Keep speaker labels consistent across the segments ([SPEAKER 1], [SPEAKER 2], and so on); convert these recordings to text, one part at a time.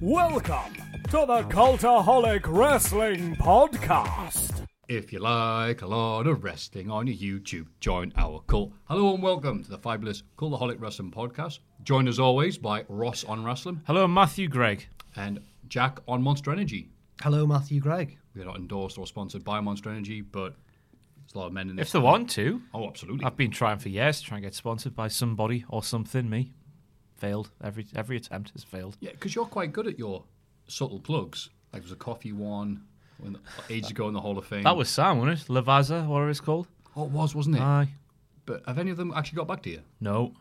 [SPEAKER 1] Welcome to the Cultaholic Wrestling Podcast.
[SPEAKER 2] If you like a lot of wrestling on your YouTube, join our cult. Hello and welcome to the fabulous Cultaholic Wrestling Podcast. Joined as always by Ross on Wrestling
[SPEAKER 3] Hello, Matthew Gregg.
[SPEAKER 2] and Jack on Monster Energy.
[SPEAKER 4] Hello, Matthew Gregg.
[SPEAKER 2] We're not endorsed or sponsored by Monster Energy, but there's a lot of men in this.
[SPEAKER 3] If they want to,
[SPEAKER 2] Oh, absolutely.
[SPEAKER 3] I've been trying for years to try and get sponsored by somebody or something. Me, failed. Every every attempt has failed.
[SPEAKER 2] Yeah, because you're quite good at your subtle plugs. Like there was a coffee one when, ages ago in the Hall of Fame.
[SPEAKER 3] That was Uh, Sam, wasn't it? Lavazza, whatever it's called.
[SPEAKER 2] Oh, it was, wasn't it?
[SPEAKER 3] Aye.
[SPEAKER 2] but have any of them actually got back to you?
[SPEAKER 3] No,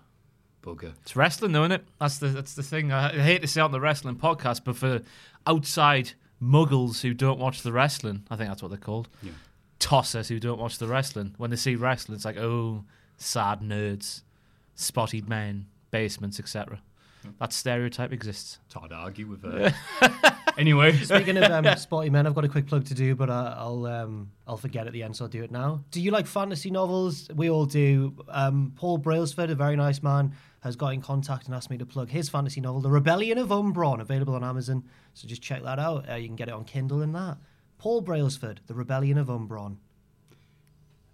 [SPEAKER 2] Bugger.
[SPEAKER 3] it's wrestling, though, isn't it? That's the that's the thing. I, I hate to say it on the wrestling podcast, but for outside muggles who don't watch the wrestling, I think that's what they're called. Tossers who don't watch the wrestling. When they see wrestling, it's like, oh, sad nerds, spotted men, basements, etc. That stereotype exists.
[SPEAKER 2] It's hard to argue with. Uh... anyway,
[SPEAKER 4] Speaking of um, spotty men, I've got a quick plug to do, but I, I'll um, I'll forget at the end, so I'll do it now. Do you like fantasy novels? We all do. Um, Paul Brailsford, a very nice man, has got in contact and asked me to plug his fantasy novel, The Rebellion of Umbron, available on Amazon. So just check that out. Uh, you can get it on Kindle and that. Paul Brailsford, The Rebellion of Umbron.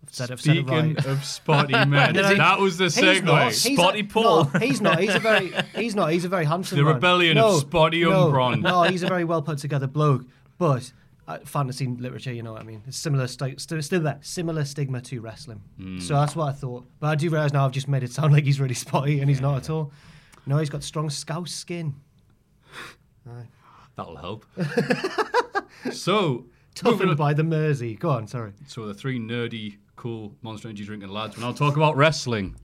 [SPEAKER 4] I've said, I've said it
[SPEAKER 2] speaking
[SPEAKER 4] right.
[SPEAKER 2] of spotty men, that was the
[SPEAKER 4] He's not.
[SPEAKER 2] segue.
[SPEAKER 4] He's
[SPEAKER 3] Spotty
[SPEAKER 4] a-
[SPEAKER 3] Paul.
[SPEAKER 4] No, he's not. He's a very. He's not. He's a very handsome.
[SPEAKER 2] The
[SPEAKER 4] man.
[SPEAKER 2] rebellion of Spotty
[SPEAKER 4] no,
[SPEAKER 2] Umbron.
[SPEAKER 4] No, he's a very well put together bloke. But uh, fantasy literature, you know what I mean. It's similar. Sti- st- still there. Similar stigma to wrestling.
[SPEAKER 2] Mm.
[SPEAKER 4] So that's what I thought. But I do realise now I've just made it sound like he's really spotty, and he's not at all. No, he's got strong scouse skin.
[SPEAKER 2] That'll help. so, moving
[SPEAKER 4] Toughened
[SPEAKER 2] on-
[SPEAKER 4] by the Mersey. Go on, sorry.
[SPEAKER 2] so the three nerdy, cool Monster Energy drinking lads. When I'll talk about wrestling.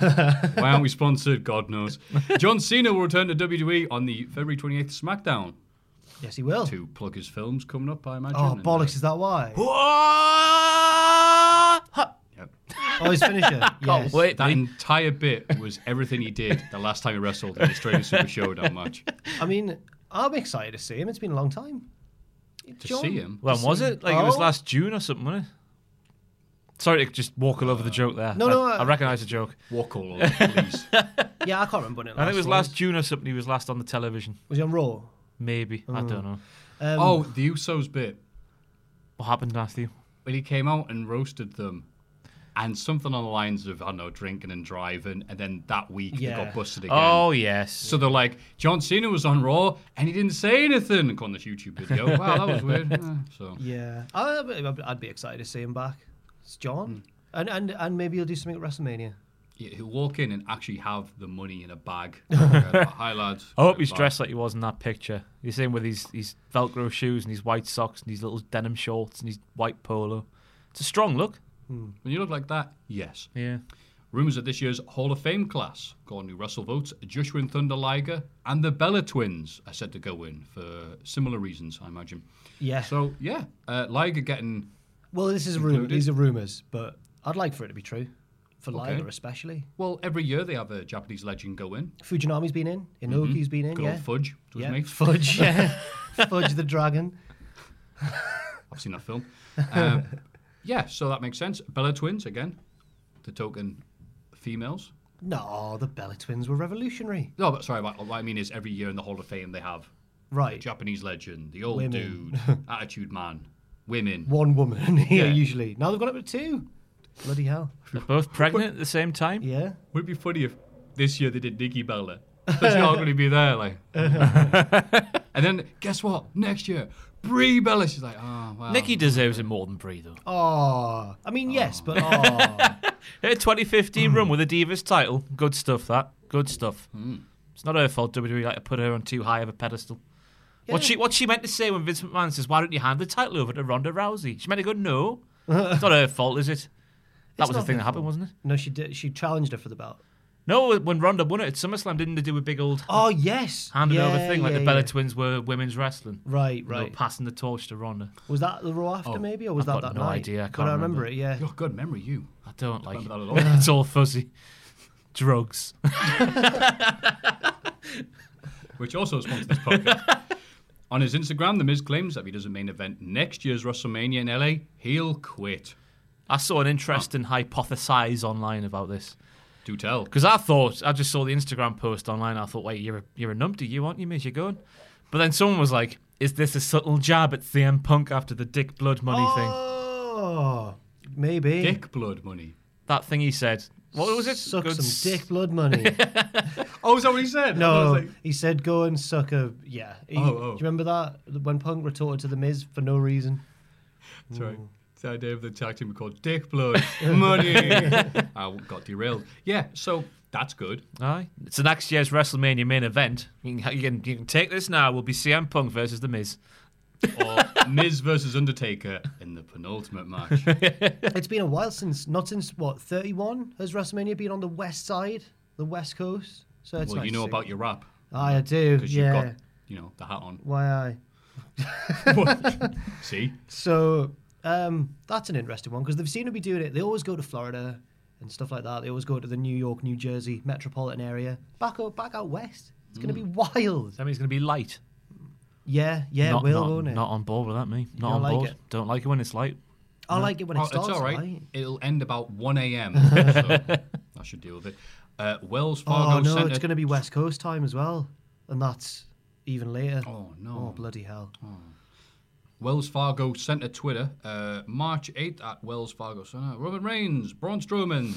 [SPEAKER 2] Why aren't we sponsored? God knows. John Cena will return to WWE on the February 28th SmackDown
[SPEAKER 4] Yes, he will.
[SPEAKER 2] to plug his films coming up, I imagine.
[SPEAKER 4] Oh
[SPEAKER 2] and, uh,
[SPEAKER 4] bollocks! Is that why?
[SPEAKER 3] Ha!
[SPEAKER 2] yep.
[SPEAKER 4] Oh, his finisher. yes.
[SPEAKER 3] Wait,
[SPEAKER 2] That
[SPEAKER 3] mate.
[SPEAKER 2] entire bit was everything he did the last time he wrestled in the Australian Super Showdown match.
[SPEAKER 4] I mean, I'm excited to see him. It's been a long time.
[SPEAKER 2] To see him.
[SPEAKER 3] when was it? Like it was
[SPEAKER 4] Oh.
[SPEAKER 3] last June or something, wasn't it? Sorry to just walk all over the joke there.
[SPEAKER 4] No,
[SPEAKER 3] I,
[SPEAKER 4] no,
[SPEAKER 3] I,
[SPEAKER 4] I-
[SPEAKER 3] recognise the joke.
[SPEAKER 2] Walk all over, please.
[SPEAKER 3] Um,
[SPEAKER 4] Yeah, I can't remember when it.
[SPEAKER 3] I think it was
[SPEAKER 4] was.
[SPEAKER 3] last June or something. He was last on the television.
[SPEAKER 4] Was he on Raw?
[SPEAKER 3] Maybe I don't know
[SPEAKER 2] oh, the Usos bit.
[SPEAKER 3] what happened, Matthew.
[SPEAKER 2] when he came out and roasted them and something on the lines of, I don't know, drinking and driving, and then that week they
[SPEAKER 4] Yeah.
[SPEAKER 2] got busted again.
[SPEAKER 3] Oh yes.
[SPEAKER 2] So they're like, John Cena was on Raw and he didn't say anything on this YouTube video. wow, that was weird. Eh, so
[SPEAKER 4] Yeah, I, I'd- I'd be excited to see him back. It's John,
[SPEAKER 2] Hmm.
[SPEAKER 4] and and and maybe he'll do something at WrestleMania.
[SPEAKER 2] yeah, he'll walk in and actually have the money in a bag. Uh, Hi, lads.
[SPEAKER 3] I hope he's
[SPEAKER 2] Bye.
[SPEAKER 3] dressed like he was in that picture. You see him with his, his Velcro shoes and his white socks and his little denim shorts and his white polo. It's a strong look.
[SPEAKER 2] When you look like that, yes.
[SPEAKER 3] Yeah.
[SPEAKER 2] Rumors of this year's Hall of Fame class, according to Russell Votes, Joshua and Thunder Liger and the Bella Twins are said to go in for similar reasons, I imagine.
[SPEAKER 4] Yeah.
[SPEAKER 2] So, yeah, uh, Liger getting
[SPEAKER 4] well, this is a rumor.
[SPEAKER 2] Included?
[SPEAKER 4] These are rumors, but I'd like for it to be true, for
[SPEAKER 2] Okay.
[SPEAKER 4] Liger especially.
[SPEAKER 2] Well, every year they have a Japanese legend go in.
[SPEAKER 4] Fujinami's been in. Inoki's been in.
[SPEAKER 2] Good
[SPEAKER 4] Oh, yeah.
[SPEAKER 2] old Mm-hmm. Fudge. It was
[SPEAKER 4] yeah.
[SPEAKER 2] me.
[SPEAKER 4] Fudge. Yeah. Fudge the Dragon.
[SPEAKER 2] I've seen that film. Um, yeah, so that makes sense. Bella Twins, again, the token females.
[SPEAKER 4] No, the Bella Twins were revolutionary.
[SPEAKER 2] No, but sorry, what, what I mean is every year in the Hall of Fame they have the
[SPEAKER 4] Right.
[SPEAKER 2] Japanese legend, the old
[SPEAKER 4] Women.
[SPEAKER 2] dude, attitude man, women.
[SPEAKER 4] One woman here
[SPEAKER 2] Yeah.
[SPEAKER 4] usually. Now they've got up to two. Bloody hell.
[SPEAKER 3] They're both pregnant at the same time.
[SPEAKER 4] Yeah.
[SPEAKER 2] Would it be funny if this year they did Nikki Bella? That's not going to be there, like. and then guess what? Next year, Brie Bella. She's like, oh, wow.
[SPEAKER 3] Nikki deserves it more than Brie, though.
[SPEAKER 4] Oh, I mean, yes, but oh,
[SPEAKER 3] Her 2015 run with a Divas title. Good stuff, that. Good stuff.
[SPEAKER 4] Hmm.
[SPEAKER 3] It's not her fault WWE like to put her on too high of a pedestal. What's she What's she meant to say when Vince McMahon says, "Why don't you hand the title over to Ronda Rousey"? She meant to go, "No, it's not her fault, is it?" That was
[SPEAKER 4] It's
[SPEAKER 3] the
[SPEAKER 4] not
[SPEAKER 3] thing
[SPEAKER 4] her
[SPEAKER 3] that happened,
[SPEAKER 4] fault.
[SPEAKER 3] wasn't it?
[SPEAKER 4] no, she did. She challenged her for the belt.
[SPEAKER 3] No, when Ronda won it at SummerSlam, didn't they do a big old
[SPEAKER 4] Oh yes,
[SPEAKER 3] hand it
[SPEAKER 4] Yeah,
[SPEAKER 3] over thing like
[SPEAKER 4] yeah,
[SPEAKER 3] the Bella
[SPEAKER 4] yeah.
[SPEAKER 3] Twins were women's wrestling?
[SPEAKER 4] Right,
[SPEAKER 3] You know,
[SPEAKER 4] right.
[SPEAKER 3] passing the torch to Ronda.
[SPEAKER 4] Was that the row after maybe, or was
[SPEAKER 3] Oh, I've
[SPEAKER 4] that
[SPEAKER 3] got
[SPEAKER 4] that
[SPEAKER 3] no
[SPEAKER 4] night?
[SPEAKER 3] idea, I can't
[SPEAKER 4] but I remember
[SPEAKER 3] remember.
[SPEAKER 4] it. Yeah.
[SPEAKER 2] Oh, good memory, you.
[SPEAKER 3] I don't like
[SPEAKER 2] Remember that
[SPEAKER 3] it.
[SPEAKER 2] at all.
[SPEAKER 3] it's all fuzzy. Drugs.
[SPEAKER 2] which also sponsors this podcast. On his Instagram, The Miz claims that if he does a main event next year's WrestleMania in LA, he'll quit.
[SPEAKER 3] I saw an interesting hypothesize online about this.
[SPEAKER 2] Do tell.
[SPEAKER 3] Because I thought, I just saw the Instagram post online. I thought, wait, you're a, you're a numpty, you aren't you, Miz? You're going. But then someone was like, is this a subtle jab at CM Punk after the Dick Blood money thing?
[SPEAKER 4] Oh, maybe.
[SPEAKER 2] Dick blood money.
[SPEAKER 3] That thing he said. What was it?
[SPEAKER 4] Suck
[SPEAKER 3] Good s-
[SPEAKER 4] some dick blood money.
[SPEAKER 2] Oh, is that what he said?
[SPEAKER 4] no, he said go and suck a yeah. He-
[SPEAKER 2] Oh, oh.
[SPEAKER 4] Do you remember that when Punk retorted to the Miz for no reason?
[SPEAKER 2] Sorry. It's the idea of the tag team called Dick Blood Money. I got derailed. Yeah, so that's good.
[SPEAKER 3] Aye. It's the next year's WrestleMania main event. You can, you can, you can take this now. Will be CM Punk versus The Miz.
[SPEAKER 2] Or Miz versus Undertaker in the penultimate match.
[SPEAKER 4] it's been a while since not since what thirty one has WrestleMania been on the west side, the west coast. So it's
[SPEAKER 2] well, you
[SPEAKER 4] nice to
[SPEAKER 2] know
[SPEAKER 4] see.
[SPEAKER 2] about your rap
[SPEAKER 4] Aye, I do.
[SPEAKER 2] because
[SPEAKER 4] Yeah.
[SPEAKER 2] you've got, you know, the hat on.
[SPEAKER 4] Why I.
[SPEAKER 2] See?
[SPEAKER 4] So um, that's an interesting one because they've seen to be doing it. They always go to Florida and stuff like that. They always go to the New York, New Jersey metropolitan area. Back up, back out west. It's going
[SPEAKER 3] Hmm.
[SPEAKER 4] to be wild.
[SPEAKER 3] That means it's going to be light.
[SPEAKER 4] Yeah, yeah,
[SPEAKER 3] not,
[SPEAKER 4] it will,
[SPEAKER 3] not,
[SPEAKER 4] won't it?
[SPEAKER 3] not on board with that, me. Not
[SPEAKER 4] don't
[SPEAKER 3] on
[SPEAKER 4] like
[SPEAKER 3] board.
[SPEAKER 4] it?
[SPEAKER 3] Don't like it when it's light.
[SPEAKER 4] I like it when
[SPEAKER 2] Oh,
[SPEAKER 4] it starts.
[SPEAKER 2] it's all right.
[SPEAKER 4] light.
[SPEAKER 2] It'll end about 1 a.m. so I should deal with it. Uh, Wells Fargo
[SPEAKER 4] Oh no,
[SPEAKER 2] Center.
[SPEAKER 4] it's going to be West Coast time as well, and that's even later.
[SPEAKER 2] Oh, no.
[SPEAKER 4] Oh bloody hell!
[SPEAKER 2] Wells Fargo Center Twitter, uh, March 8th at Wells Fargo Center. Roman Reigns, Braun Strowman,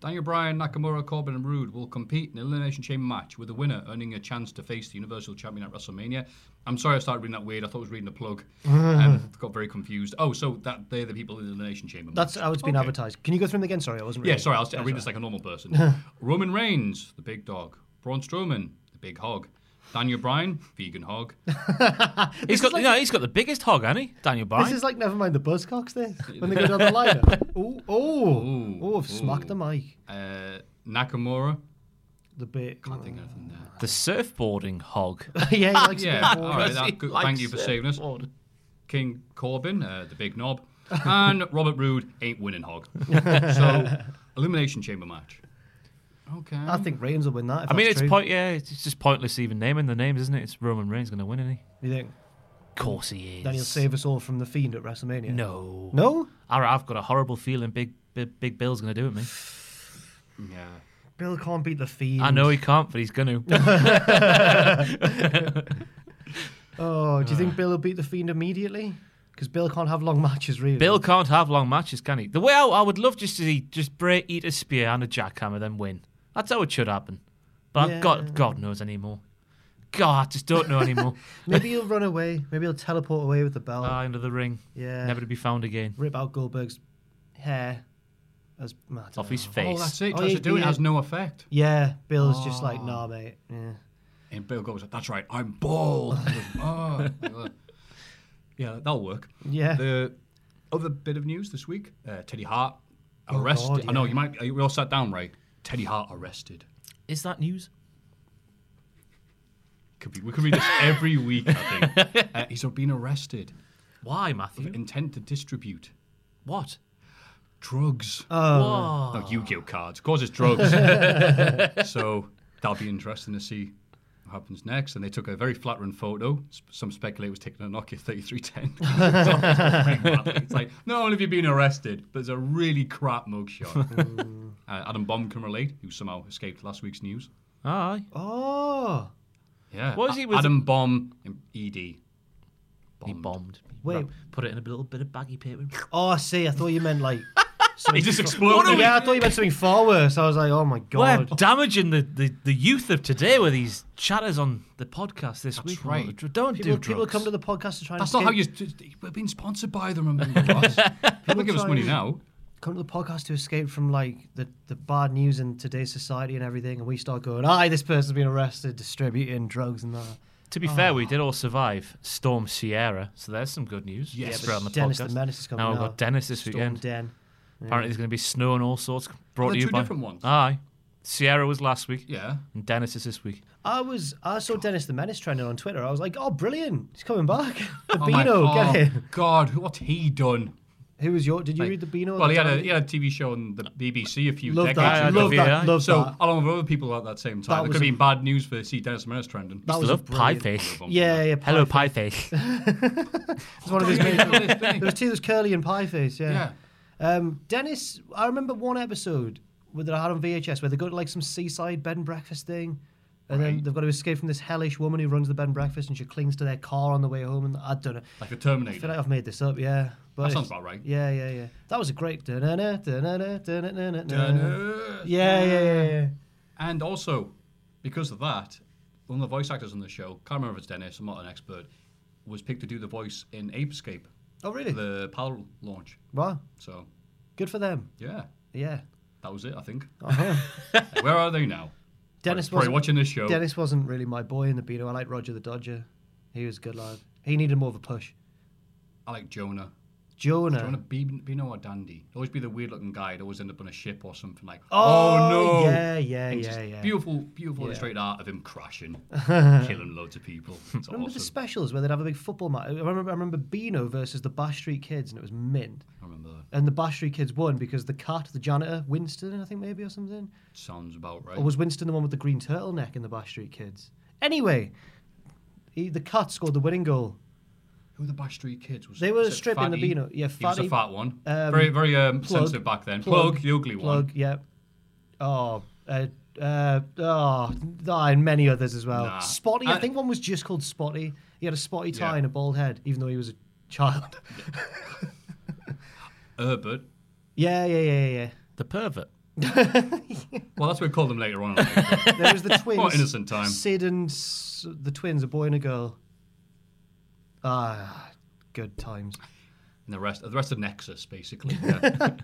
[SPEAKER 2] Daniel Bryan, Nakamura, Corbin, and Rude will compete in an Elimination Chamber match with the winner earning a chance to face the Universal Champion at WrestleMania. I'm sorry I started reading that weird. I thought I was reading a plug. um, got very confused. Oh, so that they're the people in the Elimination Chamber.
[SPEAKER 4] That's
[SPEAKER 2] match.
[SPEAKER 4] how it's been
[SPEAKER 2] Okay.
[SPEAKER 4] advertised. Can you go through them again? Sorry, I wasn't.
[SPEAKER 2] Yeah,
[SPEAKER 4] reading.
[SPEAKER 2] sorry, I'll, st- I'll read this like a normal person. Roman Reigns, the big dog. Braun Strowman, the big hog. Daniel Bryan, vegan hog.
[SPEAKER 3] He's got, no, he's got the biggest hog, hasn't he? Daniel Bryan.
[SPEAKER 4] This is like never mind the Buzzcocks. This when they go down the line. Oh, oh,
[SPEAKER 2] Ooh,
[SPEAKER 4] oh! I've smacked the mic.
[SPEAKER 2] Uh, Nakamura.
[SPEAKER 4] The bit.
[SPEAKER 2] Can't think of anything there.
[SPEAKER 3] the surfboarding hog.
[SPEAKER 4] yeah, he likes to
[SPEAKER 2] Yeah,
[SPEAKER 4] get
[SPEAKER 2] all
[SPEAKER 4] bored.
[SPEAKER 2] right. That, good, thank you for saving us. King Corbin, uh, the big knob, and Robert Roode ain't winning hog. so, elimination chamber match. Okay.
[SPEAKER 4] I think Reigns will win that. If
[SPEAKER 3] I mean,
[SPEAKER 4] that's
[SPEAKER 3] it's
[SPEAKER 4] true.
[SPEAKER 3] point. Yeah, it's it's just pointless even naming the names, isn't it? It's Roman Reigns going to win, isn't he?
[SPEAKER 4] You think?
[SPEAKER 3] Of course he is.
[SPEAKER 4] Then he'll save us all from the fiend at WrestleMania.
[SPEAKER 3] No.
[SPEAKER 4] No.
[SPEAKER 3] I, I've got a horrible feeling. Big, big, big Bill's going to do it, me.
[SPEAKER 2] yeah.
[SPEAKER 4] Bill can't beat the fiend.
[SPEAKER 3] I know he can't, but he's going to.
[SPEAKER 4] Oh, do you
[SPEAKER 3] Uh.
[SPEAKER 4] think Bill will beat the fiend immediately? Because Bill can't have long matches, really.
[SPEAKER 3] Bill can't have long matches, can he? The way I, I would love just to see just Bray eat a spear and a jackhammer, then win. That's how it should happen. But
[SPEAKER 4] Yeah.
[SPEAKER 3] God, God knows anymore. God, I just don't know anymore.
[SPEAKER 4] Maybe he'll run away. Maybe he'll teleport away with the belt.
[SPEAKER 3] Ah, under the ring,
[SPEAKER 4] yeah.
[SPEAKER 3] never to be found again.
[SPEAKER 4] rip out Goldberg's hair as Matt.
[SPEAKER 3] Off his
[SPEAKER 2] Oh,
[SPEAKER 3] face.
[SPEAKER 2] that's it.
[SPEAKER 4] Oh,
[SPEAKER 2] Tries
[SPEAKER 4] yeah,
[SPEAKER 2] to do it,
[SPEAKER 4] yeah.
[SPEAKER 2] has no effect.
[SPEAKER 4] Yeah, Bill's just like,
[SPEAKER 3] Ah.
[SPEAKER 4] nah, mate. Yeah.
[SPEAKER 2] And Bill goes, "That's right, I'm bald." Oh, yeah, that'll work.
[SPEAKER 4] Yeah.
[SPEAKER 2] The other bit of news this week: uh, Teddy Hart arrested.
[SPEAKER 4] Oh, God,
[SPEAKER 2] I know
[SPEAKER 4] yeah.
[SPEAKER 2] you might. We all sat down, right? Teddy Hart arrested.
[SPEAKER 3] Is that news?
[SPEAKER 2] Could be, we could read this every week. I think uh, he's been arrested
[SPEAKER 3] Why,
[SPEAKER 2] for
[SPEAKER 3] Matthew?
[SPEAKER 2] intent to distribute
[SPEAKER 3] What?
[SPEAKER 2] drugs.
[SPEAKER 3] Ah. Whoa.
[SPEAKER 2] no, Yu-Gi-Oh cards. Of course, it's drugs. so that'll be interesting to see what happens next. And they took a very flattering photo. S- Some speculate it was taken on a Nokia 3310. it's like, not only have you been arrested, but it's a really crap mugshot. uh, Adam Bomb can relate, who somehow escaped last week's news.
[SPEAKER 3] Aye.
[SPEAKER 4] Oh.
[SPEAKER 2] Yeah,
[SPEAKER 3] Was he-
[SPEAKER 2] A-
[SPEAKER 3] was
[SPEAKER 2] Adam Bomb E and ED.
[SPEAKER 3] He bombed.
[SPEAKER 4] Wait.
[SPEAKER 3] Wrap- Put it in a little bit of baggy paper.
[SPEAKER 4] Oh, I see. I thought you meant like. something
[SPEAKER 2] He just
[SPEAKER 4] fa-
[SPEAKER 2] exploded.
[SPEAKER 4] Yeah, I thought you meant something far worse. I was like, oh my
[SPEAKER 3] We're
[SPEAKER 4] god.
[SPEAKER 3] damaging the, the, the youth of today with these chatters on the podcast this week.
[SPEAKER 2] right.
[SPEAKER 3] Don't
[SPEAKER 4] People,
[SPEAKER 3] do drugs.
[SPEAKER 4] people come to the podcast to try
[SPEAKER 2] That's
[SPEAKER 4] and
[SPEAKER 2] not how
[SPEAKER 4] escape-
[SPEAKER 2] you. We're being sponsored by them, remember? Ross? People give us
[SPEAKER 4] try
[SPEAKER 2] money
[SPEAKER 4] and-
[SPEAKER 2] now.
[SPEAKER 4] come to the podcast to escape from like the, the bad news in today's society and everything, and we start going, aye, this person's been arrested, distributing drugs and that.
[SPEAKER 3] to be fair, we did all survive Storm Sierra, so there's some good news.
[SPEAKER 2] Yes.
[SPEAKER 3] spread on the
[SPEAKER 4] Dennis
[SPEAKER 3] podcast.
[SPEAKER 4] the Menace is
[SPEAKER 2] Oh,
[SPEAKER 4] coming
[SPEAKER 3] now we've
[SPEAKER 4] now.
[SPEAKER 3] got Dennis this
[SPEAKER 4] Storm
[SPEAKER 3] weekend.
[SPEAKER 4] Den.
[SPEAKER 3] Apparently, there's going to be snow and all sorts. Brought
[SPEAKER 2] Are there
[SPEAKER 3] to you
[SPEAKER 2] two
[SPEAKER 3] by
[SPEAKER 2] different ones?
[SPEAKER 3] Aye. Sierra was last week,
[SPEAKER 2] Yeah.
[SPEAKER 3] and Dennis is this week.
[SPEAKER 4] I was I saw Dennis the Menace trending on Twitter. I was like, oh, brilliant! He's coming back. The
[SPEAKER 2] Oh my-
[SPEAKER 4] Beano,
[SPEAKER 2] oh,
[SPEAKER 4] get him.
[SPEAKER 2] God, who- what's he done?
[SPEAKER 4] Who was your? Did you read the Beano? at
[SPEAKER 2] Well,
[SPEAKER 4] the
[SPEAKER 2] he had a
[SPEAKER 4] time?
[SPEAKER 2] he had a TV show on the BBC a few
[SPEAKER 4] Love
[SPEAKER 2] decades
[SPEAKER 4] that.
[SPEAKER 3] Yeah,
[SPEAKER 2] ago.
[SPEAKER 4] Love that.
[SPEAKER 3] yeah.
[SPEAKER 4] Love
[SPEAKER 2] so,
[SPEAKER 4] that.
[SPEAKER 2] along with other people at that same
[SPEAKER 4] That
[SPEAKER 2] time, it
[SPEAKER 4] was
[SPEAKER 2] could have
[SPEAKER 4] a-
[SPEAKER 2] been bad news for see Dennis Menace trending.
[SPEAKER 4] That was a
[SPEAKER 3] Love
[SPEAKER 4] brilliant-
[SPEAKER 3] Pieface.
[SPEAKER 4] Yeah, yeah. Pie
[SPEAKER 3] Hello,
[SPEAKER 4] face.
[SPEAKER 3] Pieface.
[SPEAKER 4] It's one of his main. there was two. There's curly and pie face. Yeah.
[SPEAKER 2] Yeah.
[SPEAKER 4] Um, Dennis, I remember one episode with that I had on VHS where they go to like some seaside bed and breakfast thing, and then they've got to escape from this hellish woman who runs the bed and breakfast, and she clings to their car on the way home. And I don't know.
[SPEAKER 2] Like the
[SPEAKER 4] I feel
[SPEAKER 2] Terminator.
[SPEAKER 4] like I've made this up. Yeah. But
[SPEAKER 2] That sounds
[SPEAKER 4] it's-
[SPEAKER 2] about right.
[SPEAKER 4] Yeah, yeah, yeah. That was a great. da-na-na, da-na-na, da-na-na-na-na.
[SPEAKER 2] Dennis.
[SPEAKER 4] Yeah, yeah, yeah, yeah.
[SPEAKER 2] And also, because of that, one of the voice actors on the show, can't remember if it's Dennis, I'm not an expert, was picked to do the voice in Apescape,
[SPEAKER 4] Oh, really?
[SPEAKER 2] the PAL launch.
[SPEAKER 4] Wow.
[SPEAKER 2] So,
[SPEAKER 4] Good for them.
[SPEAKER 2] yeah,
[SPEAKER 4] Yeah.
[SPEAKER 2] that was it, I think.
[SPEAKER 4] Uh-huh.
[SPEAKER 2] Where are they now?
[SPEAKER 4] Dennis
[SPEAKER 2] Probably
[SPEAKER 4] wasn't,
[SPEAKER 2] watching this show.
[SPEAKER 4] Dennis wasn't really my boy in the Beano. I like Roger the Dodger. He was a good lad. He needed more of a push.
[SPEAKER 2] I like Jonah.
[SPEAKER 4] Jonah.
[SPEAKER 2] Jonah be, be no a dandy. Always be the weird looking guy. He'd always end up on a ship or something like.
[SPEAKER 4] Oh,
[SPEAKER 2] no!
[SPEAKER 4] yeah, yeah,
[SPEAKER 2] And
[SPEAKER 4] yeah,
[SPEAKER 2] just
[SPEAKER 4] yeah.
[SPEAKER 2] Beautiful, beautiful
[SPEAKER 4] Yeah.
[SPEAKER 2] straight art of him crashing, killing loads of people. It's
[SPEAKER 4] Remember
[SPEAKER 2] awesome.
[SPEAKER 4] the specials where they'd have a big football match? I remember, I remember Beano versus the Bash Street Kids, and it was mint.
[SPEAKER 2] I remember that.
[SPEAKER 4] And the Bash Street Kids won because the cat, the janitor, Winston, I think maybe or something,
[SPEAKER 2] Sounds about right.
[SPEAKER 4] or Oh, was Winston the one with the green turtleneck in the Bash Street Kids? Anyway, he, the cat scored the winning goal.
[SPEAKER 2] Who were the Bash Street Kids? Was
[SPEAKER 4] They
[SPEAKER 2] it-
[SPEAKER 4] were
[SPEAKER 2] was it
[SPEAKER 4] stripping the
[SPEAKER 2] Fatty?
[SPEAKER 4] Beano. Yeah,
[SPEAKER 2] He was
[SPEAKER 4] Fatty-
[SPEAKER 2] the fat one.
[SPEAKER 4] um,
[SPEAKER 2] very, very um,
[SPEAKER 4] plug,
[SPEAKER 2] sensitive back then. Plug, the ugly
[SPEAKER 4] plug,
[SPEAKER 2] one.
[SPEAKER 4] yeah. Oh, uh, uh, oh, ah, and many others as well.
[SPEAKER 2] Nah.
[SPEAKER 4] Spotty, I
[SPEAKER 2] And-
[SPEAKER 4] think one was just called Spotty. He had a spotty tie
[SPEAKER 2] Yeah.
[SPEAKER 4] and a bald head, even though he was a child.
[SPEAKER 2] Herbert.
[SPEAKER 4] yeah, yeah, yeah, yeah.
[SPEAKER 3] the pervert.
[SPEAKER 2] Well, that's what we called them later on. I think.
[SPEAKER 4] There was the twins.
[SPEAKER 2] innocent time.
[SPEAKER 4] Sid and S- the twins, a boy and a girl. Ah, good times.
[SPEAKER 2] and the rest, the rest of Nexus, basically. Yeah.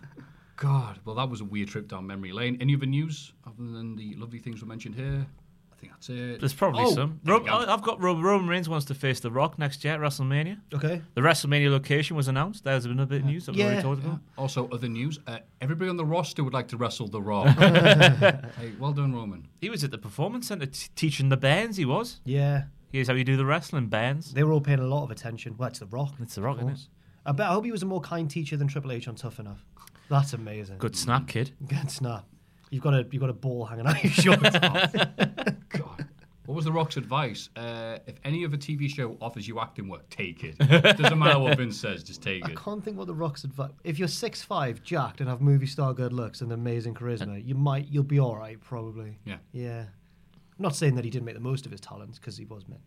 [SPEAKER 2] God, well, that was a weird trip down memory lane. Any other news other than the lovely things we mentioned here? I think that's it.
[SPEAKER 3] There's probably
[SPEAKER 2] Oh,
[SPEAKER 3] some.
[SPEAKER 2] there
[SPEAKER 3] Ro-
[SPEAKER 2] we go.
[SPEAKER 3] I- I've got Ro- Roman Reigns wants to face The Rock next year at WrestleMania.
[SPEAKER 4] Okay.
[SPEAKER 3] The WrestleMania location was announced. There's another bit of news that we
[SPEAKER 4] Yeah.
[SPEAKER 3] already talked about.
[SPEAKER 2] Also, other news. Uh, everybody on the roster would like to wrestle The Rock. hey, well done, Roman.
[SPEAKER 3] He was at the performance center t- teaching the bands. He was.
[SPEAKER 4] Yeah,
[SPEAKER 3] Here's how you do the wrestling bands.
[SPEAKER 4] they were all paying a lot of attention. Well, it's The Rock.
[SPEAKER 3] It's The Rock,
[SPEAKER 4] of
[SPEAKER 3] isn't it?
[SPEAKER 4] course. I bet. I hope he was a more kind teacher than Triple H on Tough Enough. That's amazing.
[SPEAKER 3] Good snap, kid.
[SPEAKER 4] Good snap. You've got a you've got a ball hanging out your shorts.
[SPEAKER 2] God. What was The Rock's advice? Uh, if any other TV show offers you acting work, take it. Doesn't matter what Vince says, just take
[SPEAKER 4] I
[SPEAKER 2] it.
[SPEAKER 4] can't think what the Rock's advice. If you're six five, jacked, and have movie star good looks and amazing
[SPEAKER 3] Uh,
[SPEAKER 4] charisma, you might you'll be all right probably.
[SPEAKER 2] Yeah.
[SPEAKER 4] Yeah. I'm not saying that he didn't make the most of his talents because he was meant.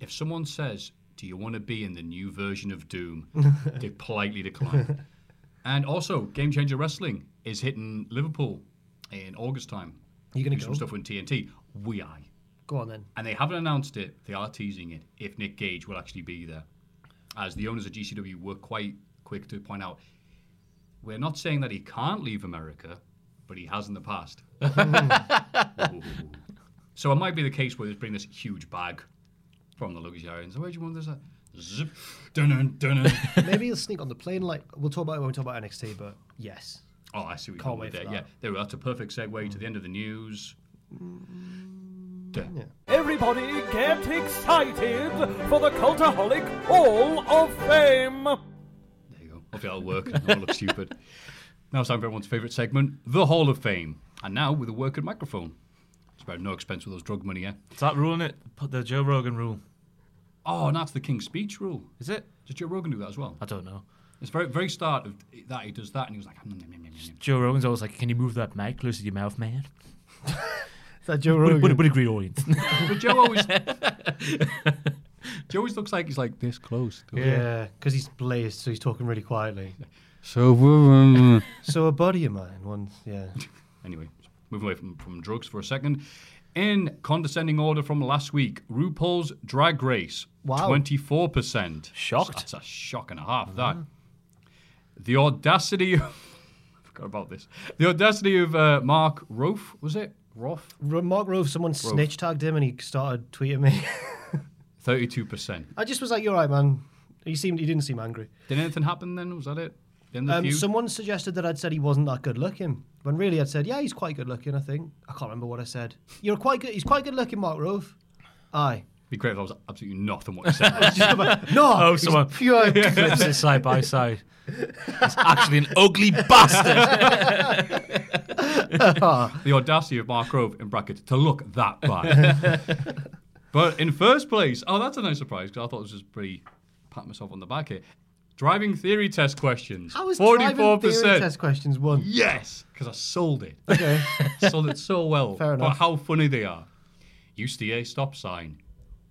[SPEAKER 2] If someone says, "Do you want to be in the new version of Doom?" they politely decline. and also, Game Changer Wrestling is hitting Liverpool in August time.
[SPEAKER 4] You gonna
[SPEAKER 2] do some
[SPEAKER 4] go?
[SPEAKER 2] stuff with TNT? We are,
[SPEAKER 4] Go on then.
[SPEAKER 2] and they haven't announced it. They are teasing it. If Nick Gage will actually be there, as the owners of GCW were quite quick to point out, we're not saying that he can't leave America, but he has in the past. Ooh. So it might be the case where they bring this huge bag from the luggage area and say, where do you want this? at?" Zip. Dun-dun, dun-dun.
[SPEAKER 4] Maybe he'll sneak on the plane. Like we'll talk about it when we talk about NXT, but yes.
[SPEAKER 2] oh, I see what you're
[SPEAKER 4] Can't
[SPEAKER 2] doing with
[SPEAKER 4] wait
[SPEAKER 2] there.
[SPEAKER 4] for
[SPEAKER 2] Yeah,
[SPEAKER 4] that.
[SPEAKER 2] there we go. That's a perfect segue to the end of the news.
[SPEAKER 4] Mm.
[SPEAKER 2] Duh.
[SPEAKER 1] Everybody get excited for the Cultaholic Hall of Fame!
[SPEAKER 2] There you go. Hopefully that'll work. I won't look stupid. Now it's time for everyone's favourite segment, the Hall of Fame. And now with a working microphone. It's about no expense with those drug money, eh? yeah?
[SPEAKER 3] Is that ruling it? Put the Joe Rogan rule.
[SPEAKER 2] Oh, and that's the King's Speech rule.
[SPEAKER 3] Is it?
[SPEAKER 2] Did Joe Rogan do that as well?
[SPEAKER 3] I don't know.
[SPEAKER 2] It's very very start of that he does that and he was like, "Mm, mm, mm, mm, mm."
[SPEAKER 3] Joe Rogan's always like, "Can you move that mic closer to your mouth, man?"
[SPEAKER 4] Is that Joe
[SPEAKER 3] What,
[SPEAKER 4] Rogan?
[SPEAKER 3] a- what a great audience.
[SPEAKER 2] mm, but Joe always Joe always looks like he's like this close.
[SPEAKER 4] yeah, because he's blazed, so he's talking really quietly.
[SPEAKER 2] So uh,
[SPEAKER 4] so a buddy of mine once, yeah.
[SPEAKER 2] anyway, moving away from, from drugs for a second. In condescending order from last week, RuPaul's Drag Race,
[SPEAKER 4] Wow.
[SPEAKER 2] twenty four percent.
[SPEAKER 3] Shocked.
[SPEAKER 2] That's a shock and a half. That the audacity. Of, forgot about this. The audacity of uh, Mark Rofe was it Roth?
[SPEAKER 4] Ro- Mark Rove, someone snitch tagged him, and he started tweeting me.
[SPEAKER 2] Thirty two percent.
[SPEAKER 4] I just was like, "You're right, man." He seemed, he didn't seem angry.
[SPEAKER 2] Did anything happen then? Was that it? The end of the
[SPEAKER 4] Um,
[SPEAKER 2] feud?
[SPEAKER 4] someone suggested that I'd said he wasn't that good looking, When really I'd said, yeah, he's quite good looking, I think. I can't remember what I said. You're quite good. He's quite good looking, Mark Rove. Aye.
[SPEAKER 2] Be great if I was absolutely nothing what you said.
[SPEAKER 4] No.
[SPEAKER 3] Oh,
[SPEAKER 4] he's
[SPEAKER 3] someone-
[SPEAKER 4] Pure.
[SPEAKER 3] Clips it side by side. It's actually an ugly bastard.
[SPEAKER 4] Ah.
[SPEAKER 2] the audacity of Mark Grove in brackets to look that bad. but in first place, oh, that's a nice surprise because I thought this was pretty pat myself on the back here. Driving theory test questions.
[SPEAKER 4] I was
[SPEAKER 2] 44%.
[SPEAKER 4] 44%. Theory test questions one.
[SPEAKER 2] Yes, because I sold it.
[SPEAKER 4] Okay.
[SPEAKER 2] sold it so well.
[SPEAKER 4] Fair
[SPEAKER 2] But
[SPEAKER 4] enough.
[SPEAKER 2] how funny they are. Used to a stop sign.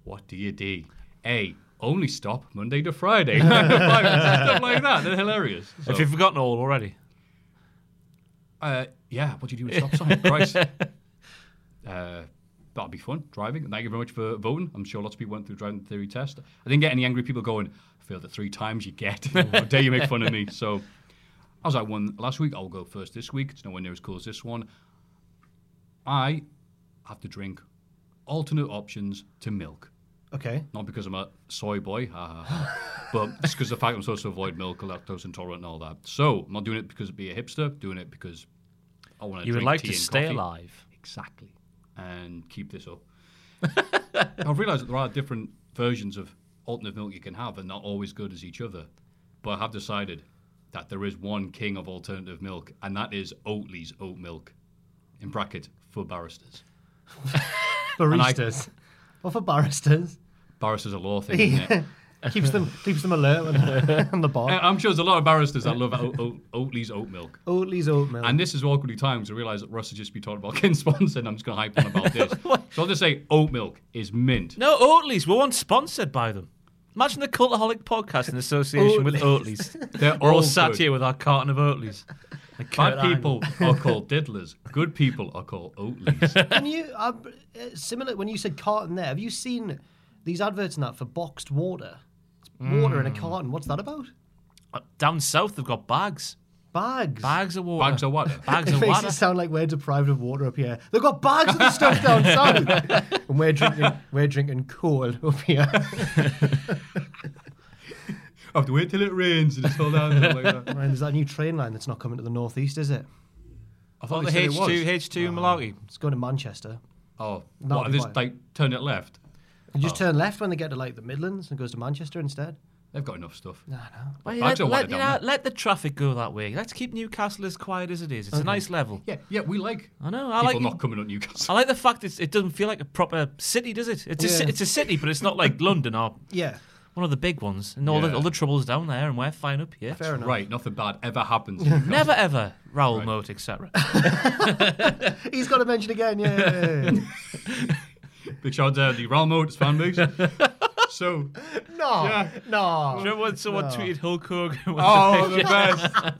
[SPEAKER 2] What do you do? A. Only stop Monday to Friday. Stuff like that. They're hilarious. So,
[SPEAKER 3] if you've forgotten all already,
[SPEAKER 2] uh, yeah, what do you do with a stop sign? Christ. Uh, that'll be fun, driving. Thank you very much for voting. I'm sure lots of people went through driving theory test. I didn't get any angry people going, I failed it three times, you get. How dare you make fun of me? So I was at one last week. I'll go first this week. It's nowhere near as cool as this one. I have to drink alternate options to milk.
[SPEAKER 4] Okay.
[SPEAKER 2] Not because I'm a soy boy, ha, ha, ha. but just because the fact I'm supposed to avoid milk, lactose intolerant, and all that. So I'm not doing it because it'd be a hipster. Doing it because I want to.
[SPEAKER 3] you would
[SPEAKER 2] drink
[SPEAKER 3] like
[SPEAKER 2] tea
[SPEAKER 3] to
[SPEAKER 2] and
[SPEAKER 3] stay
[SPEAKER 2] coffee.
[SPEAKER 3] alive.
[SPEAKER 2] Exactly. And keep this up. I've realised that there are different versions of alternate milk you can have, and not always good as each other. But I have decided that there is one king of alternative milk, and that is Oatley's oat milk, in bracket for barristers.
[SPEAKER 4] Baristas. What for barristers?
[SPEAKER 2] Barristers are law thing, isn't it?
[SPEAKER 4] keeps them keeps them alert when on the bar.
[SPEAKER 2] I- I'm sure there's a lot of barristers that love oat, oat, Oatley's oat milk.
[SPEAKER 4] Oatley's oat milk.
[SPEAKER 2] And this is awkwardly timed to realise that Russ has just been talking about Ken Sponson. I'm just going to hype on about this. so I'll just say oat milk is mint.
[SPEAKER 3] No, Oatleys. We weren't sponsored by them. Imagine the Cultaholic podcast in association with Oatleys.
[SPEAKER 2] They're
[SPEAKER 3] We're all
[SPEAKER 2] all
[SPEAKER 3] sat
[SPEAKER 2] good.
[SPEAKER 3] here with our carton of Oatleys.
[SPEAKER 2] Bad people are called diddlers. Good people are called oatleys.
[SPEAKER 4] Can you uh, uh, similar when you said carton there? Have you seen these adverts and that for boxed water? It's water in
[SPEAKER 3] Hmm.
[SPEAKER 4] a carton. What's that about?
[SPEAKER 3] Uh, Down south, they've got bags.
[SPEAKER 4] Bags.
[SPEAKER 3] Bags of water.
[SPEAKER 2] Bags of water.
[SPEAKER 3] Bags
[SPEAKER 4] It
[SPEAKER 3] of
[SPEAKER 4] makes
[SPEAKER 3] water.
[SPEAKER 4] it sound like we're deprived of water up here. They've got bags of the stuff down south, and we're drinking we're drinking coal up here.
[SPEAKER 2] I have to wait till it rains and it's all down there like that.
[SPEAKER 4] Man, there's that new train line that's not coming to the northeast, is it?
[SPEAKER 2] I
[SPEAKER 3] Oh,
[SPEAKER 2] thought
[SPEAKER 3] the
[SPEAKER 2] they said it
[SPEAKER 3] H2,
[SPEAKER 2] was.
[SPEAKER 3] H2 malarkey.
[SPEAKER 4] It's going to Manchester.
[SPEAKER 2] oh,
[SPEAKER 4] That'll
[SPEAKER 2] what,
[SPEAKER 4] be
[SPEAKER 2] this,
[SPEAKER 4] fine.
[SPEAKER 2] like, turn it left.
[SPEAKER 4] You just turn left when they get to like the Midlands and goes to Manchester instead.
[SPEAKER 2] They've got enough stuff.
[SPEAKER 4] I know.
[SPEAKER 3] Well,
[SPEAKER 2] Bags
[SPEAKER 3] let,
[SPEAKER 2] of water
[SPEAKER 3] let- you
[SPEAKER 2] down
[SPEAKER 3] know,
[SPEAKER 2] there.
[SPEAKER 3] let the traffic go that way. Let's keep Newcastle as quiet as it is. It's a nice level.
[SPEAKER 2] Yeah, yeah, we like
[SPEAKER 3] I know. I
[SPEAKER 2] people
[SPEAKER 3] like
[SPEAKER 2] not coming up Newcastle.
[SPEAKER 3] I like the fact it's, it doesn't feel like a proper city, does it? It's, a, ci-
[SPEAKER 4] Yeah.
[SPEAKER 3] it's a city, but it's not like London or
[SPEAKER 4] Yeah,
[SPEAKER 3] one of the big ones. And all,
[SPEAKER 2] Yeah.
[SPEAKER 3] the, all the trouble's down there, and we're fine up here.
[SPEAKER 4] fair enough.
[SPEAKER 2] Right, nothing bad ever happens. in Newcastle.
[SPEAKER 3] Never ever Raoul Moat, etc.
[SPEAKER 4] He's got to mention again. Yeah, yeah, yeah, yeah.
[SPEAKER 2] Big shout out to uh, the Real Motors fan base. so,
[SPEAKER 4] no,
[SPEAKER 2] Yeah.
[SPEAKER 4] no.
[SPEAKER 3] Remember when someone tweeted Hulk Hogan? with
[SPEAKER 2] oh, the best.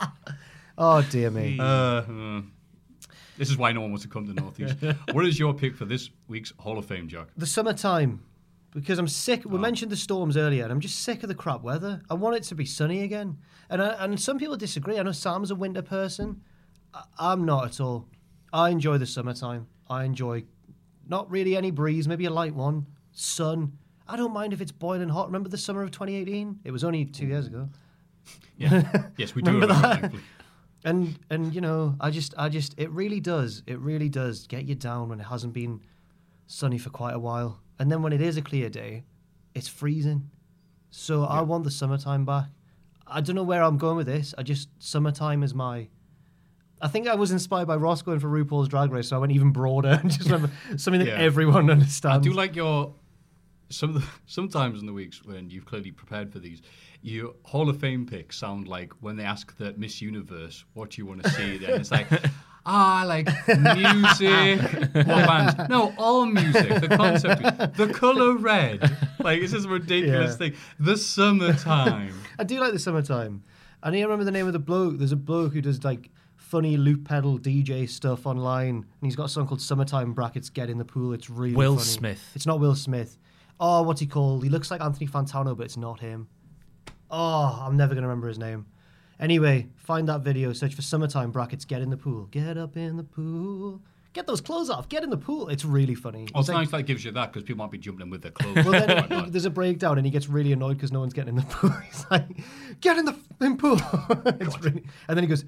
[SPEAKER 4] Oh dear me.
[SPEAKER 2] Uh, uh, this is why no one wants to come to Northeast. what is your pick for this week's Hall of Fame, Jack?
[SPEAKER 4] the summertime because I'm sick. We mentioned the storms earlier, and I'm just sick of the crap weather. I want it to be sunny again. And I, and some people disagree. I know Sam's a winter person. I, I'm not at all. I enjoy the summertime. I enjoy not really any breeze, maybe a light one, sun. I don't mind if it's boiling hot. Remember the summer of 2018? It was only two years ago.
[SPEAKER 2] Yeah. yes, we do remember,
[SPEAKER 4] Remember that?
[SPEAKER 2] thankfully.
[SPEAKER 4] And and you know, I just I just it really does it really does get you down when it hasn't been sunny for quite a while, and then when it is a clear day, it's freezing. So I want the summertime back. I don't know where I'm going with this. I just summertime is my. I think I was inspired by Ross going for RuPaul's Drag Race, so I went even broader and just remember something that
[SPEAKER 2] Yeah.
[SPEAKER 4] everyone
[SPEAKER 2] I
[SPEAKER 4] understands.
[SPEAKER 2] do like your. Some of the, sometimes in the weeks when you've clearly prepared for these, your Hall of Fame picks sound like when they ask the Miss Universe what you want to see. Then it's like, ah, I like music. what bands? No, all music. The concept, the color red. Like it's just a ridiculous
[SPEAKER 4] Yeah.
[SPEAKER 2] thing. The summertime.
[SPEAKER 4] I do like the summertime. I need to remember the name of the bloke. There's a bloke who does like funny loop pedal DJ stuff online, and he's got a song called "Summertime" brackets Get in the pool. It's really
[SPEAKER 3] Will
[SPEAKER 4] funny.
[SPEAKER 3] Smith.
[SPEAKER 4] It's not Will Smith. Oh, what's he called? He looks like Anthony Fantano, but it's not him. Oh, I'm never gonna remember his name. Anyway, find that video. Search for "Summertime" brackets Get in the pool. Get up in the pool. Get those clothes off. Get in the pool. It's really funny.
[SPEAKER 2] Oh,
[SPEAKER 4] It's
[SPEAKER 2] it's
[SPEAKER 4] like-
[SPEAKER 2] nice that gives you that because people might be jumping in with their clothes.
[SPEAKER 4] well, then
[SPEAKER 2] Why
[SPEAKER 4] he-
[SPEAKER 2] not?
[SPEAKER 4] there's a breakdown, and he gets really annoyed because no one's getting in the pool. He's like, "Get in the f***ing pool!" It's really- and then he goes,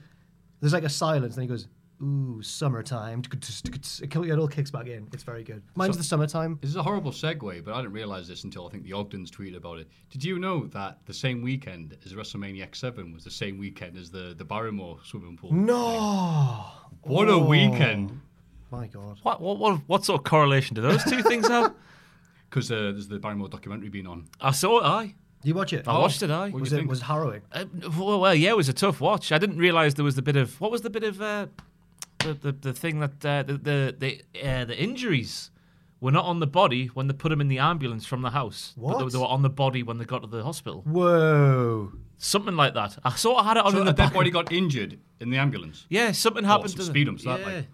[SPEAKER 4] "There's like a silence." Then he goes, ooh, summertime. It all kicks back in. It's very good. Mine's
[SPEAKER 2] So-
[SPEAKER 4] the summertime.
[SPEAKER 2] This is a horrible segue, but I didn't realize this until I think the Ogdens tweeted about it. Did you know that the same weekend as WrestleMania X7 was the same weekend as the, the Barrymore swimming pool?
[SPEAKER 4] No.
[SPEAKER 2] What a
[SPEAKER 4] Oh,
[SPEAKER 2] weekend!
[SPEAKER 4] My God.
[SPEAKER 3] What, what, what, what sort of correlation do those two things have?
[SPEAKER 2] Because uh, there's the Barrymore documentary being on.
[SPEAKER 3] I saw it, aye.
[SPEAKER 4] You watch it? Oh.
[SPEAKER 3] I watched it, aye.
[SPEAKER 2] What do
[SPEAKER 4] was
[SPEAKER 2] you
[SPEAKER 4] it
[SPEAKER 2] think?
[SPEAKER 4] was it harrowing?
[SPEAKER 3] Uh, well, well, yeah, it was a tough watch. I didn't realise there was the bit of what was the bit of uh, the, the the thing that uh, the the the, uh, the injuries were not on the body when they put them in the ambulance from the house, but
[SPEAKER 4] What?
[SPEAKER 3] they, they were on the body when they got to the hospital.
[SPEAKER 4] Whoa.
[SPEAKER 3] Something like that. I sort of had it on
[SPEAKER 2] so
[SPEAKER 3] in
[SPEAKER 2] a
[SPEAKER 3] the
[SPEAKER 2] dead
[SPEAKER 3] back.
[SPEAKER 2] body got injured in the ambulance.
[SPEAKER 3] Yeah, something
[SPEAKER 2] Oh,
[SPEAKER 3] happened
[SPEAKER 2] some
[SPEAKER 3] to the
[SPEAKER 2] speed ups that,
[SPEAKER 3] Yeah.
[SPEAKER 2] like.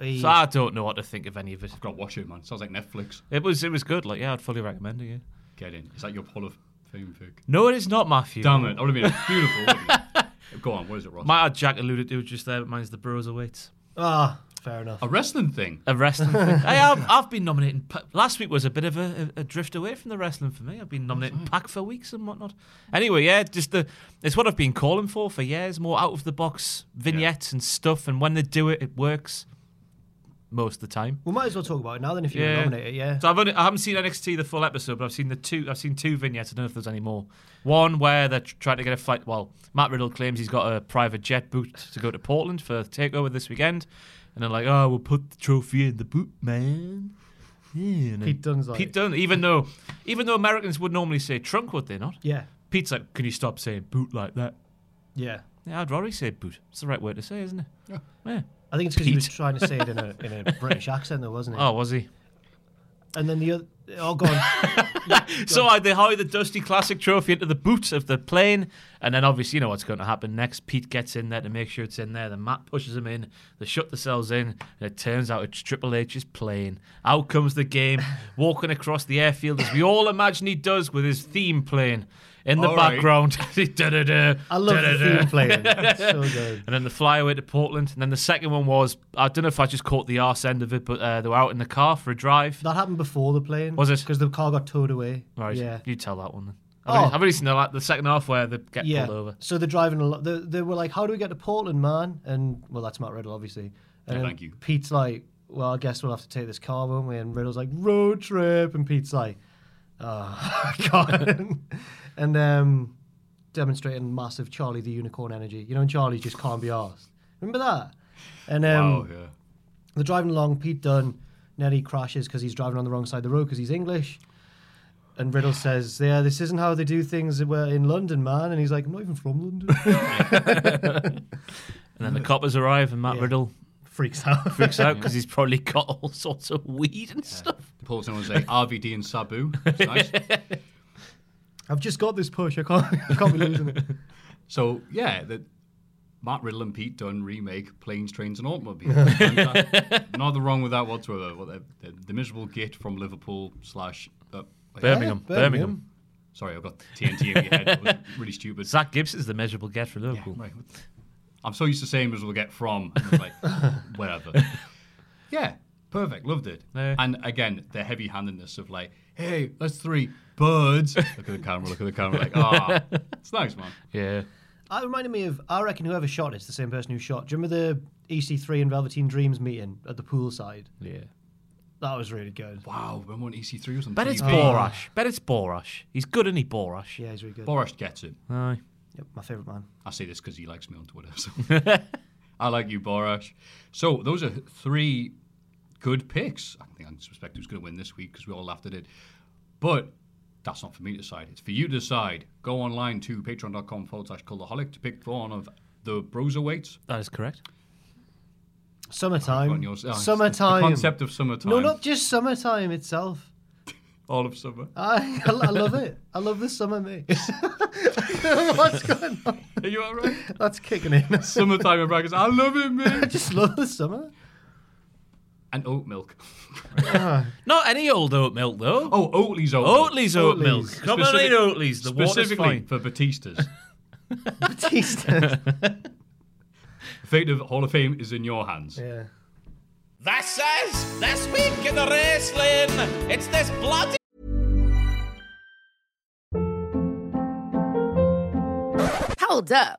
[SPEAKER 4] Eesh.
[SPEAKER 3] So I don't know what to think of any of it.
[SPEAKER 2] Got to watch it, man. Sounds like Netflix.
[SPEAKER 3] It was it was good. Like yeah, I'd fully recommend it. Yeah.
[SPEAKER 2] Get in. Is that your Hall of Fame pick?
[SPEAKER 3] No, it is not Matthew.
[SPEAKER 2] Damn it. That would have been beautiful. wouldn't it? Go on. What is it, Ross?
[SPEAKER 3] My Jack alluded to it just there, but mine's the Broserweights.
[SPEAKER 4] Ah, fair enough.
[SPEAKER 2] a wrestling thing.
[SPEAKER 3] A wrestling thing. hey, I've, I've been nominating. pa- Last week was a bit of a, a, a drift away from the wrestling for me. I've been nominating Pack for weeks and whatnot. Anyway, yeah, just the it's what I've been calling for for years. More out of the box vignettes and stuff. And when they do it, it works most of the time.
[SPEAKER 4] We might as well talk about it now then if you were nominated, yeah.
[SPEAKER 3] So I've only, I haven't seen NXT the full episode, but I've seen the two. I've seen two vignettes. I don't know if there's any more. One where they're tr- trying to get a flight. Well, Matt Riddle claims he's got a private jet booked to go to Portland for takeover this weekend, and they're like, "Oh, we'll put the trophy in the boot, man." Yeah, and then-
[SPEAKER 4] Pete Dunne's like-
[SPEAKER 3] Pete Dunne, even though, even though Americans would normally say trunk, would they not?
[SPEAKER 4] Yeah.
[SPEAKER 3] Pete's like, "Can you stop saying boot like that?"
[SPEAKER 4] Yeah.
[SPEAKER 3] Yeah, I'd rather say boot. It's the right word to say, isn't it? Yeah.
[SPEAKER 4] I think it's because he was
[SPEAKER 3] Pete.
[SPEAKER 4] trying to say it in a, in a British accent, though, wasn't it?
[SPEAKER 3] Oh, was he?
[SPEAKER 4] And then the other. Oh, go on.
[SPEAKER 3] So I, they hide the Dusty Classic trophy into the boot of the plane, and then obviously you know what's going to happen next. Pete gets in there to make sure it's in there. The Matt pushes him in. They shut themselves in, and it turns out it's Triple H's plane. Out comes the game, walking across the airfield as we all imagine he does with his theme plane in the
[SPEAKER 2] All right.
[SPEAKER 3] background. Da-da-da,
[SPEAKER 4] I love the
[SPEAKER 3] da-da-da.
[SPEAKER 4] theme playing. It's so good.
[SPEAKER 3] And then the flyaway to Portland. And then the second one was I don't know if I just caught the arse end of it, but uh, they were out in the car for a drive.
[SPEAKER 4] That happened before the plane.
[SPEAKER 3] Was it?
[SPEAKER 4] Because the car got towed away.
[SPEAKER 3] Right,
[SPEAKER 4] Yeah.
[SPEAKER 3] you tell that one then. I've,
[SPEAKER 4] Oh.
[SPEAKER 3] only, I've only seen the, like, the second half where they get
[SPEAKER 4] yeah.
[SPEAKER 3] pulled over.
[SPEAKER 4] So they're driving. al- They, they were like, "How do we get to Portland, man?" And well, that's Matt Riddle, obviously. And
[SPEAKER 2] Yeah,
[SPEAKER 4] then
[SPEAKER 2] thank you.
[SPEAKER 4] Pete's like, "Well, I guess we'll have to take this car, won't we?" And Riddle's like, "Road trip," and Pete's like, "Oh God," and um, demonstrating massive Charlie the Unicorn energy. You know, and Charlie just can't be arsed. Remember that? And um,
[SPEAKER 2] Oh, yeah.
[SPEAKER 4] they're driving along. Pete Dunn, Nelly crashes because he's driving on the wrong side of the road because he's English. And Riddle says, "Yeah, this isn't how they do things where- in London, man." And he's like, "I'm not even from London."
[SPEAKER 3] And then the coppers arrive and Matt
[SPEAKER 4] Yeah.
[SPEAKER 3] Riddle
[SPEAKER 4] Freaks out.
[SPEAKER 3] freaks out because he's probably got all sorts of weed and stuff.
[SPEAKER 2] Paul someone say RVD and Sabu. It's nice.
[SPEAKER 4] I've just got this push. I can't. I can't be losing it.
[SPEAKER 2] So yeah, the Matt Riddle and Pete Dunne remake Planes, Trains, and Automobiles. Fantastic. Nothing wrong with that whatsoever. What the, the, the miserable git from Liverpool slash. Uh, wait,
[SPEAKER 3] Birmingham,
[SPEAKER 4] Yeah,
[SPEAKER 3] Birmingham.
[SPEAKER 4] Birmingham.
[SPEAKER 2] sorry, I've got TNT in my head. That was really stupid.
[SPEAKER 3] Zach Gibson's the measurable get for
[SPEAKER 2] Yeah,
[SPEAKER 3] Liverpool.
[SPEAKER 2] right. I'm so used to saying miserable get from. And it's like, whatever. Yeah, perfect. Loved it.
[SPEAKER 3] Yeah.
[SPEAKER 2] And again, the heavy handedness of like, hey, let's three birds. look at the camera, look at the camera. Like, ah, it's nice, man.
[SPEAKER 3] Yeah.
[SPEAKER 4] That reminded me of. I reckon whoever shot it's the same person who shot. Do you remember the EC3 and Velveteen Dreams meeting at the poolside?
[SPEAKER 3] yeah,
[SPEAKER 4] That was really good.
[SPEAKER 2] Wow, remember when E EC3 was on
[SPEAKER 3] Bet it's
[SPEAKER 2] TV?
[SPEAKER 3] Borash. Bet it's Borash. He's good, isn't he, Borash?
[SPEAKER 4] Yeah, he's really good.
[SPEAKER 2] Borash gets it.
[SPEAKER 3] Aye.
[SPEAKER 4] Yep, my favorite man.
[SPEAKER 2] I say this because he likes me on Twitter. So. I like you, Borash. So those are three good picks. I think I can suspect who's going to win this week because we all laughed at it. But that's not for me to decide. It's for you to decide. Go online to patreon.com forward slash cultaholic to pick one of the broserweights.
[SPEAKER 3] That is correct.
[SPEAKER 4] Summertime.
[SPEAKER 2] On yours. Oh, it's the-
[SPEAKER 4] summertime.
[SPEAKER 2] The concept of summertime.
[SPEAKER 4] No, not just summertime itself.
[SPEAKER 2] all of summer.
[SPEAKER 4] I, I love it. I love the summer mate. What's going on?
[SPEAKER 2] Are you all right?
[SPEAKER 4] That's kicking in.
[SPEAKER 2] summertime in brackets. I love it,
[SPEAKER 4] I
[SPEAKER 2] man.
[SPEAKER 4] just love the summer.
[SPEAKER 2] and oat milk.
[SPEAKER 3] Not any old oat milk, though.
[SPEAKER 2] Oh, Oatley's oat. milk.
[SPEAKER 3] Oatley's oat milk. Come on,
[SPEAKER 2] Specific-
[SPEAKER 3] in, Oatley's. The water's
[SPEAKER 2] Specifically
[SPEAKER 3] fine.
[SPEAKER 2] for Batista's.
[SPEAKER 4] Batista.
[SPEAKER 2] the fate of Hall of Fame is in your hands.
[SPEAKER 4] yeah.
[SPEAKER 3] That's us. This week in the wrestling. It's this bloody.
[SPEAKER 5] Hold up.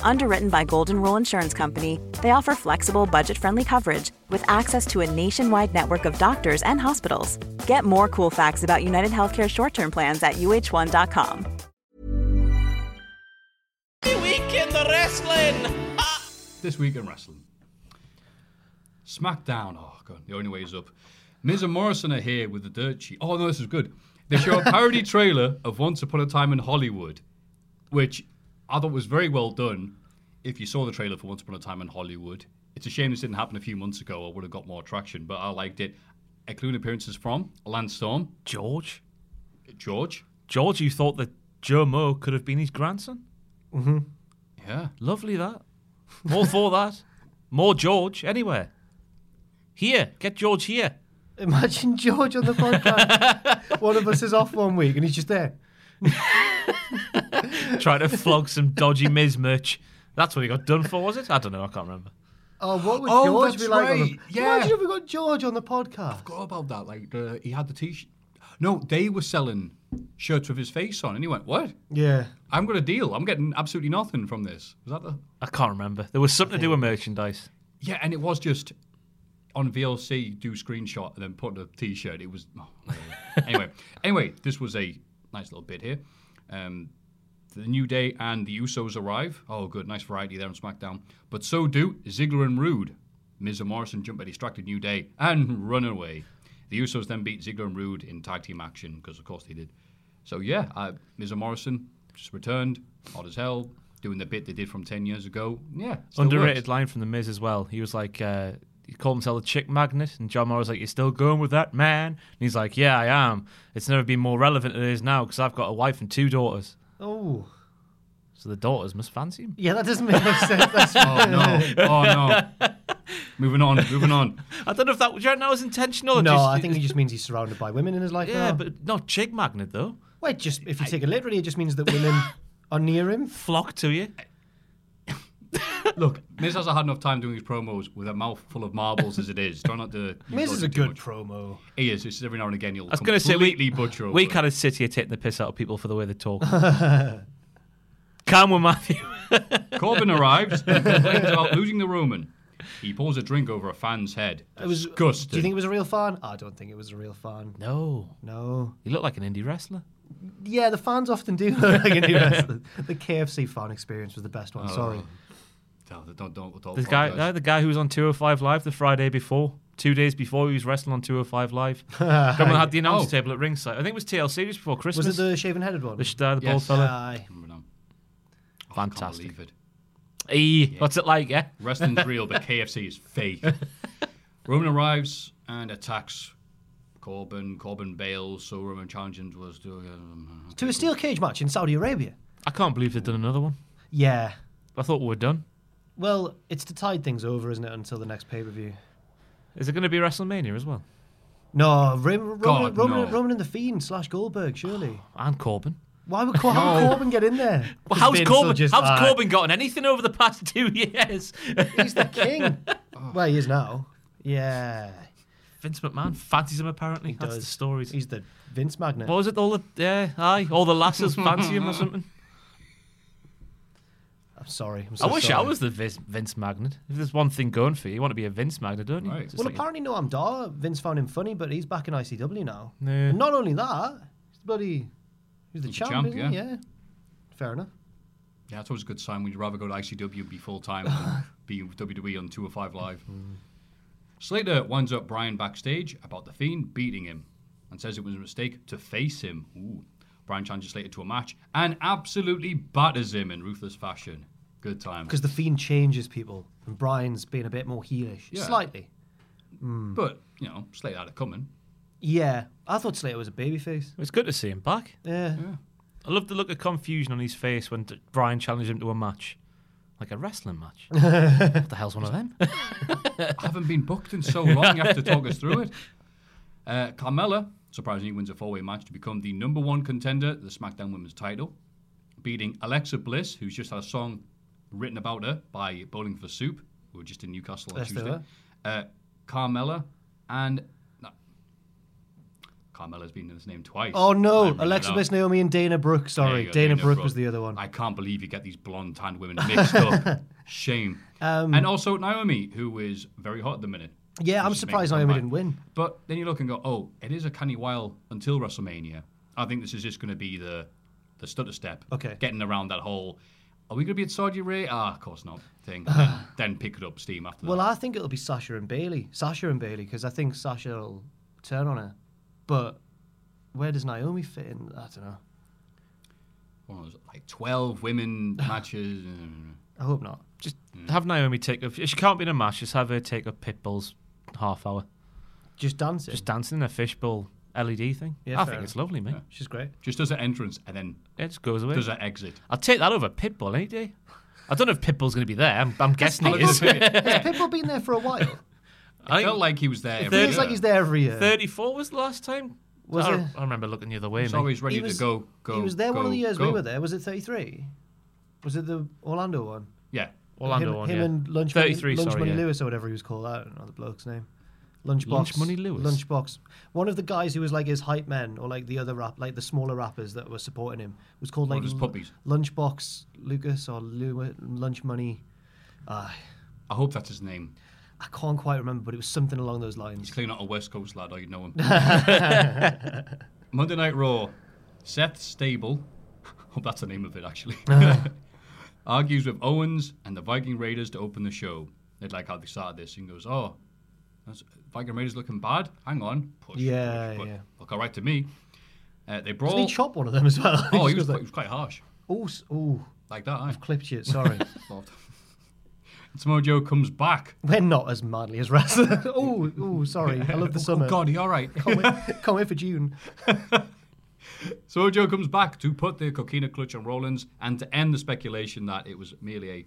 [SPEAKER 6] Underwritten by Golden Rule Insurance Company, they offer flexible, budget friendly coverage with access to a nationwide network of doctors and hospitals. Get more cool facts about United Healthcare short term plans at uh1.com.
[SPEAKER 2] This week in wrestling. SmackDown. Oh, God. The only way is up. Miz and Morrison are here with the dirt sheet. Oh, no, this is good. They show a parody trailer of Once Upon a Time in Hollywood, which I thought was very well done. If you saw the trailer for Once Upon a Time in Hollywood, it's a shame this didn't happen a few months ago. I would have got more traction, but I liked it. Including appearances from Lance Storm,
[SPEAKER 3] George?
[SPEAKER 2] George.
[SPEAKER 3] George, you thought that Joe Moe could have been his grandson?
[SPEAKER 2] Yeah.
[SPEAKER 3] Lovely that. More for that. More George anywhere. Here, get George here.
[SPEAKER 4] Imagine George on the podcast. one of us is off one week and he's just there.
[SPEAKER 3] Trying to flog some dodgy Miz merch. That's what he got done for, was it? I don't know. I can't remember.
[SPEAKER 4] Oh, what would
[SPEAKER 2] Oh,
[SPEAKER 4] George
[SPEAKER 2] that's
[SPEAKER 4] be like? on the-
[SPEAKER 2] right. Yeah.
[SPEAKER 4] Imagine if we got George on the podcast.
[SPEAKER 2] forgot about that. Like the, he had the t-shirt. No, they were selling shirts with his face on, and he went, "What?
[SPEAKER 4] Yeah.
[SPEAKER 2] I'm got a deal. I'm getting absolutely nothing from this." Was that the?
[SPEAKER 3] I can't remember. There was something to do with merchandise.
[SPEAKER 2] Yeah, and it was just on VLC do screenshot and then put the t-shirt. It was oh, whatever. anyway. Anyway, this was a nice little bit here. Um, the New Day and the Usos arrive. Oh, good, nice variety there on SmackDown. But so do Ziggler and Rude. Miz and Morrison jump a distracted New Day and run away. The Usos then beat Ziggler and Rude in tag team action because, of course, they did. So yeah, uh, Miz and Morrison just returned, hot as hell, doing the bit they did from ten years ago. Yeah, still
[SPEAKER 3] Underrated
[SPEAKER 2] works.
[SPEAKER 3] line from The Miz as well. He was like, uh, he called himself a chick magnet, and John Morris was like, You're still going with that man? And he's like, Yeah, I am. It's never been more relevant than it is now because I've got a wife and two daughters.
[SPEAKER 4] Oh.
[SPEAKER 3] So the daughters must fancy him.
[SPEAKER 4] Yeah, that doesn't make much sense. That's
[SPEAKER 2] Oh no! Oh no! moving on, moving on.
[SPEAKER 3] I don't know if that was, do you reckon that was intentional. Or
[SPEAKER 4] no,
[SPEAKER 3] just,
[SPEAKER 4] I think it just means he's surrounded by women in his life.
[SPEAKER 3] Yeah,
[SPEAKER 4] now.
[SPEAKER 3] but not chick magnet, though.
[SPEAKER 4] Well, it just if you take it literally, it just means that women are near him.
[SPEAKER 3] Flock to you.
[SPEAKER 2] Look, Miz hasn't had enough time doing his promos with a mouth full of marbles as it is. Try not to.
[SPEAKER 4] Miz
[SPEAKER 2] indulge
[SPEAKER 4] is a
[SPEAKER 2] it too
[SPEAKER 4] good
[SPEAKER 2] much.
[SPEAKER 4] promo.
[SPEAKER 2] He is. It's every now and again you'll.
[SPEAKER 3] I was going to say,
[SPEAKER 2] completely
[SPEAKER 3] we,
[SPEAKER 2] butcher. over
[SPEAKER 3] we
[SPEAKER 2] it.
[SPEAKER 3] kind of sit here taking the piss out of people for the way they talk. Calm with Matthew.
[SPEAKER 2] Corbin arrives and complains about losing the Roman. He pours a drink over a fan's head. Disgusting.
[SPEAKER 4] Do you think it was a real fan? I don't think it was a real fan.
[SPEAKER 3] No.
[SPEAKER 4] No.
[SPEAKER 3] You look like an indie wrestler.
[SPEAKER 4] Yeah, the fans often do look like indie wrestlers. The KFC fan experience was the best
[SPEAKER 3] Oh.
[SPEAKER 4] one. Sorry.
[SPEAKER 2] No, don't, don't, don't
[SPEAKER 3] The guy,
[SPEAKER 2] apologise.
[SPEAKER 3] no, the guy who was on 205 Live the Friday before, two days before he was wrestling on 205 Live. Someone had the announce
[SPEAKER 2] Oh.
[SPEAKER 3] table at ringside. I think it was TLC just before Christmas.
[SPEAKER 4] Was it the shaven-headed one?
[SPEAKER 3] the, sh- uh, the
[SPEAKER 2] Yes.
[SPEAKER 3] bald fella?
[SPEAKER 4] Aye.
[SPEAKER 2] Moving on.
[SPEAKER 3] Fantastic.
[SPEAKER 2] Can't believe it.
[SPEAKER 3] Eee, What's it like, yeah?
[SPEAKER 2] Wrestling's real, but KFC is fake. Roman arrives and attacks Corbin. Corbin bails, so Roman challenges was um, doing.
[SPEAKER 4] to a steel cage match in Saudi Arabia.
[SPEAKER 3] I can't believe they've done another one.
[SPEAKER 4] Yeah.
[SPEAKER 3] I thought we were done.
[SPEAKER 4] Well, it's to tide things over, isn't it, until the next pay-per-view?
[SPEAKER 3] Is it going to be WrestleMania as well?
[SPEAKER 4] No, Roman, Roman,
[SPEAKER 2] God,
[SPEAKER 4] Roman,
[SPEAKER 2] no.
[SPEAKER 4] Roman and the Fiend slash Goldberg, surely.
[SPEAKER 3] And Corbin.
[SPEAKER 4] Why would, Cor- how would Corbin get in there?
[SPEAKER 3] Well, how's
[SPEAKER 4] Vince will
[SPEAKER 3] Corbin,
[SPEAKER 4] just, uh,
[SPEAKER 3] how's
[SPEAKER 4] "Aye,
[SPEAKER 3] Corbin gotten anything over the past two years?
[SPEAKER 4] He's the king. well, he is now. Yeah.
[SPEAKER 3] Vince McMahon fancies him apparently. That's the
[SPEAKER 4] does.
[SPEAKER 3] stories.
[SPEAKER 4] He's the Vince magnet.
[SPEAKER 3] What was it? All the yeah, aye, all the lasses fancy him or something.
[SPEAKER 4] I'm sorry. I'm so
[SPEAKER 3] I wish I
[SPEAKER 4] sorry.
[SPEAKER 3] was the Vince, Vince magnet. If there's one thing going for you, you want to be a Vince magnet, don't you?
[SPEAKER 2] Right.
[SPEAKER 3] Just
[SPEAKER 4] Well,
[SPEAKER 3] like-
[SPEAKER 4] apparently Noam Dar, Vince found him funny, but he's back in ICW now.
[SPEAKER 3] Yeah.
[SPEAKER 4] And not only that, he's bloody, he's
[SPEAKER 2] He's
[SPEAKER 4] the
[SPEAKER 2] the
[SPEAKER 4] champ,
[SPEAKER 2] champ,
[SPEAKER 4] isn't he?
[SPEAKER 2] yeah.
[SPEAKER 4] Yeah. Fair enough.
[SPEAKER 2] Yeah, that's always a good sign. We'd rather go to ICW and be full time than be with WWE E on 205 Live. Slater winds up Brian backstage about The Fiend beating him and says it was a mistake to face him. Ooh. Brian challenges Slater to a match and absolutely batters him in ruthless fashion. Good time.
[SPEAKER 4] Because the Fiend changes people, and Brian's being a bit more heelish.
[SPEAKER 2] Yeah.
[SPEAKER 4] Slightly.
[SPEAKER 2] But, you know, Slater had it coming.
[SPEAKER 4] Yeah. I thought Slater was a babyface.
[SPEAKER 3] It's good to see him back.
[SPEAKER 4] Yeah.
[SPEAKER 3] I love the look of confusion on his face when D- Brian challenged him to a match, like a wrestling match. what the hell's one of them?
[SPEAKER 2] I haven't been booked in so long. You have to talk us through it. Uh, Carmella, surprisingly, wins a four way match to become the number one contender to the SmackDown Women's title, beating Alexa Bliss, who's just had a song written about her by Bowling for Soup, who were just in Newcastle on
[SPEAKER 4] Yes, they
[SPEAKER 2] Tuesday.
[SPEAKER 4] were.
[SPEAKER 2] Uh, Carmella and. No, Carmella's been in this name twice.
[SPEAKER 4] Oh
[SPEAKER 2] I'm
[SPEAKER 4] no,
[SPEAKER 2] reading it
[SPEAKER 4] Alexa
[SPEAKER 2] out.
[SPEAKER 4] Bliss, Naomi, and Dana Brooke.
[SPEAKER 2] There
[SPEAKER 4] Sorry,
[SPEAKER 2] you go,
[SPEAKER 4] Dana, Brooke, was the other one.
[SPEAKER 2] I can't believe you get these blonde tanned women mixed up. Shame.
[SPEAKER 4] Um,
[SPEAKER 2] and also Naomi, who is very hot at the minute.
[SPEAKER 4] yeah, I'm
[SPEAKER 2] She's making
[SPEAKER 4] surprised
[SPEAKER 2] a
[SPEAKER 4] Naomi
[SPEAKER 2] comeback.
[SPEAKER 4] didn't win.
[SPEAKER 2] But then you look and go, oh, it is a canny while until WrestleMania. I think this is just going to be the the stutter step.
[SPEAKER 4] Okay.
[SPEAKER 2] Getting around that whole, are we going to be at Saudi Arabia? Ah, of course not. Thing. then, then pick it up steam after that.
[SPEAKER 4] Well, I think it'll be Sasha and Bailey. Sasha and Bailey, because I think Sasha will turn on her. But where does Naomi fit in? I don't know.
[SPEAKER 2] One of those, like 12 women matches.
[SPEAKER 4] I hope not.
[SPEAKER 3] Just have Naomi take up. If she can't be in a match, just have her take up Pitbull's half hour.
[SPEAKER 4] Just dancing.
[SPEAKER 3] Just dancing in a fishbowl LED thing.
[SPEAKER 4] Yeah,
[SPEAKER 3] I
[SPEAKER 4] fair
[SPEAKER 3] think it's lovely, mate.
[SPEAKER 4] She's great.
[SPEAKER 2] Just does an entrance and then
[SPEAKER 3] It just goes away.
[SPEAKER 2] does an exit.
[SPEAKER 3] I'll take that over Pitbull any day. I don't know if Pitbull's going to be there. I'm, I'm guessing he is.
[SPEAKER 2] it
[SPEAKER 4] Has Pitbull been there for a while?
[SPEAKER 3] I
[SPEAKER 2] felt
[SPEAKER 3] think
[SPEAKER 2] like he was there. every
[SPEAKER 4] Feels
[SPEAKER 2] year.
[SPEAKER 4] like he's there every year.
[SPEAKER 3] 34 was the last time.
[SPEAKER 4] uh, Was
[SPEAKER 3] I,
[SPEAKER 4] it?
[SPEAKER 3] I remember looking the other way.
[SPEAKER 2] He's
[SPEAKER 3] mate.
[SPEAKER 2] always ready
[SPEAKER 4] was,
[SPEAKER 2] to go, go.
[SPEAKER 4] He was there one of
[SPEAKER 2] go,
[SPEAKER 4] the years
[SPEAKER 2] go.
[SPEAKER 4] we were there. Was it 33? Was it the Orlando one?
[SPEAKER 2] Yeah.
[SPEAKER 3] Orlando
[SPEAKER 4] him,
[SPEAKER 3] one,
[SPEAKER 4] him
[SPEAKER 3] yeah.
[SPEAKER 4] and Lunch,
[SPEAKER 3] 33,
[SPEAKER 4] Lunch
[SPEAKER 3] sorry,
[SPEAKER 4] Money
[SPEAKER 3] yeah.
[SPEAKER 4] Lewis or whatever he was called. I don't know the bloke's name. Lunchbox.
[SPEAKER 3] Lunch Money Lewis?
[SPEAKER 4] Lunchbox. One of the guys who was like his hype men or like the other rap, like the smaller rappers that were supporting him was called
[SPEAKER 2] One
[SPEAKER 4] like
[SPEAKER 2] of his
[SPEAKER 4] Lu-
[SPEAKER 2] puppies.
[SPEAKER 4] Lunchbox Lucas or Lew- Lunch Money.
[SPEAKER 2] I hope that's his name.
[SPEAKER 4] I can't quite remember, but it was something along those
[SPEAKER 2] He's
[SPEAKER 4] lines.
[SPEAKER 2] clearly not a West Coast lad, or you'd know him. Monday Night Raw. Seth Stable, hope that's the name of it actually, argues with Owens and the Viking Raiders to open the show. They'd like how they started this and goes, oh, that's, Viking Raiders looking bad? Hang on. Push,
[SPEAKER 4] Yeah,
[SPEAKER 2] push, but
[SPEAKER 4] yeah.
[SPEAKER 2] Look all right to me. Uh, they
[SPEAKER 4] Did he
[SPEAKER 2] brawl.
[SPEAKER 4] chop one of them as well?
[SPEAKER 2] oh, he was,
[SPEAKER 4] Just goes
[SPEAKER 2] quite,
[SPEAKER 4] like,
[SPEAKER 2] he was quite harsh.
[SPEAKER 4] oh, s- oh,
[SPEAKER 2] Like that, I
[SPEAKER 4] clipped you. Sorry.
[SPEAKER 2] loved Samoa Joe comes back.
[SPEAKER 4] We're not as madly as wrestling. oh, oh, sorry. I love the summer.
[SPEAKER 2] Oh, God, he all right?
[SPEAKER 4] Can't wait, can't wait for June.
[SPEAKER 2] Sojo comes back to put the coquina clutch on Rollins and to end the speculation that it was merely a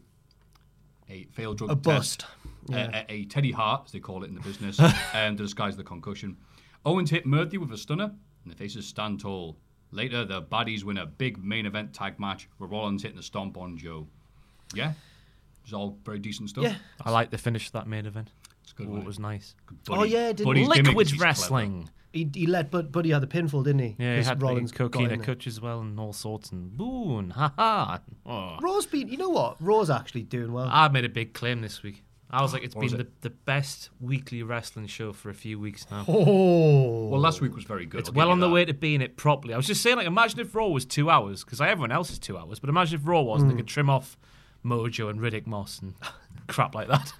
[SPEAKER 2] a failed drug
[SPEAKER 4] A
[SPEAKER 2] test.
[SPEAKER 4] bust.
[SPEAKER 2] A-
[SPEAKER 4] Yeah.
[SPEAKER 2] a, a Teddy Hart, as they call it in the business, um, to disguise the concussion. Owens hit Murphy with a stunner, and the faces stand tall. Later, the baddies win a big main event tag match where Rollins hitting the stomp on Joe. Yeah, it's all very decent stuff.
[SPEAKER 4] Yeah.
[SPEAKER 3] I like the finish of that main event.
[SPEAKER 2] it's good.
[SPEAKER 3] Oh,
[SPEAKER 2] wasn't
[SPEAKER 3] it was nice.
[SPEAKER 2] Good
[SPEAKER 4] Oh, yeah, it did.
[SPEAKER 2] buddy's gimmick is
[SPEAKER 3] Liquid
[SPEAKER 2] he's
[SPEAKER 3] wrestling.
[SPEAKER 4] He, he let but Buddy have the pinfall, didn't he?
[SPEAKER 3] Yeah, he
[SPEAKER 4] 'Cause
[SPEAKER 3] had Rollins,
[SPEAKER 4] got
[SPEAKER 3] cocaine,
[SPEAKER 4] in
[SPEAKER 3] and
[SPEAKER 4] there.
[SPEAKER 3] Kutch as well, and all sorts, and boon, ha ha. Oh.
[SPEAKER 4] Raw's been, you know what? Raw's actually doing well.
[SPEAKER 3] I made a big claim this week. I was like, it's
[SPEAKER 2] What was
[SPEAKER 3] been the, the best weekly wrestling show for a few weeks now.
[SPEAKER 4] oh,
[SPEAKER 2] Well, last week was very good.
[SPEAKER 3] It's
[SPEAKER 2] I'll give
[SPEAKER 3] well
[SPEAKER 2] you
[SPEAKER 3] on the
[SPEAKER 2] that.
[SPEAKER 3] way to being it properly. I was just saying, like, imagine if Raw was two hours, because everyone else is two hours, but imagine if Raw was, and they could trim off Mojo and Riddick Moss and crap like that.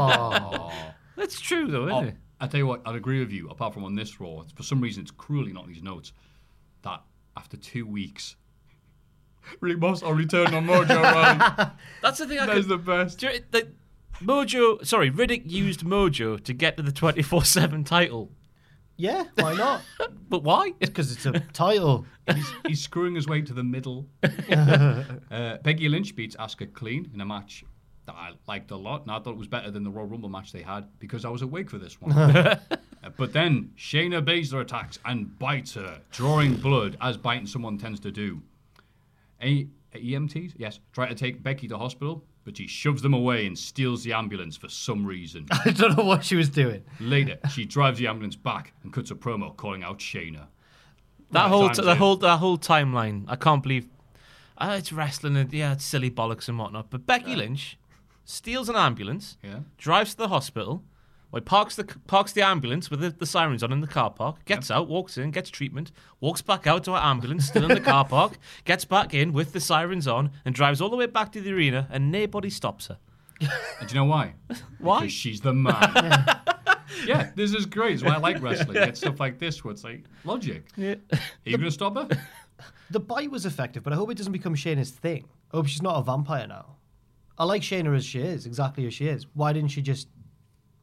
[SPEAKER 3] That's true, though, isn't it?
[SPEAKER 2] Oh, I tell you what, I'd agree with you. Apart from on this Raw, it's- for some reason it's cruelly not in these notes that after two weeks, Rick Moss are returning on Mojo Run.
[SPEAKER 3] That's the thing I
[SPEAKER 2] That
[SPEAKER 3] could.
[SPEAKER 2] is the best.
[SPEAKER 3] Do you- the- Mojo, sorry, Riddick used Mojo to get to the 24 7 title.
[SPEAKER 4] yeah, why not?
[SPEAKER 3] But why?
[SPEAKER 4] Because it's a title.
[SPEAKER 2] He's screwing his way to the middle. uh, Peggy Lynch beats Asuka clean in a match that I liked a lot, and I thought it was better than the Royal Rumble match they had because I was awake for this one. Uh, but then Shayna Baszler attacks and bites her, drawing blood as biting someone tends to do. A EMTs, yes, try to take Becky to hospital, but she shoves them away and steals the ambulance for some reason.
[SPEAKER 4] I don't know what she was doing.
[SPEAKER 2] Later, she drives the ambulance back and cuts a promo calling out Shayna.
[SPEAKER 3] That
[SPEAKER 2] Right,
[SPEAKER 3] whole
[SPEAKER 2] time's
[SPEAKER 3] t-
[SPEAKER 2] out.
[SPEAKER 3] that whole that whole timeline. I can't believe uh, it's wrestling and yeah, it's silly bollocks and whatnot. But Becky Lynch steals an ambulance,
[SPEAKER 2] Yeah.
[SPEAKER 3] drives to the hospital, well, parks the parks the ambulance with the, the sirens on in the car park, gets out, walks in, gets treatment, walks back out to her ambulance still in the car park, gets back in with the sirens on, and drives all the way back to the arena, and nobody stops her.
[SPEAKER 2] And do you know why?
[SPEAKER 3] Why?
[SPEAKER 2] Because she's the man. yeah. this is great. It's why I like wrestling. It's stuff like this where it's like logic. Yeah. Are you going to stop her?
[SPEAKER 4] The bite was effective, but I hope it doesn't become Shayna's thing. I hope she's not a vampire now. I like Shayna as she is, exactly as she is. Why didn't she just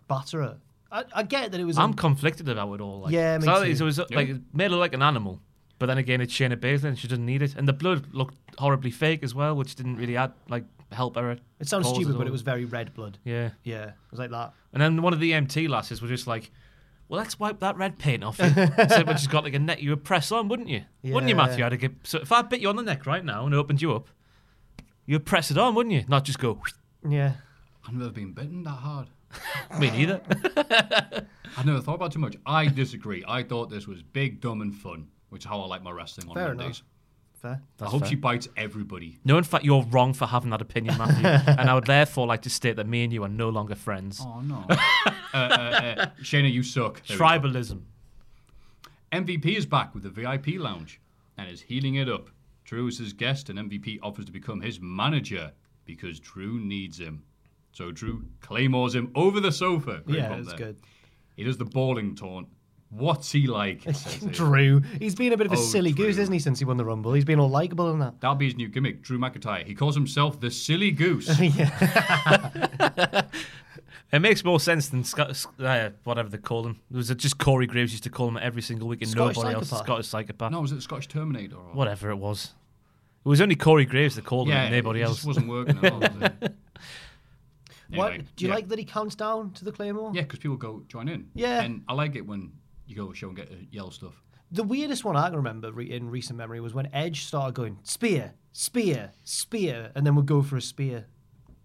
[SPEAKER 4] batter her? I, I get that it was.
[SPEAKER 3] I'm conflicted about it all. Like,
[SPEAKER 4] Yeah, me
[SPEAKER 3] so
[SPEAKER 4] too.
[SPEAKER 3] It was uh, like it made her like an animal, but then again, it's Shayna Baszler and she doesn't need it, and the blood looked horribly fake as well, which didn't really add like help her. at
[SPEAKER 4] it sounds
[SPEAKER 3] cause at
[SPEAKER 4] stupid, but
[SPEAKER 3] all.
[SPEAKER 4] it was very red blood.
[SPEAKER 3] yeah.
[SPEAKER 4] Yeah, it was like that.
[SPEAKER 3] And then one of the MT lasses was just like, "Well, let's wipe that red paint off you." so which has got like a neck you would press on, wouldn't you? Wouldn't you,
[SPEAKER 4] Yeah.
[SPEAKER 3] Matthew? I'd have give- so if I bit you on the neck right now and opened you up, you'd press it on, wouldn't you? Not just go.
[SPEAKER 4] Yeah.
[SPEAKER 2] I've never been bitten that hard.
[SPEAKER 3] Me neither.
[SPEAKER 2] I never thought about it too much. I disagree. I thought this was big, dumb, and fun, which is how I like my wrestling on
[SPEAKER 4] Fair
[SPEAKER 2] Mondays.
[SPEAKER 4] Fair.
[SPEAKER 2] I hope she bites everybody.
[SPEAKER 3] No, in fact, you're wrong for having that opinion, Matthew. and I would therefore like to state that me and you are no longer friends.
[SPEAKER 2] Oh no. uh, uh, uh, Shayna, you suck. There we go.
[SPEAKER 3] Tribalism.
[SPEAKER 2] MVP is back with the VIP lounge and is healing it up. Drew is his guest, and MVP offers to become his manager because Drew needs him. So Drew claymores him over the sofa. Great
[SPEAKER 4] yeah,
[SPEAKER 2] bump
[SPEAKER 4] it's
[SPEAKER 2] there.
[SPEAKER 4] good.
[SPEAKER 2] He does the balling taunt. What's he like? says he.
[SPEAKER 4] Drew. He's been a bit of a
[SPEAKER 2] Oh,
[SPEAKER 4] silly goose,
[SPEAKER 2] Drew.
[SPEAKER 4] isn't he, since he won the Rumble? He's been all likable and that.
[SPEAKER 2] That'll be his new gimmick, Drew McIntyre. He calls himself the silly goose.
[SPEAKER 3] It makes more sense than Sc- Sc- uh, whatever they call him. It was just Corey Graves used to call him every single week, and
[SPEAKER 4] Scottish
[SPEAKER 3] nobody else.
[SPEAKER 4] psychopath.
[SPEAKER 3] Scottish psychopath.
[SPEAKER 2] no, was it the Scottish Terminator? Or...
[SPEAKER 3] Whatever it was. It was only Corey Graves that called him,
[SPEAKER 2] Yeah,
[SPEAKER 3] and nobody
[SPEAKER 2] it
[SPEAKER 3] else.
[SPEAKER 2] Just wasn't working at all. was it?
[SPEAKER 4] What?
[SPEAKER 2] Anyway,
[SPEAKER 4] Do you
[SPEAKER 2] yeah.
[SPEAKER 4] like that he counts down to the Claymore?
[SPEAKER 2] Yeah, because people go join in.
[SPEAKER 4] Yeah.
[SPEAKER 2] and I like it when you go show and get uh, yell stuff.
[SPEAKER 4] The weirdest one I can remember re- in recent memory was when Edge started going spear, spear, spear, and then would go for a spear,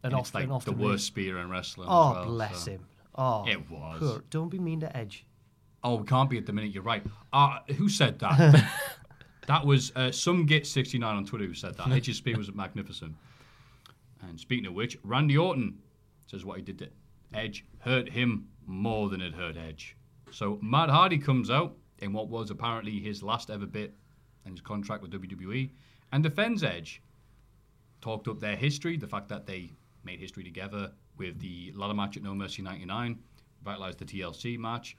[SPEAKER 4] and,
[SPEAKER 2] And
[SPEAKER 4] off
[SPEAKER 2] it's like
[SPEAKER 4] and off
[SPEAKER 2] the
[SPEAKER 4] the
[SPEAKER 2] worst spear in wrestling. as
[SPEAKER 4] Oh,
[SPEAKER 2] well,
[SPEAKER 4] bless
[SPEAKER 2] so.
[SPEAKER 4] him. Oh,
[SPEAKER 2] It was.
[SPEAKER 4] poor- Don't be mean to Edge.
[SPEAKER 2] Oh, we can't be at the minute. You're right. Uh, who said that? that was uh, some git 69 on Twitter who said that. Edge's spear was magnificent. And speaking of which, Randy Orton says what he did to Edge hurt him more than it hurt Edge. So Matt Hardy comes out in what was apparently his last ever bit in his contract with WWE and defends Edge. Talked up their history, the fact that they made history together with the ladder match at No Mercy 99, revitalized the TLC match.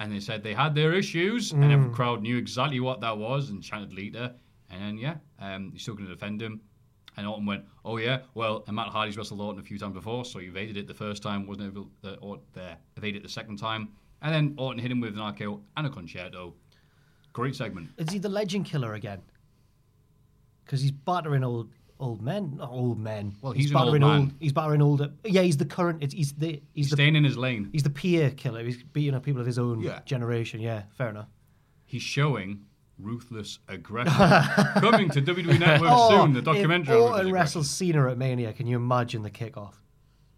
[SPEAKER 2] And they said they had their issues, and
[SPEAKER 4] Hmm.
[SPEAKER 2] every crowd knew exactly what that was and chanted Lita. And then, yeah, um, he's still going to defend him. And Orton went, oh, yeah, well, and Matt Hardy's wrestled Orton a few times before, so he evaded it the first time, wasn't able to or, there, evade it the second time. And then Orton hit him with an RKO and a concerto. Great segment.
[SPEAKER 4] Is he the legend killer again? Because he's battering old old men, not old men.
[SPEAKER 2] Well,
[SPEAKER 4] he's,
[SPEAKER 2] he's an old
[SPEAKER 4] battering
[SPEAKER 2] man.
[SPEAKER 4] He's battering older. Yeah, he's the current. It's, he's the he's
[SPEAKER 2] He's
[SPEAKER 4] the
[SPEAKER 2] staying in his lane.
[SPEAKER 4] he's the peer killer. He's beating up people of his own
[SPEAKER 2] Yeah.
[SPEAKER 4] generation. Yeah, fair enough.
[SPEAKER 2] He's showing ruthless aggression. Coming to WWE Network soon, the documentary.
[SPEAKER 4] Oh, If
[SPEAKER 2] on
[SPEAKER 4] Orton
[SPEAKER 2] Ruthless
[SPEAKER 4] wrestles Cena at Mania. Can you imagine the kickoff?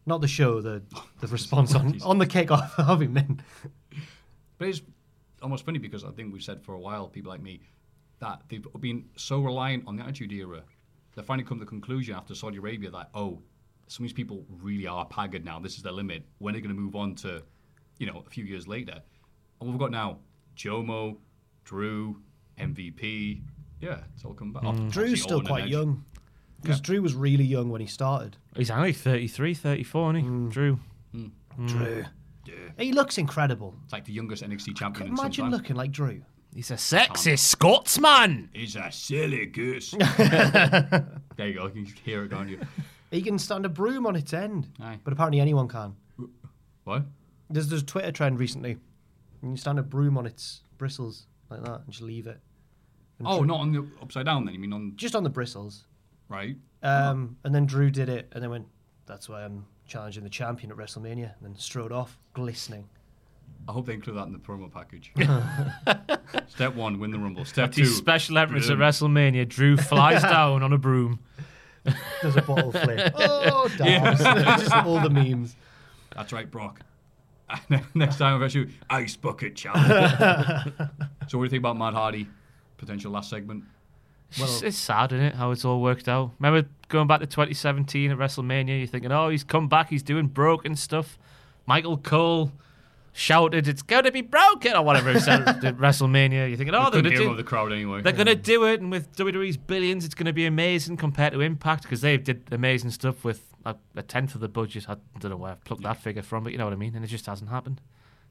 [SPEAKER 4] Not the show, the the response on, on the kickoff of him. Then
[SPEAKER 2] But it's almost funny because I think we've said for a while, people like me, that they've been so reliant on the Attitude Era. They finally come to the conclusion after Saudi Arabia that, oh, some of these people really are pagged now. This is their limit. When are they going to move on to, you know, a few years later? And what we've got now, Jomo, Drew, MVP. Yeah, it's all come back.
[SPEAKER 4] Drew's still quite young because Drew was really young when he started.
[SPEAKER 3] He's only 33, 34, isn't he?
[SPEAKER 2] Mm.
[SPEAKER 3] Drew.
[SPEAKER 4] Drew, Mm. he looks incredible.
[SPEAKER 2] It's like the youngest NXT champion in some
[SPEAKER 4] Imagine
[SPEAKER 2] time.
[SPEAKER 4] looking like Drew.
[SPEAKER 3] He's a sexist Scotsman.
[SPEAKER 2] He's a silly goose. there you go. You can hear it, can't you?
[SPEAKER 4] He can stand a broom on its end,
[SPEAKER 2] Aye.
[SPEAKER 4] but apparently anyone can.
[SPEAKER 2] What?
[SPEAKER 4] There's there's a Twitter trend recently. You can stand a broom on its bristles like that and just leave it,
[SPEAKER 2] Oh, not on the upside down then. You mean on
[SPEAKER 4] just on the bristles.
[SPEAKER 2] right?
[SPEAKER 4] Um, and then Drew did it, and then went, "That's why I'm challenging the champion at WrestleMania." And then strode off, glistening.
[SPEAKER 2] I hope they include that in the promo package. Step one, win the rumble. Step two,
[SPEAKER 3] These special entrants at
[SPEAKER 2] Boom.
[SPEAKER 3] WrestleMania, Drew flies down on a broom.
[SPEAKER 4] There's a bottle flip. Oh, damn. Just all the memes.
[SPEAKER 2] That's right, Brock. Next time I've actually ice bucket challenge. so what do you think about Matt Hardy? Potential last segment.
[SPEAKER 3] It's, just- it's sad, isn't it? How it's all worked out. Remember going back to 2017 at WrestleMania, you're thinking, oh, he's come back, he's doing broken stuff. Michael Cole shouted, it's going to be broken, or whatever he said at WrestleMania. You're thinking, oh, they're
[SPEAKER 2] Couldn't
[SPEAKER 3] going to
[SPEAKER 2] hear
[SPEAKER 3] do
[SPEAKER 2] over the crowd anyway.
[SPEAKER 3] They're going to do it, and with WWE's billions, it's going to be amazing compared to Impact because they did amazing stuff with a, a tenth of the budget. I don't know where I've plucked that figure from, but you know what I mean. And it just hasn't happened.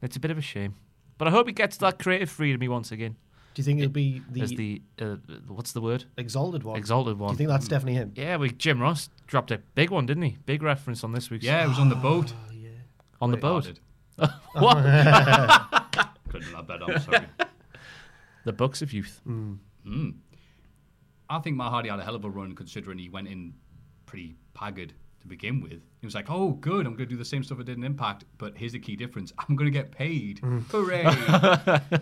[SPEAKER 3] And it's a bit of a shame. But I hope he gets that creative freedom he wants again.
[SPEAKER 4] Do you think it'll be the,
[SPEAKER 3] As the uh, what's the word?
[SPEAKER 4] exalted one?
[SPEAKER 3] Exalted
[SPEAKER 4] Do
[SPEAKER 3] one.
[SPEAKER 4] you think
[SPEAKER 2] Mm.
[SPEAKER 4] that's definitely him?
[SPEAKER 3] yeah, we Jim Ross dropped a big one, didn't he? Big reference on this week's
[SPEAKER 2] yeah, it was on the boat.
[SPEAKER 3] on the
[SPEAKER 2] Wait, I
[SPEAKER 3] boat.
[SPEAKER 2] did.
[SPEAKER 3] What?
[SPEAKER 2] Couldn't have done that better. I'm sorry.
[SPEAKER 3] the Bucks of Youth.
[SPEAKER 2] I think Matt Hardy had a hell of a run considering he went in pretty haggard to begin with. He was like, "Oh, good, I'm going to do the same stuff I did in Impact, but here's the key difference: I'm going to get paid. Hooray!"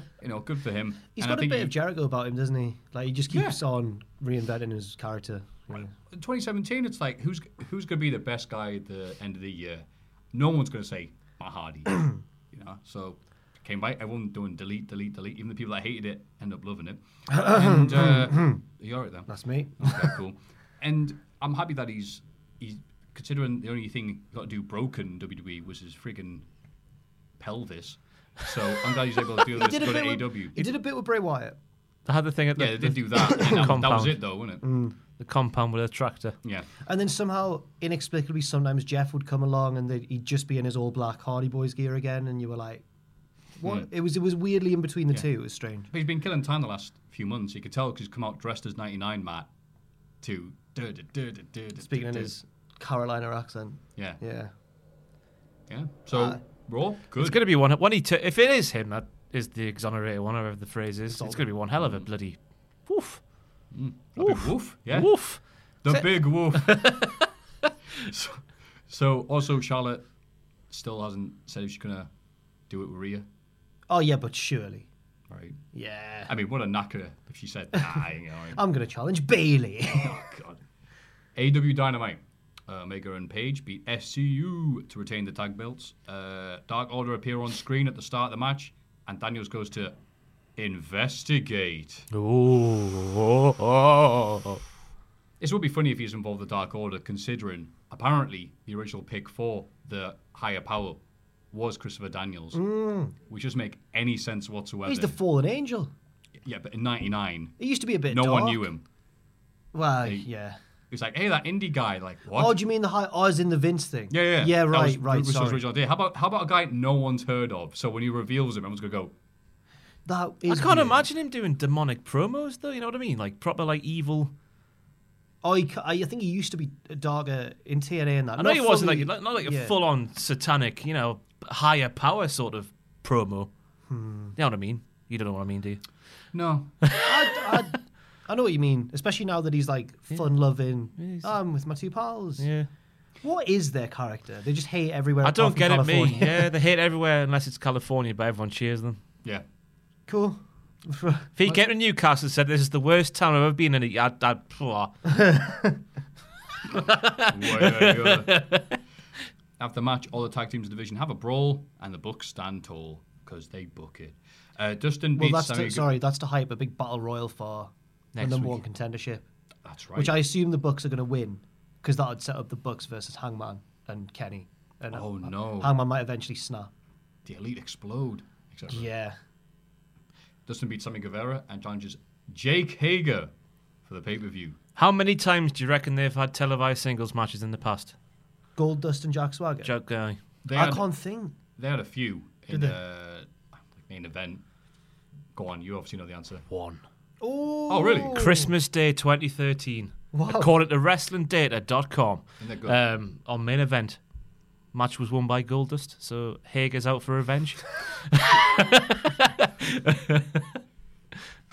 [SPEAKER 2] you know, good for him.
[SPEAKER 4] Mm. He's
[SPEAKER 2] And I
[SPEAKER 4] got a
[SPEAKER 2] think
[SPEAKER 4] bit
[SPEAKER 2] he-
[SPEAKER 4] of Jericho about him, doesn't he? Like, he just
[SPEAKER 2] Yeah.
[SPEAKER 4] keeps on reinventing his character. you know.
[SPEAKER 2] in 2017, it's like who's who's going to be the best guy at the end of the year? No one's going to say Matt Hardy, you know. So came by, everyone doing delete, delete, delete. Even the people that hated it end up loving it. and uh, you're right then.
[SPEAKER 4] That's me.
[SPEAKER 2] Okay, cool. And I'm happy that he's he's considering the only thing he got to do broken in WWE was his friggin' pelvis. So I'm glad he's able to do this.
[SPEAKER 4] Did a
[SPEAKER 2] Go to
[SPEAKER 4] bit with-
[SPEAKER 2] AEW.
[SPEAKER 4] He did a bit with Bray Wyatt.
[SPEAKER 3] I had the thing at the,
[SPEAKER 2] Yeah, they did do that. and that, that was
[SPEAKER 3] Compound.
[SPEAKER 2] it though, wasn't it?
[SPEAKER 4] Mm.
[SPEAKER 3] the compound with a tractor.
[SPEAKER 2] Yeah.
[SPEAKER 4] And then somehow, inexplicably, sometimes Jeff would come along and they'd- he'd just be in his all black Hardy Boys gear again, and you were like, "What?"
[SPEAKER 2] Hmm.
[SPEAKER 4] It was it was weirdly in between the two. It was strange.
[SPEAKER 2] But he's been killing time the last few months. You could tell because he's come out dressed as 99 Matt to. duh, duh, duh, duh, duh, duh,
[SPEAKER 4] Speaking in
[SPEAKER 2] duh,
[SPEAKER 4] his Carolina accent.
[SPEAKER 2] duh. Yeah. Yeah.
[SPEAKER 4] Yeah.
[SPEAKER 2] So, Raw, good.
[SPEAKER 3] It's going to be one. One he took. If it is him, that is the exonerated one, or whatever the phrase is. It's going to be one hell of a bloody woof,
[SPEAKER 2] The big woof. Yeah.
[SPEAKER 3] woof.
[SPEAKER 2] The big woof. so, so, also, Charlotte still hasn't said if she's going to do it with Rhea.
[SPEAKER 4] Oh yeah, but surely.
[SPEAKER 2] Right.
[SPEAKER 4] Yeah.
[SPEAKER 2] I mean, what a knacker if she said, nah, you know,
[SPEAKER 4] I'm gonna challenge Bailey.
[SPEAKER 2] Oh, God. AW Dynamite. Uh, Omega and Page beat SCU to retain the tag belts. Uh, Dark Order appear on screen at the start of the match, and Daniels goes to investigate.
[SPEAKER 3] Oh, oh, oh.
[SPEAKER 2] This would be funny if he's involved the Dark Order, considering apparently the original pick for the higher power was Christopher Daniels, which doesn't make any sense whatsoever.
[SPEAKER 4] He's the fallen angel.
[SPEAKER 2] yeah, but in '99,
[SPEAKER 4] He used to be a bit.
[SPEAKER 2] no one
[SPEAKER 4] dark.
[SPEAKER 2] knew him.
[SPEAKER 4] Well, yeah.
[SPEAKER 2] He was like, "Hey, that indie guy." Like, what?
[SPEAKER 4] Oh, do you mean the high? Oh, as in the Vince thing.
[SPEAKER 2] Yeah, yeah,
[SPEAKER 4] Yeah,
[SPEAKER 2] That
[SPEAKER 4] right,
[SPEAKER 2] was
[SPEAKER 4] right.
[SPEAKER 2] Russo's
[SPEAKER 4] Sorry.
[SPEAKER 2] original idea. How about how about a guy no one's heard of? So when he reveals him, everyone's gonna go,
[SPEAKER 4] That
[SPEAKER 3] I
[SPEAKER 4] is.
[SPEAKER 3] can't
[SPEAKER 4] weird.
[SPEAKER 3] imagine him doing demonic promos though. You know what I mean? Like proper, like evil.
[SPEAKER 4] Oh, he, ca- I think he used to be darker in TNA and that.
[SPEAKER 3] I know
[SPEAKER 4] Not
[SPEAKER 3] he wasn't
[SPEAKER 4] fully-
[SPEAKER 3] like not like a
[SPEAKER 4] yeah.
[SPEAKER 3] full-on satanic, you know, higher power sort of promo. You know what I mean? You don't know what I mean, do you?
[SPEAKER 2] "No,
[SPEAKER 4] I, I, I know what you mean, especially now that he's like fun loving. I'm with my two pals.
[SPEAKER 3] Yeah.
[SPEAKER 4] What is their character? They just hate
[SPEAKER 3] I
[SPEAKER 4] everywhere. apart
[SPEAKER 3] don't
[SPEAKER 4] from
[SPEAKER 3] get it. Me.
[SPEAKER 4] California.
[SPEAKER 3] Yeah, they hate everywhere unless it's California, but everyone cheers them.
[SPEAKER 2] yeah."
[SPEAKER 4] cool.
[SPEAKER 3] If he came to Newcastle and said this is the worst town I've ever been in, I'd, I'd, phew,
[SPEAKER 2] After the match, all the tag teams in the division have a brawl, and the Bucks stand tall because they book it. Uh, Dustin
[SPEAKER 4] Well,
[SPEAKER 2] beats
[SPEAKER 4] that's
[SPEAKER 2] Sammy.
[SPEAKER 4] to,
[SPEAKER 2] Gu-
[SPEAKER 4] sorry. That's to hype a big battle royal for the
[SPEAKER 3] Next
[SPEAKER 4] number
[SPEAKER 3] week.
[SPEAKER 4] one contendership,
[SPEAKER 2] That's right.
[SPEAKER 4] which I assume the Bucks are going to win because that would set up the Bucks versus Hangman and Kenny. And
[SPEAKER 2] oh
[SPEAKER 4] uh,
[SPEAKER 2] no,
[SPEAKER 4] Hangman might eventually snap.
[SPEAKER 2] the elite explode. Except for-
[SPEAKER 4] Yeah.
[SPEAKER 2] Dustin beats Sammy Guevara and challenges Jake Hager for the pay per view.
[SPEAKER 3] How many times do you reckon they've had televised singles matches in the past?
[SPEAKER 4] Gold Dust and Jack Swagger.
[SPEAKER 3] Joke guy.
[SPEAKER 2] They
[SPEAKER 4] I
[SPEAKER 2] had-
[SPEAKER 4] can't think.
[SPEAKER 2] They had a few in
[SPEAKER 4] they?
[SPEAKER 2] the main event. Go on, you obviously know the answer.
[SPEAKER 3] One.
[SPEAKER 4] Oh,
[SPEAKER 2] Oh, really?
[SPEAKER 3] Christmas Day 2013.
[SPEAKER 4] Wow.
[SPEAKER 3] According to WrestlingData.com.
[SPEAKER 2] And they're good.
[SPEAKER 3] Um, on main event. Match was won by Goldust, so Hager's out for revenge.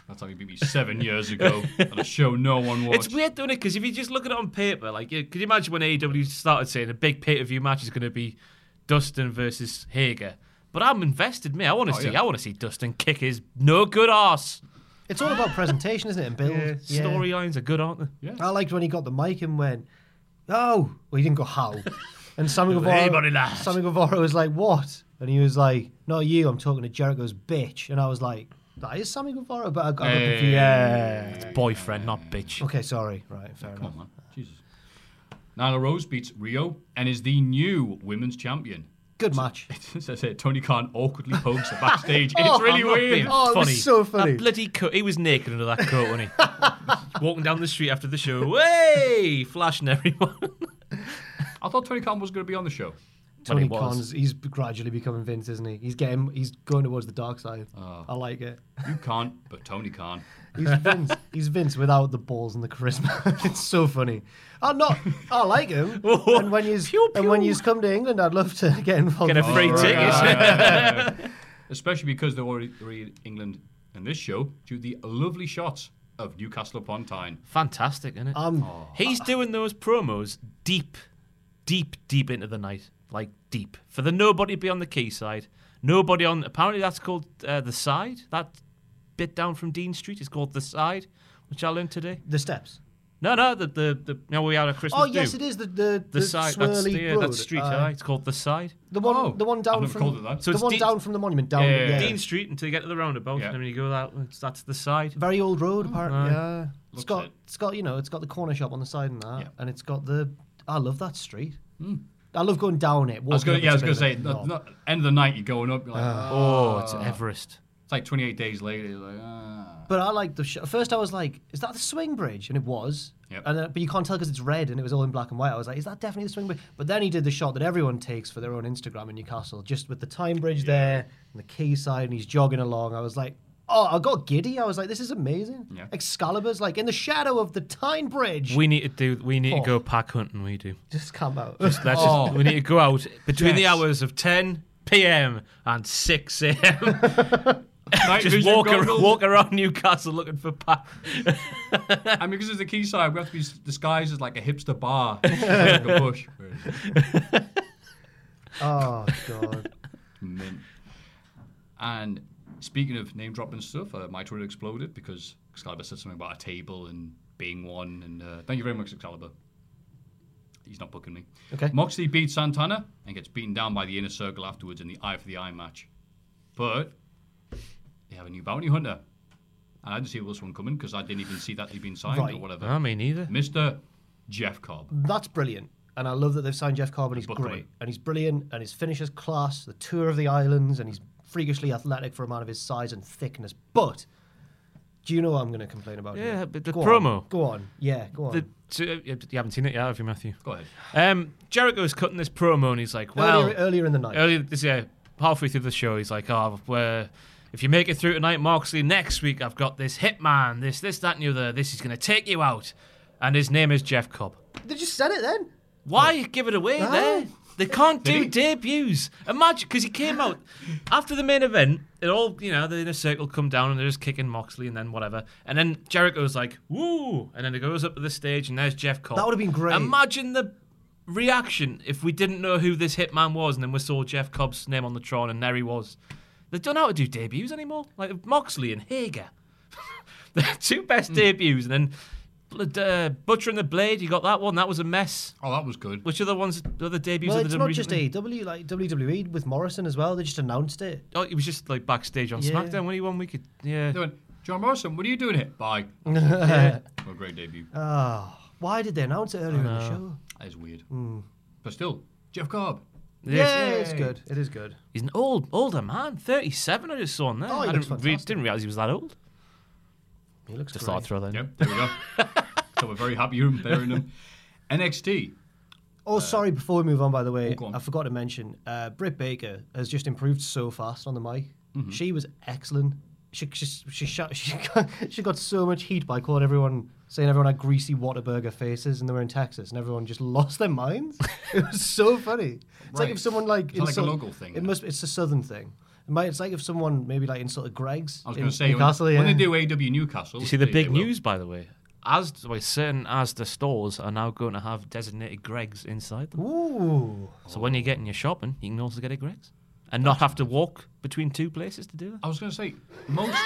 [SPEAKER 2] That's how you beat me seven years ago on a show no one watched.
[SPEAKER 3] it's weird, doing it? Because if you just look at it on paper, like, you, could you imagine when AEW started saying a big pay per view match is going to be Dustin versus Hager? But I'm invested, me. I want to
[SPEAKER 2] Oh,
[SPEAKER 3] see.
[SPEAKER 2] yeah.
[SPEAKER 3] I want to see Dustin kick his no good ass.
[SPEAKER 4] It's all about presentation, isn't it? And build. Yeah.
[SPEAKER 3] Storylines are good, aren't they?
[SPEAKER 4] I liked when he got the mic and went, "Oh," well, he didn't go how, and Sammy Guevara.
[SPEAKER 3] Anybody lies.
[SPEAKER 4] Sammy Guevara was like, "What?" And he was like, "Not you. I'm talking to Jericho's bitch." And I was like, "That is Sammy Guevara," but I got, I got confused. Yeah.
[SPEAKER 3] It's boyfriend, not bitch.
[SPEAKER 4] Okay, sorry. Right, fair enough.
[SPEAKER 2] Come on, man. Jesus. Nyla Rose beats Rio and is the new women's champion.
[SPEAKER 4] Good match.
[SPEAKER 2] As I say, Tony Khan awkwardly pokes her backstage. It's really
[SPEAKER 3] I'm not
[SPEAKER 2] weird.
[SPEAKER 3] being
[SPEAKER 4] Oh, it was so funny.
[SPEAKER 3] That bloody coat. He was naked under that coat, wasn't he? Walking down the street after the show. Hey! Flashing everyone.
[SPEAKER 2] I thought Tony Khan was going to be on the show.
[SPEAKER 4] Tony
[SPEAKER 3] he was.
[SPEAKER 4] Khan's he's gradually becoming Vince, isn't he? He's getting he's going towards the dark side.
[SPEAKER 3] Oh.
[SPEAKER 4] I like it.
[SPEAKER 2] You can't, but Tony Khan.
[SPEAKER 4] He's Vince. he's Vince without the balls and the charisma. it's so funny. I'm not. I like him. and when you
[SPEAKER 3] Pew,
[SPEAKER 4] and when
[SPEAKER 3] pew.
[SPEAKER 4] you come to England, I'd love to get involved.
[SPEAKER 3] Get a
[SPEAKER 4] with
[SPEAKER 3] free
[SPEAKER 4] you.
[SPEAKER 3] ticket.
[SPEAKER 2] Uh, Especially because they're already they're in England in this show due to the lovely shots of Newcastle upon Tyne.
[SPEAKER 3] Fantastic, isn't it?
[SPEAKER 4] Um,
[SPEAKER 3] He's doing those promos deep, deep, deep into the night. Like, deep. For the nobody to be on the key side. Nobody on. Apparently, that's called uh, the side. That bit down from Dean Street is called the side, which I learned today.
[SPEAKER 4] the steps.
[SPEAKER 3] No, no, the. the, the no, we had a Christmas.
[SPEAKER 4] Oh yes,
[SPEAKER 3] do.
[SPEAKER 4] it is the the,
[SPEAKER 3] The,
[SPEAKER 4] the,
[SPEAKER 3] side. That's,
[SPEAKER 4] swirly
[SPEAKER 3] the, uh,
[SPEAKER 4] road.
[SPEAKER 3] that's street.
[SPEAKER 4] Uh,
[SPEAKER 3] aye. It's called the side.
[SPEAKER 4] The one,
[SPEAKER 2] Oh,
[SPEAKER 4] the one
[SPEAKER 2] I've
[SPEAKER 4] down
[SPEAKER 2] never
[SPEAKER 4] from
[SPEAKER 2] called it that.
[SPEAKER 3] So
[SPEAKER 4] the
[SPEAKER 3] it's
[SPEAKER 4] one
[SPEAKER 3] Dean-
[SPEAKER 4] down from the monument down.
[SPEAKER 2] Yeah, yeah, yeah.
[SPEAKER 3] Dean Street until you get to the roundabout,
[SPEAKER 2] Yeah.
[SPEAKER 3] and then you go that. it's- That's the side.
[SPEAKER 4] Very old road, apparently. yeah, it's
[SPEAKER 2] Oh, Looks
[SPEAKER 4] got
[SPEAKER 2] it.
[SPEAKER 4] it's got you know it's got the corner shop on the side and that,
[SPEAKER 2] Yeah. Hmm.
[SPEAKER 4] and it's got the. I love that street. I love going down it.
[SPEAKER 2] I was going, yeah, I was going to say, not, not, end of the night, you're going up. You're like, "Ah."
[SPEAKER 3] Oh, it's Everest.
[SPEAKER 2] It's like 28 days later. You're like, ah.
[SPEAKER 4] But I like the sh- first. I was like, "Is that the swing bridge?" And it was.
[SPEAKER 2] Yep.
[SPEAKER 4] And uh, but you can't tell because it's red and it was all in black and white. I was like, "Is that definitely the swing bridge?" But then he did the shot that everyone takes for their own Instagram in Newcastle, just with the time bridge there and the quay side, and he's jogging along. I was like. Oh, I got giddy. I was like, "This is amazing."
[SPEAKER 2] Yeah.
[SPEAKER 4] Excalibur's like in the shadow of the Tyne Bridge.
[SPEAKER 3] We need to do. We need
[SPEAKER 4] Oh.
[SPEAKER 3] to go pack hunting. We do.
[SPEAKER 4] just come out.
[SPEAKER 3] Let's just- we need to go out between the
[SPEAKER 4] Yes.
[SPEAKER 3] hours of 10 p.m. and 6 a.m.
[SPEAKER 2] Night
[SPEAKER 3] just
[SPEAKER 2] vision
[SPEAKER 3] walk, ar-
[SPEAKER 2] goggles.
[SPEAKER 3] walk around Newcastle looking for pack.
[SPEAKER 2] I mean, because it's the key side, we have to be s- disguised as like a hipster bar. like a bush.
[SPEAKER 4] oh god.
[SPEAKER 2] Mint. And speaking of name dropping stuff, uh, my Twitter exploded because Excalibur said something about a table and being one. And uh, thank you very much, Excalibur. He's not booking me.
[SPEAKER 4] Okay.
[SPEAKER 2] Moxley beats Santana and gets beaten down by the inner circle afterwards in the eye for the eye match. But they have a new bounty hunter. And I didn't see this one coming because I didn't even see that he'd been signed
[SPEAKER 4] Right.
[SPEAKER 2] or whatever.
[SPEAKER 3] I mean, neither.
[SPEAKER 2] Mr. Jeff Cobb.
[SPEAKER 4] That's brilliant. And I love that they've signed Jeff Cobb and he's
[SPEAKER 2] Book
[SPEAKER 4] great.
[SPEAKER 2] away.
[SPEAKER 4] And he's brilliant and his finish is class, the tour of the islands, and he's freakishly athletic for a man of his size and thickness. But do you know what I'm going to complain about?
[SPEAKER 3] Yeah,
[SPEAKER 4] here?
[SPEAKER 3] but the
[SPEAKER 4] Go on.
[SPEAKER 3] promo.
[SPEAKER 4] Go on. Yeah, go on.
[SPEAKER 3] The, so, uh, you haven't seen it yet, have you, Matthew?
[SPEAKER 2] Go ahead.
[SPEAKER 3] Um, Jericho's cutting this promo and he's like, well.
[SPEAKER 4] earlier, earlier in the night.
[SPEAKER 3] earlier this year, halfway through the show, he's like, "Oh, we if you make it through tonight, Moxley, next week I've got this hitman, this, this, that, and the other. This is going to take you out." And his name is Jeff Cobb.
[SPEAKER 4] They just said it then.
[SPEAKER 3] Why give it away there? They can't do
[SPEAKER 2] he?
[SPEAKER 3] debuts. Imagine because he came out after the main event. It all you know, the inner circle come down and they're just kicking Moxley and then whatever. And then Jericho's like, "Woo!" And then it goes up to the stage and there's Jeff Cobb.
[SPEAKER 4] That would've been great.
[SPEAKER 3] Imagine the reaction if we didn't know who this hitman was and then we saw Jeff Cobb's name on the Tron and there he was. They don't know how to do debuts anymore. Like Moxley and Hager, the two best debuts, and then. blood- Uh, Butcher and the Blade, you got that one. That was a mess.
[SPEAKER 2] Oh, that was good.
[SPEAKER 3] Which are the ones, the other debuts
[SPEAKER 4] Well,
[SPEAKER 3] that
[SPEAKER 4] it's
[SPEAKER 3] they've
[SPEAKER 4] not
[SPEAKER 3] done recently?
[SPEAKER 4] just AEW, like WWE with Morrison as well. They just announced it.
[SPEAKER 3] Oh, it was just like backstage on
[SPEAKER 4] Yeah.
[SPEAKER 3] SmackDown when he won. We could, yeah.
[SPEAKER 2] They went, John Morrison, what are you doing here? Bye. What a great debut.
[SPEAKER 4] Why did they announce it earlier in the show?
[SPEAKER 2] That is weird.
[SPEAKER 4] Hmm.
[SPEAKER 2] But still, Jeff Cobb.
[SPEAKER 4] Yeah, it's good. It is good.
[SPEAKER 3] He's an old, older man, thirty-seven. I just saw him there.
[SPEAKER 4] Oh, he
[SPEAKER 3] I
[SPEAKER 4] looks
[SPEAKER 3] didn't, re-
[SPEAKER 4] fantastic.
[SPEAKER 3] didn't realize he was that old.
[SPEAKER 4] He looks
[SPEAKER 3] Just
[SPEAKER 4] great.
[SPEAKER 3] thought I'd throw that. in.
[SPEAKER 2] Yep, there we go. so we're very happy you're burying them. NXT.
[SPEAKER 4] Oh, sorry. Before we move on, by the
[SPEAKER 2] Uh,
[SPEAKER 4] way,
[SPEAKER 2] oh, go on.
[SPEAKER 4] I forgot to mention uh, Britt Baker has just improved so fast on the mic.
[SPEAKER 2] Mm-hmm.
[SPEAKER 4] She was excellent. She she she, shut- she, got, she got so much heat by calling everyone saying everyone had greasy Whataburger faces and they were in Texas and everyone just lost their minds. it was so funny. It's like
[SPEAKER 2] Right.
[SPEAKER 4] if someone like
[SPEAKER 2] It's not like a
[SPEAKER 4] insult-
[SPEAKER 2] local thing,
[SPEAKER 4] It
[SPEAKER 2] then.
[SPEAKER 4] must. It's a southern thing. It might, it's like if someone maybe like insulted Greg's.
[SPEAKER 2] I was
[SPEAKER 4] in
[SPEAKER 2] going to say, when,
[SPEAKER 4] Newcastle, yeah.
[SPEAKER 2] when they do AW Newcastle.
[SPEAKER 3] You see the
[SPEAKER 2] they-
[SPEAKER 3] big
[SPEAKER 2] they will.
[SPEAKER 3] news, by the way. As well, certain Asda stores are now going to have designated Greg's inside them.
[SPEAKER 4] Ooh,
[SPEAKER 3] So when you're getting your shopping, you can also get a Greg's. and not have to walk between two places to do that.
[SPEAKER 2] I was going to say most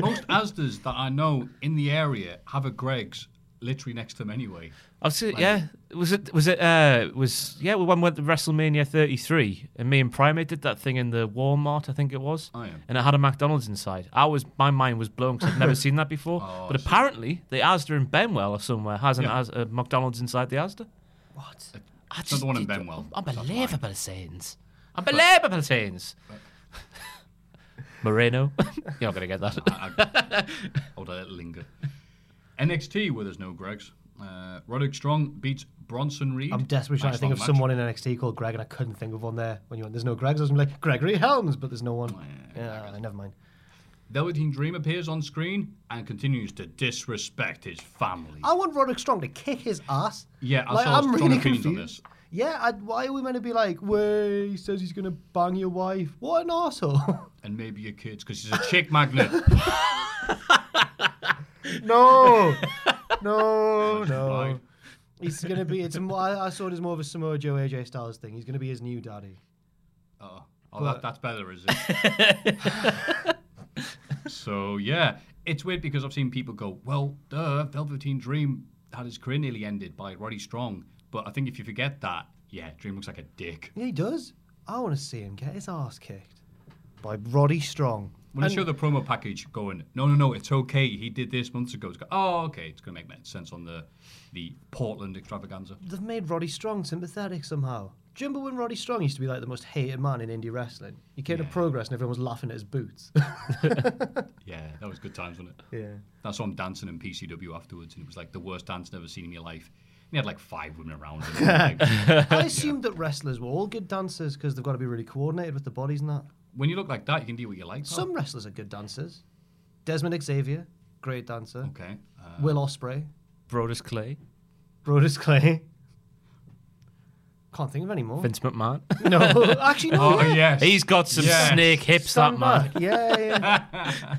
[SPEAKER 2] most Asdas that I know in the area have a Greg's literally next to them anyway.
[SPEAKER 3] I've seen, yeah. Was it? Was it? Uh, was yeah? When we went to WrestleMania 33, and me and Primate did that thing in the Walmart, I think it was.
[SPEAKER 2] Oh, yeah.
[SPEAKER 3] And it had a McDonald's inside. I was, my mind was blown because I've never seen that before.
[SPEAKER 2] Oh,
[SPEAKER 3] but
[SPEAKER 2] I see.
[SPEAKER 3] apparently, the Asda in Benwell or somewhere has an
[SPEAKER 2] Yeah.
[SPEAKER 3] As- a McDonald's inside the Asda.
[SPEAKER 4] What?
[SPEAKER 3] I
[SPEAKER 2] It's not the one in
[SPEAKER 3] did-
[SPEAKER 2] Benwell.
[SPEAKER 3] Unbelievable scenes. Unbelievable scenes. Moreno, you're not gonna get that.
[SPEAKER 2] I, I- I'll let it linger. NXT where there's no Greg's. Uh, Roderick Strong beats Bronson Reed.
[SPEAKER 4] I'm desperately trying
[SPEAKER 2] Nice
[SPEAKER 4] to think
[SPEAKER 2] long
[SPEAKER 4] of
[SPEAKER 2] match.
[SPEAKER 4] someone in NXT called Greg, and I couldn't think of one there. When you went, there's no Gregs, I was gonna be like Gregory Helms, but there's no
[SPEAKER 2] Oh,
[SPEAKER 4] one. Yeah, never mind.
[SPEAKER 2] Velveteen Dream appears on screen and continues to disrespect his family.
[SPEAKER 4] I want Roderick Strong to kick his ass.
[SPEAKER 2] Yeah, I saw strong opinions on this.
[SPEAKER 4] Yeah, I, why are we meant to be like, wait, he says he's going to bang your wife? What an arsehole.
[SPEAKER 2] And maybe your kids, because he's a chick magnet.
[SPEAKER 4] no, no, no.
[SPEAKER 2] Right.
[SPEAKER 4] He's going to be, it's, more- I I saw it as more of a Samoa Joe AJ Styles thing. He's going to be his new daddy.
[SPEAKER 2] Oh, oh that, that's better, is it? so yeah, it's weird because I've seen people go, "Well, duh, Velveteen Dream had his career nearly ended by Roddy Strong," but I think if you forget that, yeah, Dream looks like a dick.
[SPEAKER 4] Yeah, he does. I want to see him get his ass kicked by Roddy Strong.
[SPEAKER 2] When they show the promo package, going, "No, no, no, it's okay. He did this months ago." It's go, "Oh, okay, it's gonna make sense on the the Portland extravaganza."
[SPEAKER 4] They've made Roddy Strong sympathetic somehow. Do you remember when Roddy Strong used to be like the most hated man in indie wrestling? He came to Progress and everyone was laughing at his boots.
[SPEAKER 2] Yeah, that was good times, wasn't it?
[SPEAKER 4] yeah.
[SPEAKER 2] That's why I'm dancing in PCW afterwards, and it was like the worst dance I've ever seen in my life. And he had like five women around him. Like,
[SPEAKER 4] I assumed that wrestlers were all good dancers because they've got to be really coordinated with the bodies and
[SPEAKER 3] Oh.
[SPEAKER 4] that.
[SPEAKER 2] when you look like that, you can do what you like. pal.
[SPEAKER 4] Some wrestlers are good dancers. Desmond Xavier, great dancer.
[SPEAKER 2] Okay. Uh,
[SPEAKER 4] Will Osprey,
[SPEAKER 3] Brodus Clay,
[SPEAKER 4] Brodus Clay. Can't think of any more.
[SPEAKER 3] Vince McMahon.
[SPEAKER 4] no, actually no.
[SPEAKER 2] oh
[SPEAKER 4] yeah.
[SPEAKER 2] yes.
[SPEAKER 3] He's got some
[SPEAKER 2] Yes.
[SPEAKER 3] snake hips,
[SPEAKER 4] Stand
[SPEAKER 3] that man.
[SPEAKER 4] back. Yeah, yeah.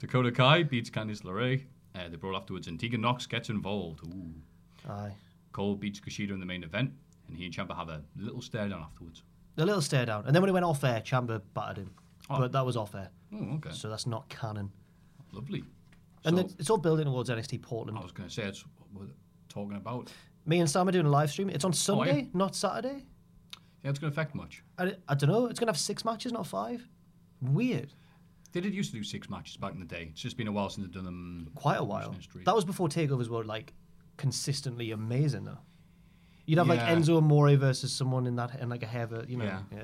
[SPEAKER 2] Dakota Kai beats Candice LeRae. Uh, they brawl afterwards, and Tegan Knox gets involved. Ooh.
[SPEAKER 4] Aye.
[SPEAKER 2] Cole beats Kushida in the main event, and he and Champa have a little stare down afterwards.
[SPEAKER 4] A little stare down, and then when he went off air, Chamber battered him, but that was off air,
[SPEAKER 2] Oh, okay.
[SPEAKER 4] so that's not canon.
[SPEAKER 2] Lovely.
[SPEAKER 4] And
[SPEAKER 2] so, Oh.
[SPEAKER 4] then it's all building towards NXT Portland.
[SPEAKER 2] I was going to say, that's what we're talking about.
[SPEAKER 4] Me and Sam are doing a live stream. It's on
[SPEAKER 2] Oh,
[SPEAKER 4] Sunday,
[SPEAKER 2] yeah.
[SPEAKER 4] not Saturday.
[SPEAKER 2] Yeah, it's going to affect much.
[SPEAKER 4] I, I don't know. It's gonna have six matches, not five. Weird.
[SPEAKER 2] They did used to do six matches back in the day. It's just been a while since they've done them.
[SPEAKER 4] quite a while.
[SPEAKER 2] history.
[SPEAKER 4] That was before takeovers were like consistently amazing though. You'd have like
[SPEAKER 2] Yeah.
[SPEAKER 4] Enzo Amore versus someone in that and like a heaver, you know. Yeah.
[SPEAKER 2] Yeah.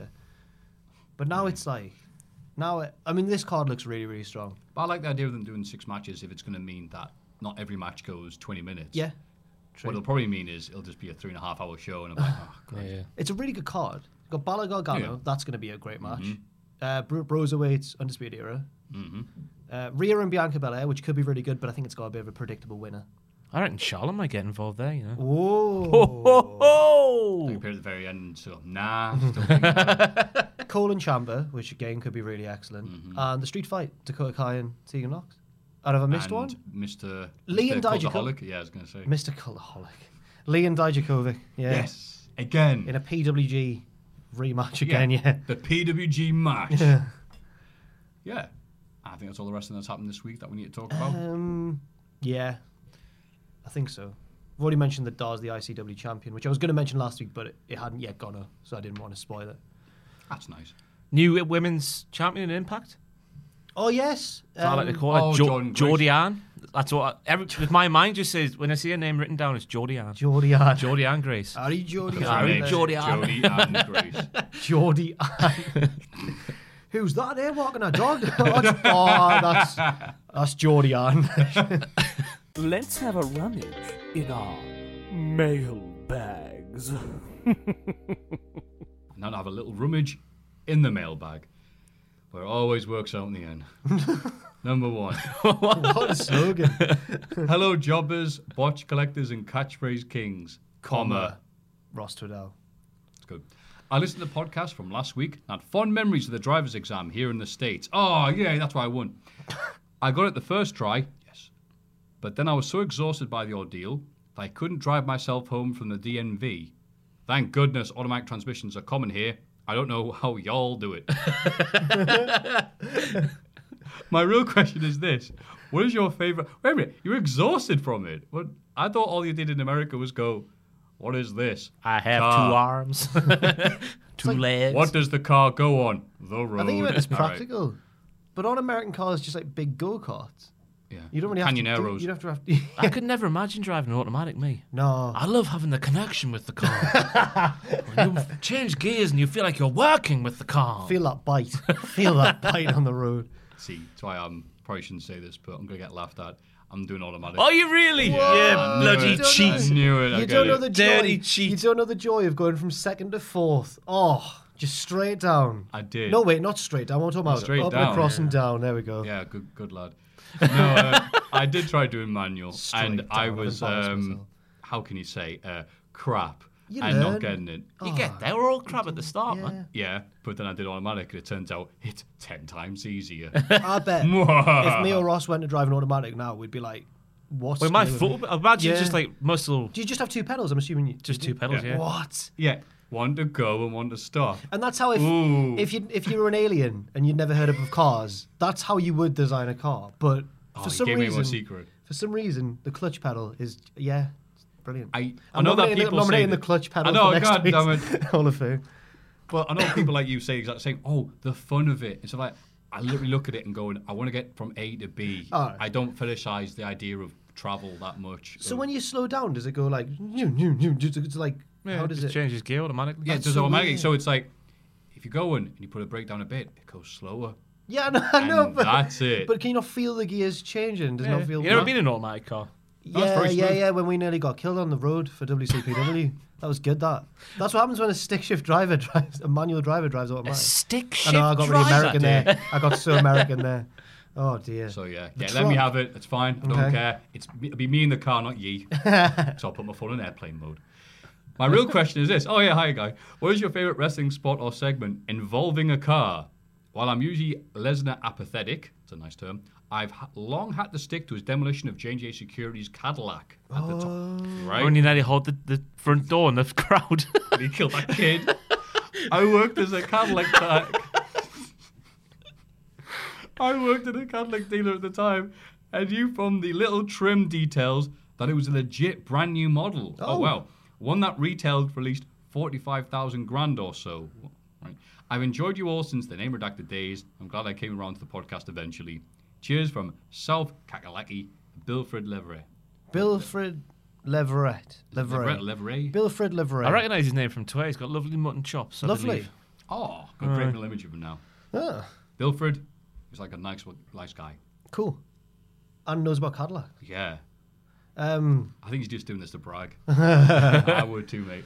[SPEAKER 4] But now it's like now it, I mean this card looks really really strong.
[SPEAKER 2] But I like the idea of them doing six matches if it's going to mean that not every match goes 20 minutes.
[SPEAKER 4] Yeah.
[SPEAKER 2] What it'll probably mean is it'll just be a three and a half hour show, and I'm like, oh, God.
[SPEAKER 3] Yeah.
[SPEAKER 4] It's a really good card. You've got Balor Gargano,
[SPEAKER 2] Yeah. Mm-hmm.
[SPEAKER 4] that's going to be a great match. Uh, Bru- Broserweight, Undisputed Era. Uh, Rhea and Bianca Belair, which could be really good, but I think it's got a bit of a predictable winner.
[SPEAKER 3] I reckon Charlotte might get involved there, you know.
[SPEAKER 4] Oh,
[SPEAKER 2] They
[SPEAKER 3] Oh!
[SPEAKER 2] appear at the very end, so nah. Still thinking about it.
[SPEAKER 4] Cole and Chamber, which again could be really excellent.
[SPEAKER 2] Mm-hmm.
[SPEAKER 4] And the street fight, Dakota Kai and Tegan Knox. And have I missed
[SPEAKER 2] and
[SPEAKER 4] one?
[SPEAKER 2] Mr.
[SPEAKER 4] Lee
[SPEAKER 2] Mr.
[SPEAKER 4] and Dijakovic.
[SPEAKER 2] Cultaholic. Yeah, I was going to say.
[SPEAKER 4] Mr. Cultaholic. Lee and Dijakovic. Yeah.
[SPEAKER 2] Yes. Again.
[SPEAKER 4] In a PWG rematch again, yeah.
[SPEAKER 2] The PWG match. Yeah. I think that's all the wrestling that's happened this week that we need to talk about.
[SPEAKER 4] Um, yeah. I think so. I've already mentioned that Dar's the ICW champion, which I was going to mention last week, but it, it hadn't yet gone up, so I didn't want to spoil it.
[SPEAKER 2] that's nice.
[SPEAKER 3] New women's champion in Impact.
[SPEAKER 4] Oh, yes.
[SPEAKER 3] That's what I like
[SPEAKER 4] um,
[SPEAKER 3] to call her.
[SPEAKER 2] oh,
[SPEAKER 3] Jo-
[SPEAKER 2] Jordan Grace.
[SPEAKER 3] Jordy Ann. That's what I, every, with my mind just says when I see her name written down, it's Jordy Ann.
[SPEAKER 4] Geordie Ann.
[SPEAKER 3] Jordy Ann Grace.
[SPEAKER 4] Harry Geordie
[SPEAKER 3] Sorry,
[SPEAKER 4] Ann.
[SPEAKER 3] Harry
[SPEAKER 4] there.
[SPEAKER 3] Geordie Ann.
[SPEAKER 2] Jody and Grace.
[SPEAKER 4] Geordie Ann. Who's that there walking a dog? oh, that's- oh, that's, that's Geordie Ann.
[SPEAKER 1] Let's have a rummage in our mail bags.
[SPEAKER 2] And now to have a little rummage in the mailbag, where it always works out in the end. Number one.
[SPEAKER 4] what a slogan.
[SPEAKER 2] Hello, jobbers, botch collectors, and catchphrase kings. Comma.
[SPEAKER 4] Ross Tweddell.
[SPEAKER 2] It's good. I listened to the podcast from last week and had fond memories of the driver's exam here in the States. Oh, yeah, that's why I won. I got it the first try, yes. But then I was so exhausted by the ordeal that I couldn't drive myself home from the DNV Thank goodness automatic transmissions are common here. I don't know how y'all do it. My real question is this: What is your favorite? Wait a minute, you're exhausted from it. What I thought all you did in America was go, "What is this?
[SPEAKER 3] I have
[SPEAKER 2] Car.
[SPEAKER 3] two arms, two legs.
[SPEAKER 2] What does the car go on? The road."
[SPEAKER 4] I think you meant it's
[SPEAKER 2] All right.
[SPEAKER 4] practical. But on American cars, just like big go karts.
[SPEAKER 2] Yeah.
[SPEAKER 4] You don't really
[SPEAKER 2] Canyon
[SPEAKER 4] have to. do-
[SPEAKER 2] arrows.
[SPEAKER 4] you don't have to. Have
[SPEAKER 3] I could never imagine driving an automatic, me.
[SPEAKER 4] no.
[SPEAKER 3] I love having the connection with the car. when you change gears and you feel like you're working with the car.
[SPEAKER 4] Feel that bite. Feel that bite on the road.
[SPEAKER 2] See, that's why I'm probably shouldn't say this, but I'm gonna get laughed at. I'm doing automatic.
[SPEAKER 3] Are you really?
[SPEAKER 2] I
[SPEAKER 3] Yeah,
[SPEAKER 2] knew
[SPEAKER 3] bloody
[SPEAKER 2] it. I
[SPEAKER 3] cheat.
[SPEAKER 2] knew it. I
[SPEAKER 4] You
[SPEAKER 2] get
[SPEAKER 4] don't know
[SPEAKER 2] it.
[SPEAKER 4] the
[SPEAKER 3] Dirty
[SPEAKER 4] joy.
[SPEAKER 3] cheat.
[SPEAKER 4] You don't know the joy of going from second to fourth. Oh, just straight down.
[SPEAKER 2] I did.
[SPEAKER 4] No, wait, not straight down. What am I talking
[SPEAKER 2] Straight
[SPEAKER 4] about? Up
[SPEAKER 2] down.
[SPEAKER 4] and across and down. There we go.
[SPEAKER 2] Yeah, good, good lad. No, uh, I did try doing manual,
[SPEAKER 4] Straight
[SPEAKER 2] and
[SPEAKER 4] down,
[SPEAKER 2] I
[SPEAKER 4] I've
[SPEAKER 2] was,
[SPEAKER 4] embarrassed
[SPEAKER 2] um,
[SPEAKER 4] myself.
[SPEAKER 2] how can you say, uh, crap,
[SPEAKER 4] You
[SPEAKER 2] and not
[SPEAKER 4] learn. Oh.
[SPEAKER 2] getting it.
[SPEAKER 3] You get there, we're all crap at the start, man.
[SPEAKER 2] Yeah, but then I did automatic, and it turns out it's ten times easier.
[SPEAKER 4] I bet if me or Ross went to drive an automatic now, we'd be like, what's
[SPEAKER 3] With my
[SPEAKER 4] going on?
[SPEAKER 3] foot, imagine
[SPEAKER 4] Yeah.
[SPEAKER 3] just like muscle,
[SPEAKER 4] Do you just have two pedals? I'm assuming you
[SPEAKER 3] just
[SPEAKER 4] you
[SPEAKER 3] two
[SPEAKER 4] do.
[SPEAKER 3] pedals, yeah.
[SPEAKER 4] What?
[SPEAKER 2] yeah, one to go and one to stop.
[SPEAKER 4] And that's how if
[SPEAKER 2] Ooh.
[SPEAKER 4] if you if you were an alien and you'd never heard of cars, that's how you would design a car. But
[SPEAKER 2] Oh,
[SPEAKER 4] for
[SPEAKER 2] you
[SPEAKER 4] some
[SPEAKER 2] gave me
[SPEAKER 4] reason,
[SPEAKER 2] my secret.
[SPEAKER 4] for some reason, the clutch pedal is yeah, it's brilliant.
[SPEAKER 2] I, I
[SPEAKER 4] I'm
[SPEAKER 2] know that
[SPEAKER 4] nominating-
[SPEAKER 2] people
[SPEAKER 4] nominating
[SPEAKER 2] say
[SPEAKER 4] the
[SPEAKER 2] that-
[SPEAKER 4] clutch pedal.
[SPEAKER 2] I know,
[SPEAKER 4] for next
[SPEAKER 2] God damn
[SPEAKER 4] week's
[SPEAKER 2] it.
[SPEAKER 4] Hall of Fame.
[SPEAKER 2] But I know people like you say exactly saying, "Oh, the fun of it." It's like I literally look at it and going, "I want to get from A to B."
[SPEAKER 4] Alright.
[SPEAKER 2] I don't fetishize the idea of travel that much.
[SPEAKER 4] So when you slow down, does it go like new new new? It's like how does it?
[SPEAKER 3] change his gear automatically?
[SPEAKER 2] yeah, it does
[SPEAKER 4] so
[SPEAKER 2] automatic.
[SPEAKER 4] weird.
[SPEAKER 2] So it's like if you go in and you put a brake down a bit, it goes slower.
[SPEAKER 4] Yeah, I know, I
[SPEAKER 2] And
[SPEAKER 4] know, but
[SPEAKER 2] that's it.
[SPEAKER 4] But can you not feel the gears changing? Does it not feel.
[SPEAKER 3] You ever been in an automatic car?
[SPEAKER 2] That was
[SPEAKER 4] yeah,
[SPEAKER 2] very
[SPEAKER 4] yeah,
[SPEAKER 2] smooth.
[SPEAKER 4] yeah. When we nearly got killed on the road for WCPW, that was good. That that's what happens when a stick shift driver drives a manual driver drives automatic.
[SPEAKER 3] stick
[SPEAKER 4] I
[SPEAKER 3] shift
[SPEAKER 4] know I got really American
[SPEAKER 3] driver.
[SPEAKER 4] there. I got so American there. Oh dear.
[SPEAKER 2] So yeah,
[SPEAKER 4] The
[SPEAKER 2] yeah. Let me
[SPEAKER 4] trunk.
[SPEAKER 2] have it. It's fine. I don't
[SPEAKER 4] Okay.
[SPEAKER 2] care. It's it'll be me in the car, not ye. so I'll put my phone in airplane mode. My real question is this. Oh yeah, hi guy. What is your favorite wrestling spot or segment involving a car? While I'm usually Lesnar apathetic, it's a nice term. I've ha- long had to stick to his demolition of JJ Security's Cadillac at the
[SPEAKER 4] Oh.
[SPEAKER 2] top. Right?
[SPEAKER 3] When you nearly hold the, the front door in the crowd.
[SPEAKER 2] he killed that kid. I worked as a Cadillac tech. I worked at a Cadillac dealer at the time, and you from the little trim details that it was a legit brand new model. Oh, wow. One that retailed for at least 45,000 grand or so. Right. I've enjoyed you all since the name redacted days. I'm glad I came around to the podcast eventually. Cheers from South Kakalaki, Bilfred Leveray.
[SPEAKER 4] Bilfred Leverett.
[SPEAKER 2] Leveray.
[SPEAKER 4] Leverett.
[SPEAKER 2] Leveray.
[SPEAKER 4] Bilfred Leverett.
[SPEAKER 3] I recognise his name from Twitter. He's got lovely mutton chops. I
[SPEAKER 4] Lovely.
[SPEAKER 3] believe.
[SPEAKER 2] Oh, got a great little image of him now.
[SPEAKER 4] Ah,
[SPEAKER 2] Bilfred is like a nice, nice guy.
[SPEAKER 4] cool. And knows about Cadillac.
[SPEAKER 2] Yeah,
[SPEAKER 4] Um,
[SPEAKER 2] I think he's just doing this to brag. I would too, mate.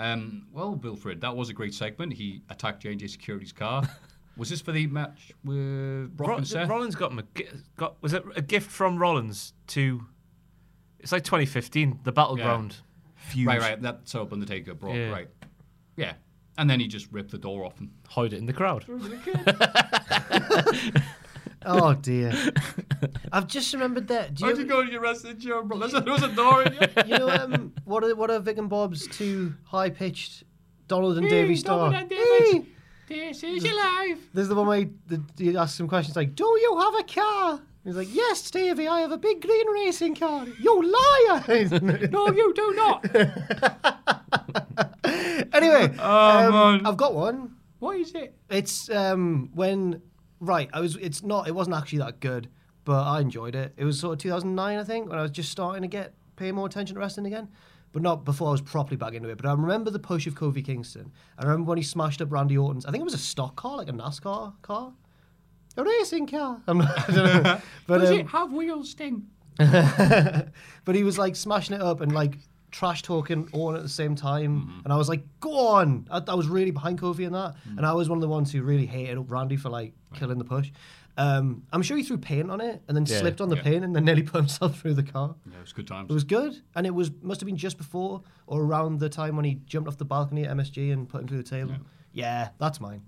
[SPEAKER 2] Um, well, Bilfred, that was a great segment. He attacked JJ Security's car. Was this for the match with Brock
[SPEAKER 3] Ro-
[SPEAKER 2] and Seth?
[SPEAKER 3] Rollins got him a gi- got was it a gift from Rollins to? It's like 2015, the battleground feud.
[SPEAKER 2] right, right. That's up Undertaker, Brock.
[SPEAKER 3] Yeah.
[SPEAKER 2] Right. Yeah. And then he just ripped the door off him.
[SPEAKER 3] Hide it in the crowd.
[SPEAKER 4] oh dear. I've just remembered that. Do you,
[SPEAKER 2] How'd you go to your wrestling show, bro? There's a, there was a door in you.
[SPEAKER 4] you know um, what are what are Vic and Bob's two high pitched Donald and Davy star? Hey!
[SPEAKER 2] This is your life.
[SPEAKER 4] There's the one where he, the, he asks some questions like, "Do you have a car?" He's like, "Yes, Davy, I have a big green racing car." You liar!
[SPEAKER 2] No, you do not.
[SPEAKER 4] anyway, um,
[SPEAKER 2] Oh, man.
[SPEAKER 4] I've got one.
[SPEAKER 2] what is it?
[SPEAKER 4] It's um, when right. I was. It's not. It wasn't actually that good, but I enjoyed it. It was sort of 2009, I think, when I was just starting to get pay more attention to wrestling again, but not before I was properly back into it. But I remember the push of Kofi Kingston. I remember when he smashed up Randy Orton's. I think it was a stock car, like a NASCAR car, a racing car. I'm not, I don't know. But
[SPEAKER 2] Does
[SPEAKER 4] um,
[SPEAKER 2] it have wheels, Sting?
[SPEAKER 4] but he was like smashing it up and like trash talking on at the same time. And I was like, go on. I, I was really behind Kofi in that. And I was one of the ones who really hated Randy for like killing the push. Um, I'm sure he threw paint on it and then slipped on the paint and then nearly put himself through the car.
[SPEAKER 2] Yeah, it was good times.
[SPEAKER 4] It was good, and it was must have been just before or around the time when he jumped off the balcony at MSG and put him through the table. Yeah, that's mine.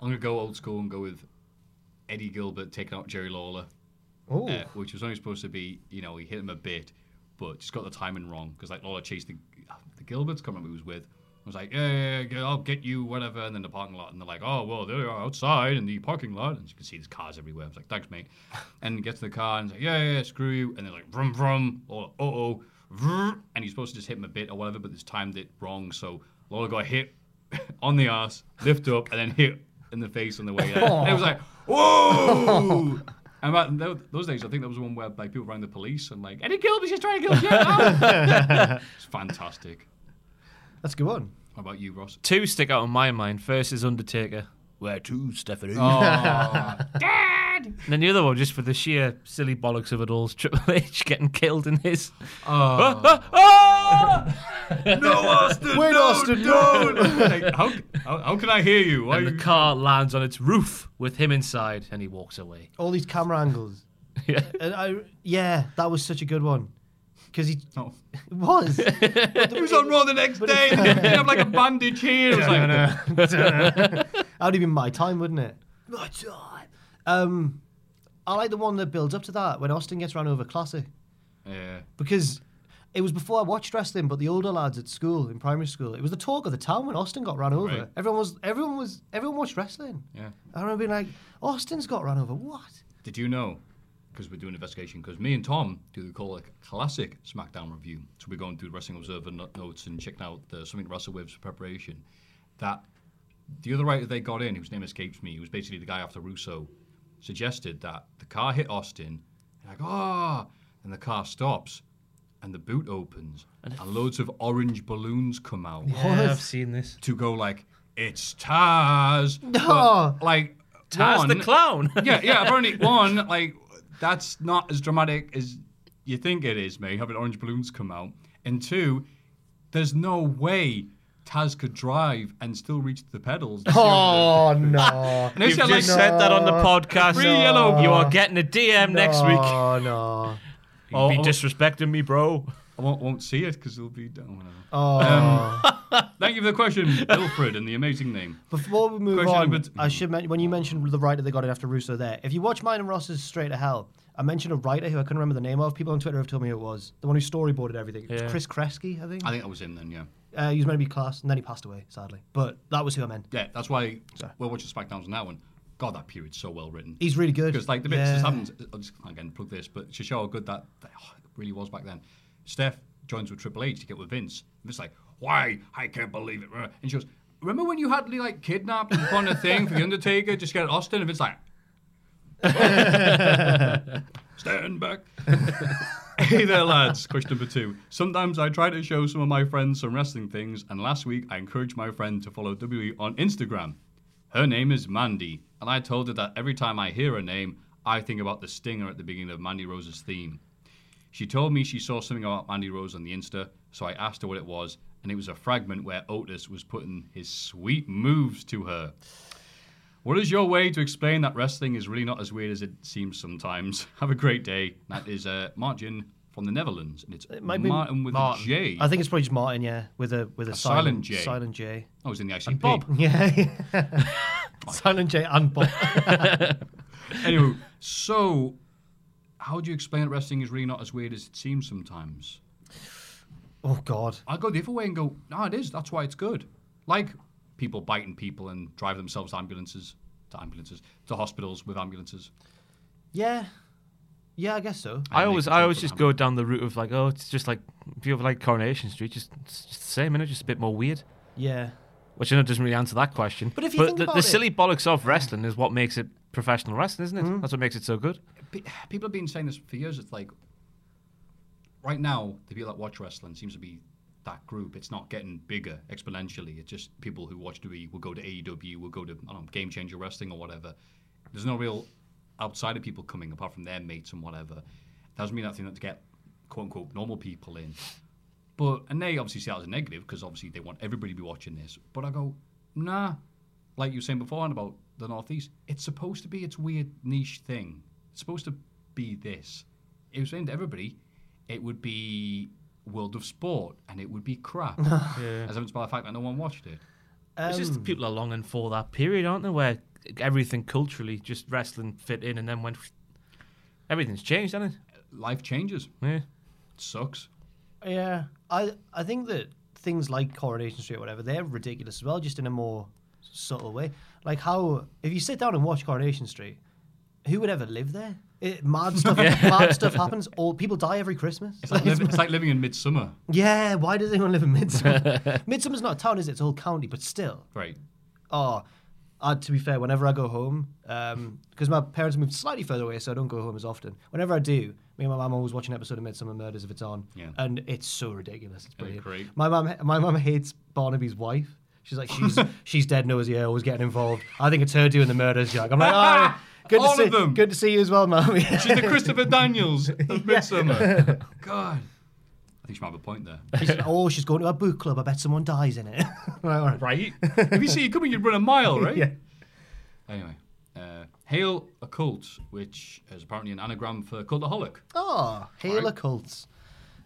[SPEAKER 2] I'm gonna go old school and go with Eddie Gilbert taking out Jerry Lawler,
[SPEAKER 4] Oh,
[SPEAKER 2] uh, which was only supposed to be, you know, he hit him a bit, but just got the timing wrong because like Lawler chased the, the Gilbert's, can't remember who was with. I was like, yeah, yeah, yeah, I'll get you, whatever. And then the parking lot, and they're like, oh, well, they are outside in the parking lot. And you can see there's cars everywhere. I was like, thanks, mate. And he gets in the car and he's like, yeah, yeah, yeah, screw you. And they're like, vroom, vroom, or uh oh, vroom. And he's supposed to just hit him a bit or whatever, but this timed it wrong. So Lola got hit on the ass, lift up, and then hit in the face on the way out. And it was like, whoa! And about tho- those days, I think there was one where like people rang the police and like Eddie Gilbert, she's trying to kill you. it's fantastic.
[SPEAKER 4] That's a good one.
[SPEAKER 2] How about you, Ross?
[SPEAKER 3] Two stick out in my mind. First is Undertaker. Where to, Stephanie? And then the other one, just for the sheer silly bollocks of it all, is Triple H getting killed in his.
[SPEAKER 2] Oh.
[SPEAKER 3] Ah, ah!
[SPEAKER 2] no, Austin.
[SPEAKER 4] Wait,
[SPEAKER 2] no,
[SPEAKER 4] Austin,
[SPEAKER 2] no. Like, how, how, how can I hear you? Why
[SPEAKER 3] and the
[SPEAKER 2] you-
[SPEAKER 3] car lands on its roof with him inside, and he walks away.
[SPEAKER 4] All these camera angles.
[SPEAKER 3] Yeah.
[SPEAKER 4] And I, yeah, that was such a good one. Because he
[SPEAKER 2] Oh.
[SPEAKER 4] it was.
[SPEAKER 2] He was on Raw the next day. They didn't have like a bandage here. It was like,
[SPEAKER 4] That would have been my time, wouldn't it? My time. Um, I like the one that builds up to that when Austin gets run over classic
[SPEAKER 2] yeah.
[SPEAKER 4] because it was before I watched wrestling, but the older lads at school in primary school, it was the talk of the town when Austin got run over.
[SPEAKER 2] Right.
[SPEAKER 4] Everyone was, everyone was, everyone watched wrestling.
[SPEAKER 2] Yeah.
[SPEAKER 4] I remember being like, Austin's got run over. What?
[SPEAKER 2] Did you know? Because we're doing investigation. Because me and Tom do the call like classic SmackDown review. So we're going through Wrestling Observer no- notes and checking out the, something to wrestle with for preparation. That the other writer they got in, whose name escapes me, who was basically the guy after Russo, suggested that the car hit Austin. And like ah, and the car stops, and the boot opens, and, loads of orange balloons come out
[SPEAKER 3] I've seen this.
[SPEAKER 2] to go like it's Taz.
[SPEAKER 4] No.
[SPEAKER 2] But, like
[SPEAKER 3] Taz the
[SPEAKER 2] one-
[SPEAKER 3] clown.
[SPEAKER 2] yeah, yeah. Apparently, one like that's not as dramatic as you think it is, mate. Having orange balloons come out, and two, there's no way Taz could drive and still reach the pedals.
[SPEAKER 4] Oh no!
[SPEAKER 2] And they
[SPEAKER 3] You've
[SPEAKER 2] said,
[SPEAKER 3] just
[SPEAKER 2] like,
[SPEAKER 3] said that on the podcast.
[SPEAKER 2] Three yellow-
[SPEAKER 3] You are getting a DM next week.
[SPEAKER 4] Oh no!
[SPEAKER 3] Oh,
[SPEAKER 2] be
[SPEAKER 3] be disrespecting me, bro.
[SPEAKER 2] I won't, won't see it because it'll be. down. whatever. Um,
[SPEAKER 4] Oh.
[SPEAKER 2] Thank you for the question, Wilfred, and the amazing name.
[SPEAKER 4] Before we move
[SPEAKER 2] Question
[SPEAKER 4] on,
[SPEAKER 2] number t-
[SPEAKER 4] I should mention when you mentioned the writer that got it after Russo. There, if you watch mine and Ross's Straight to Hell, I mentioned a writer who I couldn't remember the name of. People on Twitter have told me who it was the one who storyboarded everything. It was
[SPEAKER 3] Yeah.
[SPEAKER 4] Chris Kresge, I think.
[SPEAKER 2] I think that was him then. Yeah,
[SPEAKER 4] Uh, he was meant to be class, and then he passed away, sadly. But that was who I meant.
[SPEAKER 2] yeah. That's why we're watching SmackDowns on that one. God, that period's so well written.
[SPEAKER 4] He's really good.
[SPEAKER 2] Because like the bits
[SPEAKER 4] Yeah.
[SPEAKER 2] that happened, I'll just again plug this, but to show how good that, that- oh, it really was back then. Steph joins with Triple H to get with Vince. And it's like, why? I can't believe it. And she goes, remember when you had like kidnapped and fun a thing for the Undertaker? Just get Austin. And Vince like, stand back. hey there, lads. Question number two. Sometimes I try to show some of my friends some wrestling things, and last week I encouraged my friend to follow WWE on Instagram. Her name is Mandy, and I told her that every time I hear her name, I think about the stinger at the beginning of Mandy Rose's theme. She told me she saw something about Mandy Rose on the Insta, so I asked her what it was, and it was a fragment where Otis was putting his sweet moves to her. What is your way to explain that wrestling is really not as weird as it seems sometimes? Have a great day. That is uh, Martin from the Netherlands, and it's
[SPEAKER 4] might be
[SPEAKER 2] Martin with
[SPEAKER 3] Martin.
[SPEAKER 2] a J.
[SPEAKER 4] I think it's probably just Martin, yeah, with a with a,
[SPEAKER 2] silent
[SPEAKER 4] silent,
[SPEAKER 2] J.
[SPEAKER 4] Silent J.
[SPEAKER 2] I was Oh, in the ICP.
[SPEAKER 4] Yeah. silent J and Bob.
[SPEAKER 2] Anyway, so how do you explain that wrestling is really not as weird as it seems sometimes?
[SPEAKER 4] oh God.
[SPEAKER 2] I'll go the other way and go, no, it is. That's why it's good. Like people biting people and driving themselves to ambulances, to ambulances, to hospitals with ambulances.
[SPEAKER 4] Yeah. Yeah, I guess so.
[SPEAKER 3] I
[SPEAKER 2] make
[SPEAKER 3] always,
[SPEAKER 2] it
[SPEAKER 3] I
[SPEAKER 2] so
[SPEAKER 3] always
[SPEAKER 2] for
[SPEAKER 3] just
[SPEAKER 2] them.
[SPEAKER 3] go down the route of like, oh, it's just like if you have like Coronation Street, just, it's just the same, innit? Just a bit more weird.
[SPEAKER 4] Yeah.
[SPEAKER 3] Which I know doesn't really answer that question.
[SPEAKER 4] But if you think
[SPEAKER 3] the,
[SPEAKER 4] about
[SPEAKER 3] the
[SPEAKER 4] it-
[SPEAKER 3] silly bollocks of wrestling is what makes it professional wrestling, isn't it?
[SPEAKER 4] Mm.
[SPEAKER 3] That's what makes it so good.
[SPEAKER 2] Pe- People have been saying this for years. It's like right now, the people that watch wrestling seems to be that group. It's not getting bigger exponentially. It's just people who watch WWE will go to AEW, will go to I don't know, Game Changer Wrestling or whatever. There's no real outsider people coming apart from their mates and whatever. Doesn't mean that thing to get quote unquote normal people in. But and they obviously see that as a negative because obviously they want everybody to be watching this. But I go, nah. Like you were saying before about the Northeast, it's supposed to be its weird niche thing. It's supposed to be this. It was saying to everybody, it would be World of Sport and it would be crap. As evidenced by the fact that no one watched it.
[SPEAKER 3] it's
[SPEAKER 4] Um,
[SPEAKER 3] just people are longing for that period, aren't they? Where everything culturally just wrestling fit in, and then when everything's changed, hasn't it?
[SPEAKER 2] Life changes.
[SPEAKER 3] Yeah.
[SPEAKER 2] It sucks.
[SPEAKER 4] Yeah, I I think that things like Coronation Street or whatever, they're ridiculous as well, just in a more subtle way. Like how if you sit down and watch Coronation Street, who would ever live there? It, mad stuff. Mad stuff happens. All people die every Christmas.
[SPEAKER 2] It's like, liv- it's like living in midsummer.
[SPEAKER 4] Yeah, why does anyone live in Midsummer? Midsummer's not a town, is it? It's a whole county, but still.
[SPEAKER 2] Right.
[SPEAKER 4] Oh, uh, to be fair, whenever I go home, because my parents moved slightly further away, so I don't go home as often. Whenever I do, me and my mum always watch an episode of Midsummer Murders if it's on,
[SPEAKER 2] Yeah.
[SPEAKER 4] and it's so ridiculous. It's brilliant.
[SPEAKER 2] great.
[SPEAKER 4] My mum, my mum hates Barnaby's wife. She's like, she's she's dead knows yeah, always getting involved. I think it's her doing the murders, Jack. I'm like, ah, good
[SPEAKER 2] All
[SPEAKER 4] to
[SPEAKER 2] of
[SPEAKER 4] see,
[SPEAKER 2] them.
[SPEAKER 4] good to see you as well, mum. Yeah.
[SPEAKER 2] She's the Christopher Daniels of midsummer. God. I think she might have a point there.
[SPEAKER 4] She's like, oh, she's going to a book club. I bet someone dies in it. I'm like, all right.
[SPEAKER 2] Right? if you see you coming, you'd run a mile, right?
[SPEAKER 4] Yeah.
[SPEAKER 2] Anyway, uh, hail a cult, which is apparently an anagram for cultaholic.
[SPEAKER 4] Oh, Hail
[SPEAKER 2] Right.
[SPEAKER 4] a Cults.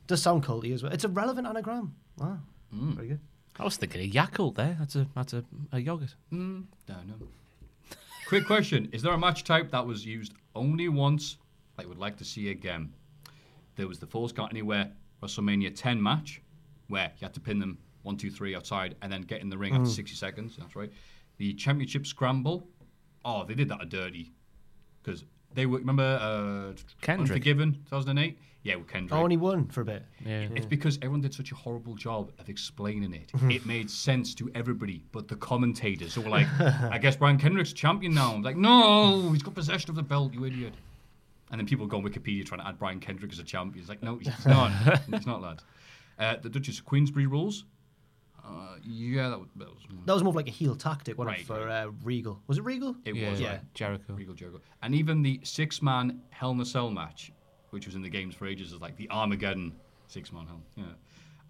[SPEAKER 4] Does sound culty as well. It's a relevant anagram. Wow.
[SPEAKER 2] Hmm.
[SPEAKER 4] Very good.
[SPEAKER 3] I was thinking a Yakult there. That's a that's a, a yogurt.
[SPEAKER 2] Don't know. Quick question: Is there a match type that was used only once that you would like to see again? There was the Falls Count Anywhere WrestleMania 10 match, where you had to pin them one, two, three outside, and then get in the ring after 60 seconds. That's right. The Championship Scramble. Oh, they did that a dirty because they were remember uh,
[SPEAKER 3] Kendrick.
[SPEAKER 2] Unforgiven 2008. Yeah, with Kendrick.
[SPEAKER 4] Only one for a bit.
[SPEAKER 3] Yeah.
[SPEAKER 2] It's because everyone did such a horrible job of explaining it.
[SPEAKER 3] Hmm.
[SPEAKER 2] it made sense to everybody but the commentators who were like, I guess Brian Kendrick's champion now. I'm like, no, he's got possession of the belt, you idiot. And then people go on Wikipedia trying to add Brian Kendrick as a champion. It's like, no, he's not. he's not, lad. Uh, the Duchess of Queensbury rules. Uh, yeah, that was, that was
[SPEAKER 4] That was more of like a heel tactic, wasn't
[SPEAKER 2] Right.
[SPEAKER 4] it, for uh, Regal? Was it Regal?
[SPEAKER 2] it
[SPEAKER 3] Yeah,
[SPEAKER 2] was
[SPEAKER 3] yeah.
[SPEAKER 2] like
[SPEAKER 3] Jericho.
[SPEAKER 2] Regal Jericho. And even the six man Hell in a Cell match, which was in the games for ages, is like the Armageddon six man Hell. Yeah.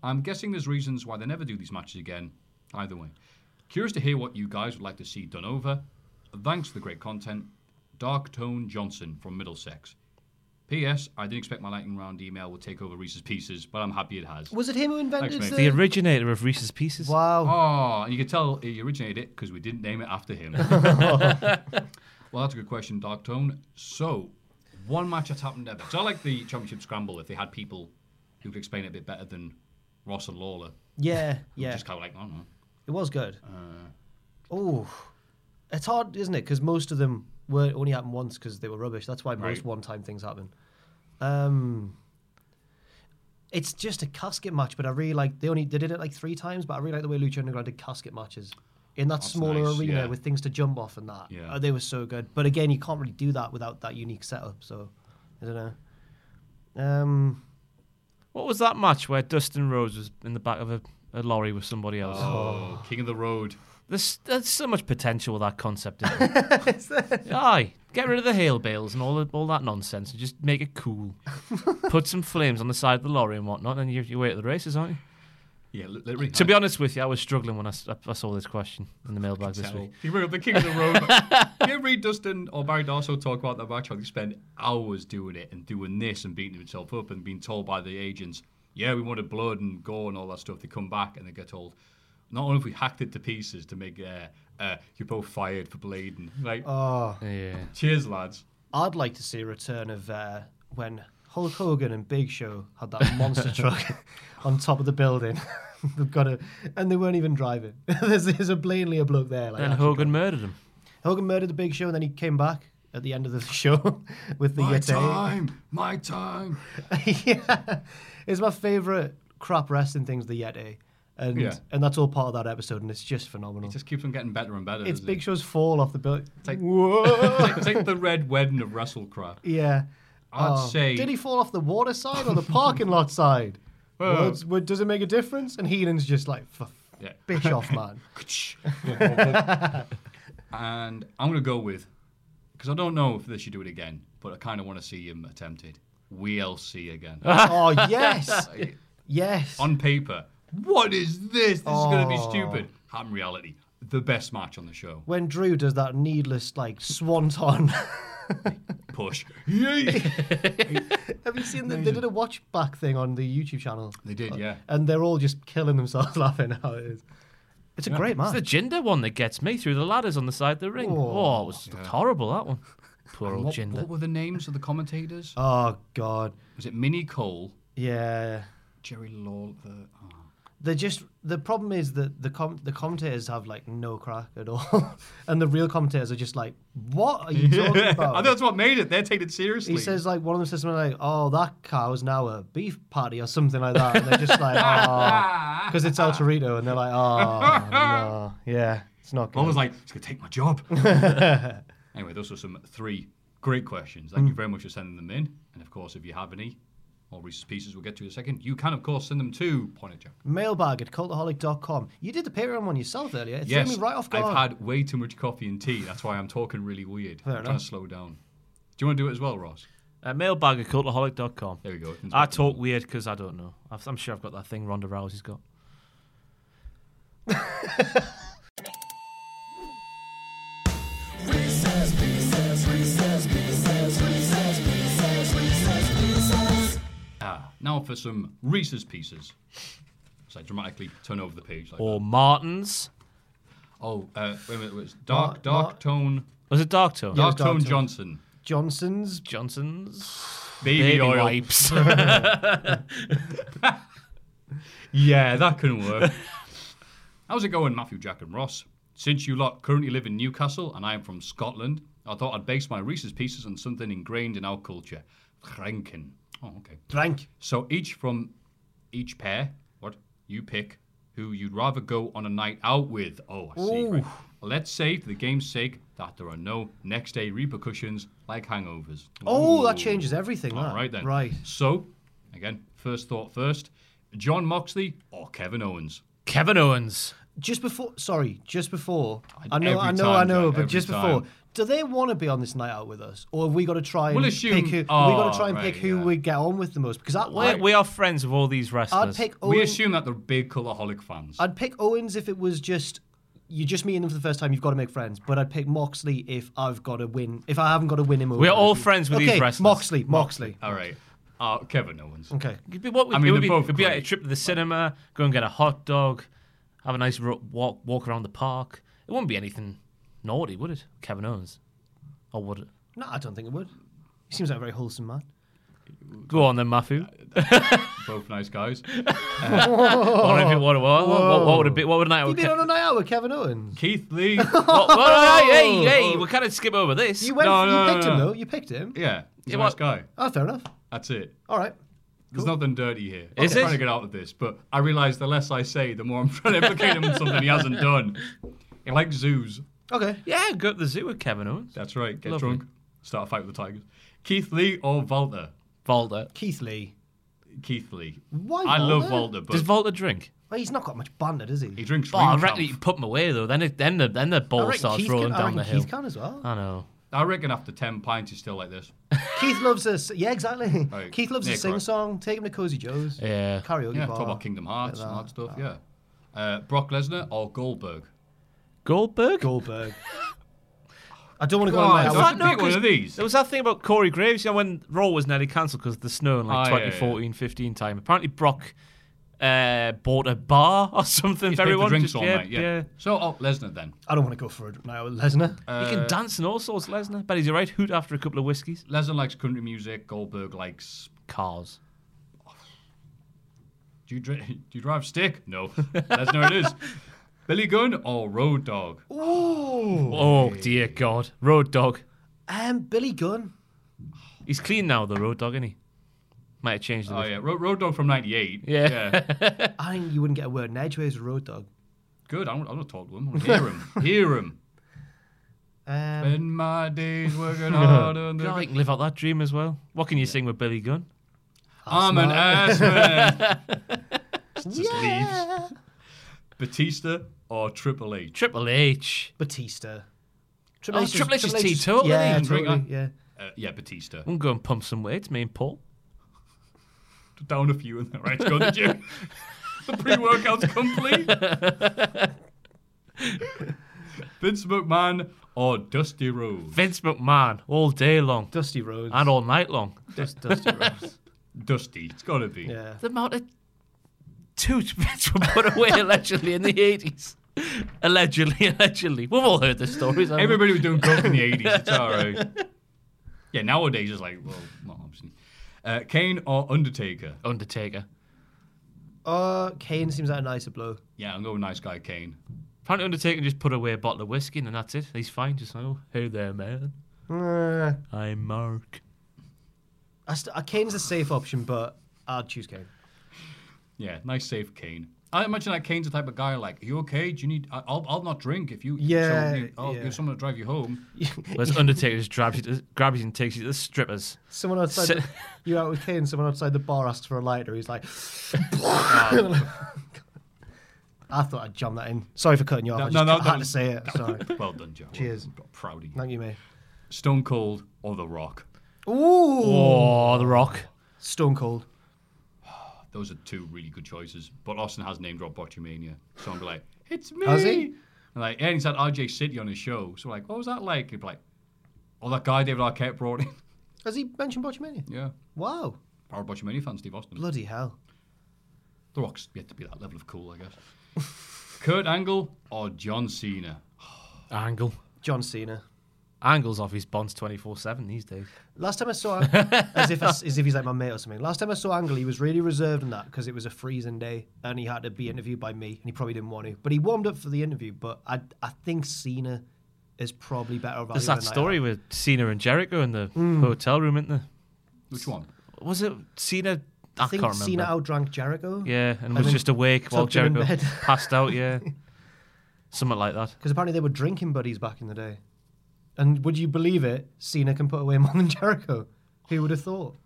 [SPEAKER 2] I'm guessing there's reasons why they never do these matches again, either way. Curious to hear what you guys would like to see done over. Thanks for the great content. Dark Tone Johnson from Middlesex. P.S. I didn't expect my lightning round email would take over Reese's Pieces, but I'm happy it has.
[SPEAKER 4] Was it him who invented
[SPEAKER 2] Thanks, mate.
[SPEAKER 3] The
[SPEAKER 4] the...
[SPEAKER 3] originator of Reese's Pieces.
[SPEAKER 4] Wow.
[SPEAKER 2] Oh, and you can tell he originated it because we didn't name it after him. well, that's a good question, Dark Tone. So, one match that's happened ever. So I like the Championship Scramble if they had people who could explain it a bit better than Ross and Lawler.
[SPEAKER 4] Yeah,
[SPEAKER 2] who
[SPEAKER 4] yeah.
[SPEAKER 2] Just kind of like, I don't know.
[SPEAKER 4] It was good.
[SPEAKER 2] Uh,
[SPEAKER 4] Oh, it's hard, isn't it? Because most of them were only happened once because they were rubbish. That's why most
[SPEAKER 2] Right.
[SPEAKER 4] one-time things happen. Um, it's just a casket match, but I really like they only they did it like three times. But I really like the way Lucha Underground did casket matches in that smaller
[SPEAKER 2] nice,
[SPEAKER 4] arena
[SPEAKER 2] yeah.
[SPEAKER 4] with things to jump off and that.
[SPEAKER 2] Yeah.
[SPEAKER 4] Uh, they were so good. But again, you can't really do that without that unique setup. So I don't know. Um,
[SPEAKER 3] What was that match where Dustin Rhodes was in the back of a, a lorry with somebody else?
[SPEAKER 2] Oh, King of the Road.
[SPEAKER 3] There's, there's so much potential with that concept. Isn't there? Aye, get rid of the hail bales and all the, all that nonsense and just make it cool. Put some flames on the side of the lorry and whatnot, and you you wait at the races, aren't you?
[SPEAKER 2] Yeah, li- literally.
[SPEAKER 3] To be honest with you, I was struggling when I, s- I saw this question in the mailbag this week.
[SPEAKER 2] He bring up the King of the Road. Like, you ever read Dustin or Barry Darso talk about that match? How they spend hours doing it and doing this and beating himself up and being told by the agents, "Yeah, we wanted blood and gore and all that stuff." They come back and they get told, "Not only have we hacked it to pieces to make uh, uh, you're both fired for blading." Like,
[SPEAKER 4] Ah.
[SPEAKER 3] Yeah.
[SPEAKER 2] cheers, lads.
[SPEAKER 4] I'd like to see a return of uh, when Hulk Hogan and Big Show had that monster truck on top of the building. They've got a, and they weren't even driving. there's, there's a plainly a bloke there. Like
[SPEAKER 3] Then
[SPEAKER 4] actually
[SPEAKER 3] Hogan murdered him.
[SPEAKER 4] driving. Hogan murdered the Big Show, and then he came back at the end of the show with the
[SPEAKER 2] My
[SPEAKER 4] Yeti.
[SPEAKER 2] time, my time.
[SPEAKER 4] yeah, it's my favorite crap wrestling things. The Yeti, and
[SPEAKER 2] Yeah.
[SPEAKER 4] and that's all part of that episode, and it's just phenomenal.
[SPEAKER 2] It just keeps on getting better and better.
[SPEAKER 4] it's
[SPEAKER 2] doesn't
[SPEAKER 4] Big
[SPEAKER 2] it?
[SPEAKER 4] Show's fall off the building.
[SPEAKER 2] like-
[SPEAKER 4] Whoa.
[SPEAKER 2] It's like the red wedding of WrestleCraft.
[SPEAKER 4] Yeah.
[SPEAKER 2] I'd say-
[SPEAKER 4] Ah. Did he fall off the water side or the parking lot side?
[SPEAKER 2] Well-
[SPEAKER 4] Well, it's- well, does it make a difference? And Heenan's just like, "F-
[SPEAKER 2] Yeah.
[SPEAKER 4] bitch off, man.
[SPEAKER 2] and I'm going to go with, because I don't know if they should do it again, but I kind of want to see him attempt it. We'll see again.
[SPEAKER 4] oh, yes. yes.
[SPEAKER 2] on paper, what is this? This is going to be
[SPEAKER 4] Oh.
[SPEAKER 2] stupid. Happen reality, the best match on the show.
[SPEAKER 4] when Drew does that needless, like, swanton.
[SPEAKER 2] Push. Yay!
[SPEAKER 4] Have you seen that? They did a watch back thing on the YouTube channel.
[SPEAKER 2] they did, yeah.
[SPEAKER 4] And they're all just killing themselves laughing how it is. It's a great
[SPEAKER 3] It's the
[SPEAKER 4] match.
[SPEAKER 3] Jinder one that gets me through the ladders on the side of the ring. Oh, it was horrible, that one. Poor old
[SPEAKER 2] What,
[SPEAKER 3] Jinder.
[SPEAKER 2] what were the names of the commentators?
[SPEAKER 4] Oh, God.
[SPEAKER 2] Was it Minnie Cole,
[SPEAKER 4] Yeah.
[SPEAKER 2] Jerry Lawler? Oh.
[SPEAKER 4] They're just the problem is that the com- the commentators have like no crack at all, and the real commentators are just like, "What are you talking
[SPEAKER 2] I
[SPEAKER 4] about?"
[SPEAKER 2] think that's what made it. They're taking it seriously.
[SPEAKER 4] He says like one of them says something like, "Oh, that cow is now a beef patty or something like that," and they're just like, "Oh," because it's El Torito, and they're like, "Oh, no, yeah, it's not good."
[SPEAKER 2] One was like, "It's gonna take my job." anyway, those are some three great questions. Thank you very much for sending them in. And of course, if you have any or Reese's Pieces, we'll get to in a second. You can, of course, send them to Ponitcher.
[SPEAKER 4] Mailbag at cultaholic.com. You did the Patreon one yourself earlier. It
[SPEAKER 2] Yes,
[SPEAKER 4] threw me right off guard.
[SPEAKER 2] I've had way too much coffee and tea. That's why I'm talking really weird. I'm trying
[SPEAKER 4] enough.
[SPEAKER 2] to slow down. Do you want to do it as well, Ross?
[SPEAKER 3] Uh, mailbag at cultaholic.com.
[SPEAKER 2] There we go. It's
[SPEAKER 3] I
[SPEAKER 2] back to
[SPEAKER 3] talk
[SPEAKER 2] normal.
[SPEAKER 3] weird because I don't know. I've- I'm sure I've got that thing Ronda Rousey's got.
[SPEAKER 2] Ah, now for some Reese's Pieces. So I dramatically turn over the page. Like
[SPEAKER 3] Or Martin's.
[SPEAKER 2] that. Oh, uh, wait a minute. It was Dark, Dark
[SPEAKER 4] Mar-
[SPEAKER 2] Tone,
[SPEAKER 3] Was it Dark Tone?
[SPEAKER 2] Dark,
[SPEAKER 4] Dark
[SPEAKER 2] Tone,
[SPEAKER 4] Tone.
[SPEAKER 2] Johnson.
[SPEAKER 4] Johnson's.
[SPEAKER 3] Johnson's.
[SPEAKER 2] Baby,
[SPEAKER 3] Baby
[SPEAKER 2] oil.
[SPEAKER 3] wipes.
[SPEAKER 2] Yeah, that can work. How's it going, Matthew, Jack, and Ross? Since you lot currently live in Newcastle and I am from Scotland, I thought I'd base my Reese's Pieces on something ingrained in our culture. Krenken. Oh, okay.
[SPEAKER 4] Drank.
[SPEAKER 2] So each from each pair, what you pick, who you'd rather go on a night out with. Oh, I see. Right. Let's say, for the game's sake, that there are no next day repercussions like hangovers.
[SPEAKER 4] Oh, that
[SPEAKER 2] Ooh.
[SPEAKER 4] changes everything.
[SPEAKER 2] All
[SPEAKER 4] that.
[SPEAKER 2] right then.
[SPEAKER 4] Ah, Right.
[SPEAKER 2] So, again, first thought first: John Moxley or Kevin Owens?
[SPEAKER 3] Kevin Owens.
[SPEAKER 4] Just before, sorry, just before.
[SPEAKER 2] I-
[SPEAKER 4] I know,
[SPEAKER 2] every
[SPEAKER 4] I know, I
[SPEAKER 2] time,
[SPEAKER 4] know,
[SPEAKER 2] Jack,
[SPEAKER 4] but
[SPEAKER 2] every
[SPEAKER 4] just
[SPEAKER 2] time.
[SPEAKER 4] before. Do they want to be on this night out with us, or have we got to try and
[SPEAKER 2] We'll assume-
[SPEAKER 4] pick who? we got
[SPEAKER 2] oh,
[SPEAKER 4] to try and
[SPEAKER 2] right,
[SPEAKER 4] pick who
[SPEAKER 2] yeah.
[SPEAKER 4] we get on with the most because I,
[SPEAKER 3] We, we are friends of all these wrestlers.
[SPEAKER 4] I'd pick
[SPEAKER 2] We
[SPEAKER 4] Owens.
[SPEAKER 2] assume that they're big colorholic fans.
[SPEAKER 4] Oh, I'd pick Owens if it was just you're just meeting them for the first time. You've got to make friends. But I'd pick Moxley if I've got to win. If I haven't got to win him over.
[SPEAKER 3] We're all friends with
[SPEAKER 4] okay,
[SPEAKER 3] these wrestlers.
[SPEAKER 4] Moxley, Moxley.
[SPEAKER 2] All right, uh, Kevin Owens.
[SPEAKER 4] Okay.
[SPEAKER 3] It'd be what we,
[SPEAKER 2] I mean,
[SPEAKER 3] it would
[SPEAKER 2] they're
[SPEAKER 3] be,
[SPEAKER 2] both
[SPEAKER 3] it'd be like a
[SPEAKER 2] great.
[SPEAKER 3] trip to the cinema, go and get a hot dog, have a nice ro- walk walk around the park. It wouldn't be anything naughty, would it? Kevin Owens, or would it?
[SPEAKER 4] No, I don't think it would. He seems like a very wholesome man.
[SPEAKER 3] Go on then, Matthew.
[SPEAKER 2] Both nice guys.
[SPEAKER 3] What, if it- what, what, what, what, what would it be? What would a night?
[SPEAKER 4] You've
[SPEAKER 3] out?
[SPEAKER 4] been on a night out with Kevin Owens.
[SPEAKER 2] Keith Lee.
[SPEAKER 3] what, what, hey, hey, hey, we kind of skip over this.
[SPEAKER 4] You went.
[SPEAKER 2] No, no,
[SPEAKER 4] you
[SPEAKER 2] no,
[SPEAKER 4] picked
[SPEAKER 2] no.
[SPEAKER 4] him though. You picked him.
[SPEAKER 2] yeah, he's
[SPEAKER 3] Yeah,
[SPEAKER 2] a nice
[SPEAKER 3] what-
[SPEAKER 2] guy.
[SPEAKER 4] Oh, fair enough.
[SPEAKER 2] That's it.
[SPEAKER 4] All right.
[SPEAKER 2] There's nothing dirty here.
[SPEAKER 3] Is
[SPEAKER 2] I'm
[SPEAKER 3] it?
[SPEAKER 2] trying to get out of this, but I realise the less I say, the more I'm trying to implicate him in something he hasn't done. He likes zoos.
[SPEAKER 4] Okay.
[SPEAKER 3] yeah, go to the zoo with Kevin Owens.
[SPEAKER 2] That's right. Get
[SPEAKER 3] Lovely.
[SPEAKER 2] drunk. Start a fight with the tigers. Keith Lee or Walter?
[SPEAKER 3] Volta.
[SPEAKER 4] Keith Lee.
[SPEAKER 2] Keith Lee.
[SPEAKER 4] Why?
[SPEAKER 2] I love
[SPEAKER 4] Walter?
[SPEAKER 2] Walter, but
[SPEAKER 3] Does Volta drink?
[SPEAKER 4] Well, he's not got much banter, does he?
[SPEAKER 2] he drinks.
[SPEAKER 3] Oh, I
[SPEAKER 2] Ring
[SPEAKER 3] reckon
[SPEAKER 2] Camp.
[SPEAKER 3] you put him away though. Then it, then the then the
[SPEAKER 4] I
[SPEAKER 3] ball
[SPEAKER 4] reckon
[SPEAKER 3] starts
[SPEAKER 4] Keith
[SPEAKER 3] rolling
[SPEAKER 4] can, I
[SPEAKER 3] down
[SPEAKER 4] reckon
[SPEAKER 3] the hill.
[SPEAKER 4] Keith can as well.
[SPEAKER 3] I know.
[SPEAKER 2] I reckon after 10 pints, he's still like this.
[SPEAKER 4] Keith loves a s- yeah, exactly.
[SPEAKER 2] Right.
[SPEAKER 4] Keith loves
[SPEAKER 2] Yeah,
[SPEAKER 4] a sing
[SPEAKER 2] correct.
[SPEAKER 4] song. Take him to Cozy Joe's.
[SPEAKER 3] Yeah.
[SPEAKER 4] Karaoke
[SPEAKER 2] yeah,
[SPEAKER 4] bar.
[SPEAKER 2] talk about Kingdom Hearts and that stuff, yeah. Uh, Brock Lesnar or Goldberg?
[SPEAKER 3] Goldberg.
[SPEAKER 4] Goldberg. I don't want to go
[SPEAKER 2] God,
[SPEAKER 4] on
[SPEAKER 2] that
[SPEAKER 4] that
[SPEAKER 2] was
[SPEAKER 4] one.
[SPEAKER 2] a big one of these.
[SPEAKER 3] There was that thing about Corey Graves, you know, when Raw was nearly cancelled because of the snow in like
[SPEAKER 2] Oh, yeah, yeah, yeah.
[SPEAKER 3] 2014 15 time. Apparently, Brock uh, bought a bar or something
[SPEAKER 2] He's
[SPEAKER 3] for
[SPEAKER 2] paid for
[SPEAKER 3] everyone.
[SPEAKER 2] drinks
[SPEAKER 3] just-
[SPEAKER 2] all night, yeah. So, oh, Lesnar then.
[SPEAKER 4] I don't want to go for it now, Lesnar.
[SPEAKER 3] yeah. he can dance and all sorts, Lesnar. Uh, But he's all right. Hoot after a couple of whiskies.
[SPEAKER 2] Lesnar likes country music, Goldberg likes.
[SPEAKER 3] Cars.
[SPEAKER 2] Do you, dri- do you drive stick? No. Lesnar it is. Billy Gunn or Road Dog?
[SPEAKER 3] Oh, dear God. Road Dog.
[SPEAKER 4] Um, Billy Gunn.
[SPEAKER 3] He's clean now, the Road Dog, isn't he? Might have changed a
[SPEAKER 2] Oh,
[SPEAKER 3] bit.
[SPEAKER 2] yeah. Ro- Road Dog from 98.
[SPEAKER 3] Yeah.
[SPEAKER 4] I think you wouldn't get a word in edgeways with Road Dog.
[SPEAKER 2] Good. I'm, I'm going to talk to him. I'm going to hear him. hear him.
[SPEAKER 4] Um,
[SPEAKER 2] Spend my days working hard on
[SPEAKER 3] God,
[SPEAKER 2] the.
[SPEAKER 3] he can live out that dream as well. What can you sing with Billy Gunn?
[SPEAKER 2] I'm an ass man. Just leaves. Batista or Triple H?
[SPEAKER 3] Triple H.
[SPEAKER 4] Batista.
[SPEAKER 3] Oh,
[SPEAKER 4] is-
[SPEAKER 3] Triple H is
[SPEAKER 4] H
[SPEAKER 3] teetotal,
[SPEAKER 4] Yeah,
[SPEAKER 3] isn't
[SPEAKER 2] he?
[SPEAKER 4] totally, yeah.
[SPEAKER 2] Uh, yeah, Batista.
[SPEAKER 3] I'm going to pump some weights, me and Paul.
[SPEAKER 2] Down a few and then right to go to the gym. the pre-workout's complete. Vince McMahon or Dusty Rhodes?
[SPEAKER 3] Vince McMahon all day long
[SPEAKER 4] Dusty Rhodes.
[SPEAKER 3] and all night long.
[SPEAKER 4] Dust, Dusty Rhodes.
[SPEAKER 2] Dusty. It's got to be.
[SPEAKER 4] Yeah.
[SPEAKER 3] the amount of toothpicks were put away allegedly in the 80s. Allegedly, allegedly. We've all heard the stories. haven't we?
[SPEAKER 2] Everybody was doing coke in the 80s. It's all right. Yeah, nowadays it's like, well, not obviously. Uh, Kane or Undertaker?
[SPEAKER 3] Undertaker.
[SPEAKER 4] Uh, Kane seems like a nicer blow.
[SPEAKER 2] Yeah, I'm going nice guy Kane.
[SPEAKER 3] Apparently, Undertaker just put away a bottle of whiskey and then that's it. He's fine. Just like, oh, hey there, man.
[SPEAKER 4] Uh,
[SPEAKER 3] I'm Mark.
[SPEAKER 4] I st- uh, Kane's a safe option, but I'd choose Kane.
[SPEAKER 2] Yeah, nice safe Kane. I imagine that Kane's the type of guy like, you okay? Do you need? I- I'll I'll not drink if you.
[SPEAKER 4] Yeah,
[SPEAKER 2] so you- I'll
[SPEAKER 4] yeah.
[SPEAKER 2] give someone to drive you home.
[SPEAKER 3] Whereas Undertaker just grabs you, to, grabs you and takes you to the strippers.
[SPEAKER 4] Someone outside,
[SPEAKER 3] So-
[SPEAKER 4] the, you're out with Kane. Someone outside the bar asks for a lighter. He's like, I thought I'd jump that in. Sorry for cutting you off.
[SPEAKER 2] No,
[SPEAKER 4] I just
[SPEAKER 2] no, no,
[SPEAKER 4] had
[SPEAKER 2] no.
[SPEAKER 4] to say it. Sorry.
[SPEAKER 2] well done, Joe.
[SPEAKER 4] Cheers.
[SPEAKER 2] I'm proud of you.
[SPEAKER 4] Thank you, mate.
[SPEAKER 2] Stone Cold or The Rock.
[SPEAKER 4] Ooh,
[SPEAKER 3] Oh, The Rock.
[SPEAKER 4] Stone Cold.
[SPEAKER 2] Those are two really good choices. But Austin has name dropped Botchamania, so I'm be like, it's me.
[SPEAKER 4] Has he?
[SPEAKER 2] And like, yeah, and he's had RJ City on his show. So like, what was that like? He'd be like, oh, that guy David Arquette brought in.
[SPEAKER 4] Has he mentioned Botchamania?
[SPEAKER 2] yeah,
[SPEAKER 4] Wow,
[SPEAKER 2] proud Botchamania fan, Steve Austin.
[SPEAKER 4] bloody hell!
[SPEAKER 2] The Rock's yet to be that level of cool, I guess. Kurt Angle or John Cena?
[SPEAKER 3] Angle.
[SPEAKER 4] John Cena.
[SPEAKER 3] Angle's off his bonds 24 7 these days.
[SPEAKER 4] Last time I saw, as if as if he's like my mate or something. Last time I saw Angle, he was really reserved on that because it was a freezing day and he had to be interviewed by me, and he probably didn't want to. But he warmed up for the interview. But I I think Cena is probably better.
[SPEAKER 3] There's
[SPEAKER 4] There's
[SPEAKER 3] that story with Cena and Jericho in the hotel room, isn't there?
[SPEAKER 2] Which one?
[SPEAKER 3] Was it Cena? I,
[SPEAKER 4] I think
[SPEAKER 3] can't remember.
[SPEAKER 4] Cena outdrank Jericho.
[SPEAKER 3] yeah, and was
[SPEAKER 4] then
[SPEAKER 3] just awake while
[SPEAKER 4] tucked him in
[SPEAKER 3] Jericho
[SPEAKER 4] bed.
[SPEAKER 3] passed out, yeah. Something like that.
[SPEAKER 4] Because apparently they were drinking buddies back in the day. And would you believe it? Cena can put away more than Jericho. Who would have thought?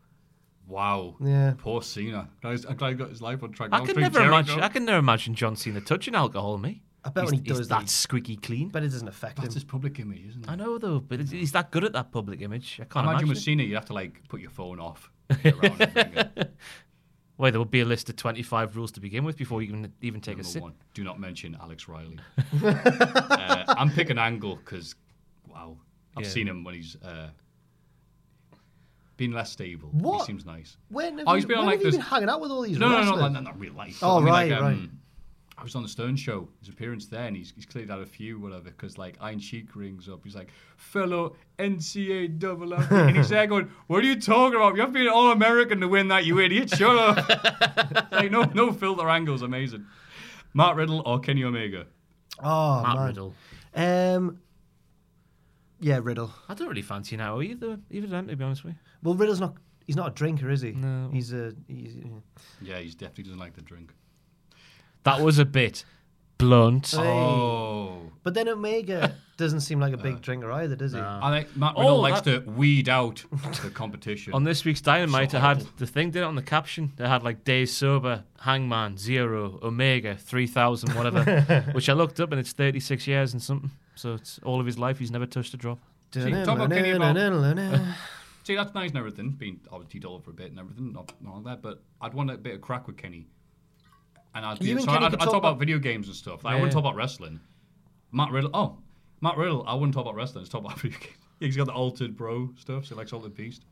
[SPEAKER 2] Wow.
[SPEAKER 4] Yeah.
[SPEAKER 2] Poor Cena. I'm glad he got his life on track.
[SPEAKER 3] I
[SPEAKER 2] Now
[SPEAKER 3] can
[SPEAKER 2] drink
[SPEAKER 3] never imagine.
[SPEAKER 2] Jericho.
[SPEAKER 3] I can never imagine John Cena touching alcohol, me.
[SPEAKER 4] I bet
[SPEAKER 3] he's,
[SPEAKER 4] when he
[SPEAKER 3] he's
[SPEAKER 4] does that,
[SPEAKER 3] that squeaky clean.
[SPEAKER 4] But it doesn't affect
[SPEAKER 2] That's
[SPEAKER 4] him.
[SPEAKER 2] his public image, isn't it?
[SPEAKER 3] I know though, but is- he's that good at that public image. I
[SPEAKER 2] I
[SPEAKER 3] can't
[SPEAKER 2] imagine,
[SPEAKER 3] imagine.
[SPEAKER 2] with
[SPEAKER 3] it.
[SPEAKER 2] Cena, you'd have to like put your phone off. get around everything.
[SPEAKER 3] Wait, there would be a list of twenty-five rules to begin with before you can even take a
[SPEAKER 2] Number
[SPEAKER 3] sip.
[SPEAKER 2] one, do not mention Alex Riley. uh, I'm picking Angle because, wow, I've
[SPEAKER 3] Yeah.
[SPEAKER 2] seen him when he's uh, been less stable. He
[SPEAKER 4] What?
[SPEAKER 2] seems nice.
[SPEAKER 4] When have,
[SPEAKER 2] Oh,
[SPEAKER 4] you,
[SPEAKER 2] he's been on,
[SPEAKER 4] when
[SPEAKER 2] like,
[SPEAKER 4] have you
[SPEAKER 2] this-
[SPEAKER 4] been hanging out with all these
[SPEAKER 2] No, no, no,
[SPEAKER 4] wrestlers?
[SPEAKER 2] not, not, not real life.
[SPEAKER 4] Oh,
[SPEAKER 2] I mean, um,
[SPEAKER 4] right, right.
[SPEAKER 2] I was on the Stern Show, his appearance there, and he's, he's clearly had a few, whatever, because like Iron Sheik rings up. He's like, fellow NCAA. and he's there going, What are you talking about? You have to be an All American to win that, you idiot. Shut up. like, no, no filter angles. Amazing. Matt Riddle or Kenny Omega?
[SPEAKER 4] Oh,
[SPEAKER 3] Matt
[SPEAKER 4] man.
[SPEAKER 3] Riddle.
[SPEAKER 4] Um, yeah, Riddle.
[SPEAKER 3] I don't really fancy now either. Even them, to be honest with you.
[SPEAKER 4] Well, Riddle's not. He's not a drinker, is he? No. He's a. He's, yeah.
[SPEAKER 2] Yeah, he's definitely doesn't like the drink.
[SPEAKER 3] That was a bit blunt.
[SPEAKER 2] Oh.
[SPEAKER 4] But then Omega doesn't seem like a big drinker either, does he?
[SPEAKER 2] I like Matt Riddle
[SPEAKER 3] Oh,
[SPEAKER 2] likes
[SPEAKER 3] that- Oh,
[SPEAKER 2] to weed out the competition.
[SPEAKER 3] On this week's Dynamite,
[SPEAKER 2] So
[SPEAKER 3] I had
[SPEAKER 2] horrible.
[SPEAKER 3] the thing did it on the caption. They had like days sober, Hangman zero, Omega three thousand, whatever. which I looked up and it's thirty-six years and something. So it's all of his life he's never touched a drop.
[SPEAKER 2] See, talk about Kenny
[SPEAKER 4] Dun-dun-dun-dun-dun-dun.
[SPEAKER 2] See, that's nice and everything, being obviously dollar for a bit and everything, not, not like that, but I'd want a bit of crack with Kenny. And I'd,
[SPEAKER 4] You
[SPEAKER 2] be,
[SPEAKER 4] and
[SPEAKER 2] so
[SPEAKER 4] Kenny
[SPEAKER 2] I'd, I'd
[SPEAKER 4] could
[SPEAKER 2] talk,
[SPEAKER 4] talk
[SPEAKER 2] about,
[SPEAKER 4] about-
[SPEAKER 2] video games and stuff. Like, I
[SPEAKER 3] Yeah.
[SPEAKER 2] wouldn't talk about wrestling. Matt Riddle, oh, Matt Riddle, I wouldn't talk about wrestling, I'd talk about video games. He's got the altered bro stuff, so he likes Altered Beast.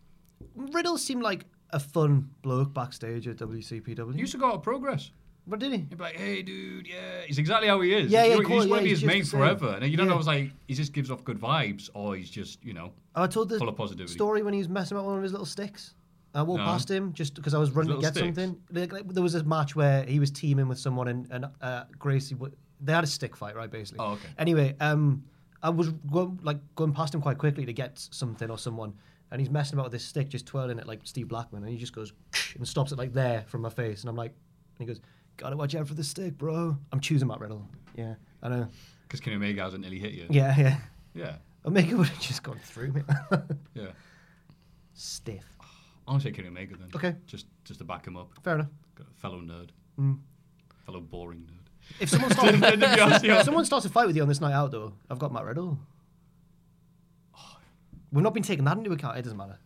[SPEAKER 4] Riddle seemed like a fun bloke backstage at WCPW.
[SPEAKER 2] He used to go out of progress.
[SPEAKER 4] but did he?
[SPEAKER 2] He'd be like, hey, dude, yeah. He's exactly how he is.
[SPEAKER 4] Yeah, yeah,
[SPEAKER 2] You,
[SPEAKER 4] cool,
[SPEAKER 2] you just want
[SPEAKER 4] yeah,
[SPEAKER 2] to be his
[SPEAKER 4] he's just
[SPEAKER 2] mate
[SPEAKER 4] the same.
[SPEAKER 2] forever. And you don't
[SPEAKER 4] Yeah.
[SPEAKER 2] know, it's like, he just gives off good vibes, or he's just, you know,
[SPEAKER 4] I told the
[SPEAKER 2] Full of positivity.
[SPEAKER 4] story when he was messing about one of his little sticks. I walked
[SPEAKER 2] No.
[SPEAKER 4] past him just because I was running to
[SPEAKER 2] little
[SPEAKER 4] get
[SPEAKER 2] sticks?
[SPEAKER 4] something. Like, like, there was this match where he was teaming with someone and, and uh, Gracie. W- they had a stick fight, right? Basically.
[SPEAKER 2] Oh, okay.
[SPEAKER 4] Anyway, um, I was going, like going past him quite quickly to get something or someone, and he's messing about with this stick, just twirling it like Steve Blackman, and he just goes and stops it like there from my face, and I'm like, and he goes, "Gotta watch out for the stick, bro." I'm choosing Matt Riddle. Yeah, I know.
[SPEAKER 2] because Kenny Omega hasn't nearly hit you.
[SPEAKER 4] Yeah, yeah.
[SPEAKER 2] Yeah.
[SPEAKER 4] Omega would have just gone through me.
[SPEAKER 2] Yeah.
[SPEAKER 4] Stiff.
[SPEAKER 2] I'll take Kenny Omega then.
[SPEAKER 4] Okay.
[SPEAKER 2] Just, just to back him up.
[SPEAKER 4] Fair enough.
[SPEAKER 2] Got a fellow nerd. Fellow boring nerd.
[SPEAKER 4] If someone starts,
[SPEAKER 2] Didn't you ask
[SPEAKER 4] if
[SPEAKER 2] you?
[SPEAKER 4] someone starts a fight with you on this night out, though, I've got Matt Riddle. We've not been taking that into account. It doesn't matter.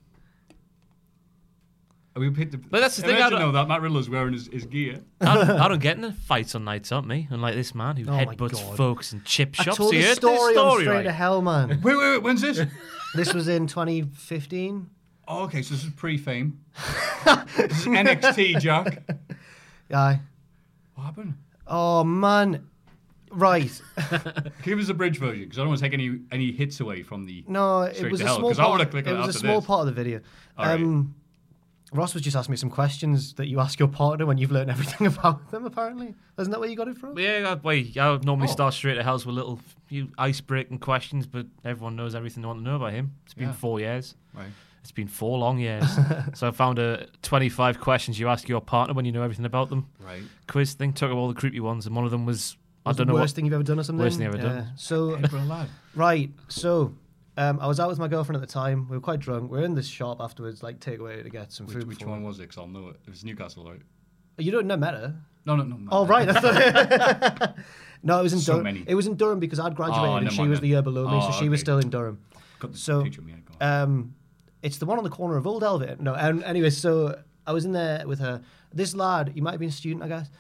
[SPEAKER 2] Are we picked the,
[SPEAKER 3] But that's the thing, I
[SPEAKER 2] Imagine,
[SPEAKER 3] don't-
[SPEAKER 2] know that Matt Riddler's wearing his, his gear.
[SPEAKER 3] I don't, I don't get into fights on nights out, me. Unlike this man who
[SPEAKER 4] Oh my
[SPEAKER 3] headbutts
[SPEAKER 4] God.
[SPEAKER 3] folks and chip
[SPEAKER 4] I
[SPEAKER 3] shops.
[SPEAKER 4] told
[SPEAKER 3] You
[SPEAKER 4] the
[SPEAKER 3] heard
[SPEAKER 4] story,
[SPEAKER 3] this
[SPEAKER 4] on
[SPEAKER 3] story,
[SPEAKER 4] Straight
[SPEAKER 3] right?
[SPEAKER 4] to Hell, man.
[SPEAKER 2] Wait, wait, wait. When's this?
[SPEAKER 4] this was in 2015.
[SPEAKER 2] oh, okay. So this is pre-fame. this is NXT, Jack.
[SPEAKER 4] Aye.
[SPEAKER 2] What happened?
[SPEAKER 4] Oh man. Right.
[SPEAKER 2] Give us the bridge version because I don't want to take any any hits away from the.
[SPEAKER 4] No, it
[SPEAKER 2] Straight
[SPEAKER 4] was
[SPEAKER 2] to
[SPEAKER 4] a
[SPEAKER 2] hell,
[SPEAKER 4] small.
[SPEAKER 2] 'cause I
[SPEAKER 4] Part,
[SPEAKER 2] wanna click
[SPEAKER 4] it
[SPEAKER 2] on it
[SPEAKER 4] was a
[SPEAKER 2] after
[SPEAKER 4] small
[SPEAKER 2] this.
[SPEAKER 4] part of the video.
[SPEAKER 2] All right.
[SPEAKER 4] um, Ross was just asking me some questions that you ask your partner when you've learned everything about them, apparently. Isn't that where you got it from?
[SPEAKER 3] Yeah, that way I would
[SPEAKER 4] Oh.
[SPEAKER 3] normally start straight to house with little few ice-breaking questions, but everyone knows everything they want to know about him. It's been
[SPEAKER 2] Yeah.
[SPEAKER 3] four years.
[SPEAKER 2] Right.
[SPEAKER 3] It's been four long years. so I found a 25 questions you ask your partner when you know everything about them
[SPEAKER 2] Right.
[SPEAKER 3] quiz thing. Took all the creepy ones, and one of them was,
[SPEAKER 4] Was
[SPEAKER 3] I don't
[SPEAKER 4] the
[SPEAKER 3] know
[SPEAKER 4] worst
[SPEAKER 3] what.
[SPEAKER 4] thing you've ever done or something?
[SPEAKER 3] Worst thing I've ever done.
[SPEAKER 4] So,
[SPEAKER 2] April alive.
[SPEAKER 4] right. So, um, I was out with my girlfriend at the time. We were quite drunk. We were in this shop afterwards, like takeaway to get some
[SPEAKER 2] Which,
[SPEAKER 4] food.
[SPEAKER 2] which
[SPEAKER 4] before-
[SPEAKER 2] one was it? Because I'll know it. It was Newcastle, right?
[SPEAKER 4] You don't know Meta.
[SPEAKER 2] No, no, no.
[SPEAKER 4] Oh, right. That's the... no, it was in
[SPEAKER 2] So
[SPEAKER 4] Durham.
[SPEAKER 2] many.
[SPEAKER 4] It was in Durham because I'd graduated
[SPEAKER 2] Oh,
[SPEAKER 4] and
[SPEAKER 2] never
[SPEAKER 4] she
[SPEAKER 2] mind
[SPEAKER 4] was
[SPEAKER 2] then.
[SPEAKER 4] the year below me,
[SPEAKER 2] Oh,
[SPEAKER 4] so she was
[SPEAKER 2] okay.
[SPEAKER 4] still in Durham.
[SPEAKER 2] Got the
[SPEAKER 4] so,
[SPEAKER 2] picture of me. Yeah, go on.
[SPEAKER 4] Um, it's the one on the corner of Old Elvet. No, and anyway, so I was in there with her. This lad, he might have been a student, I guess,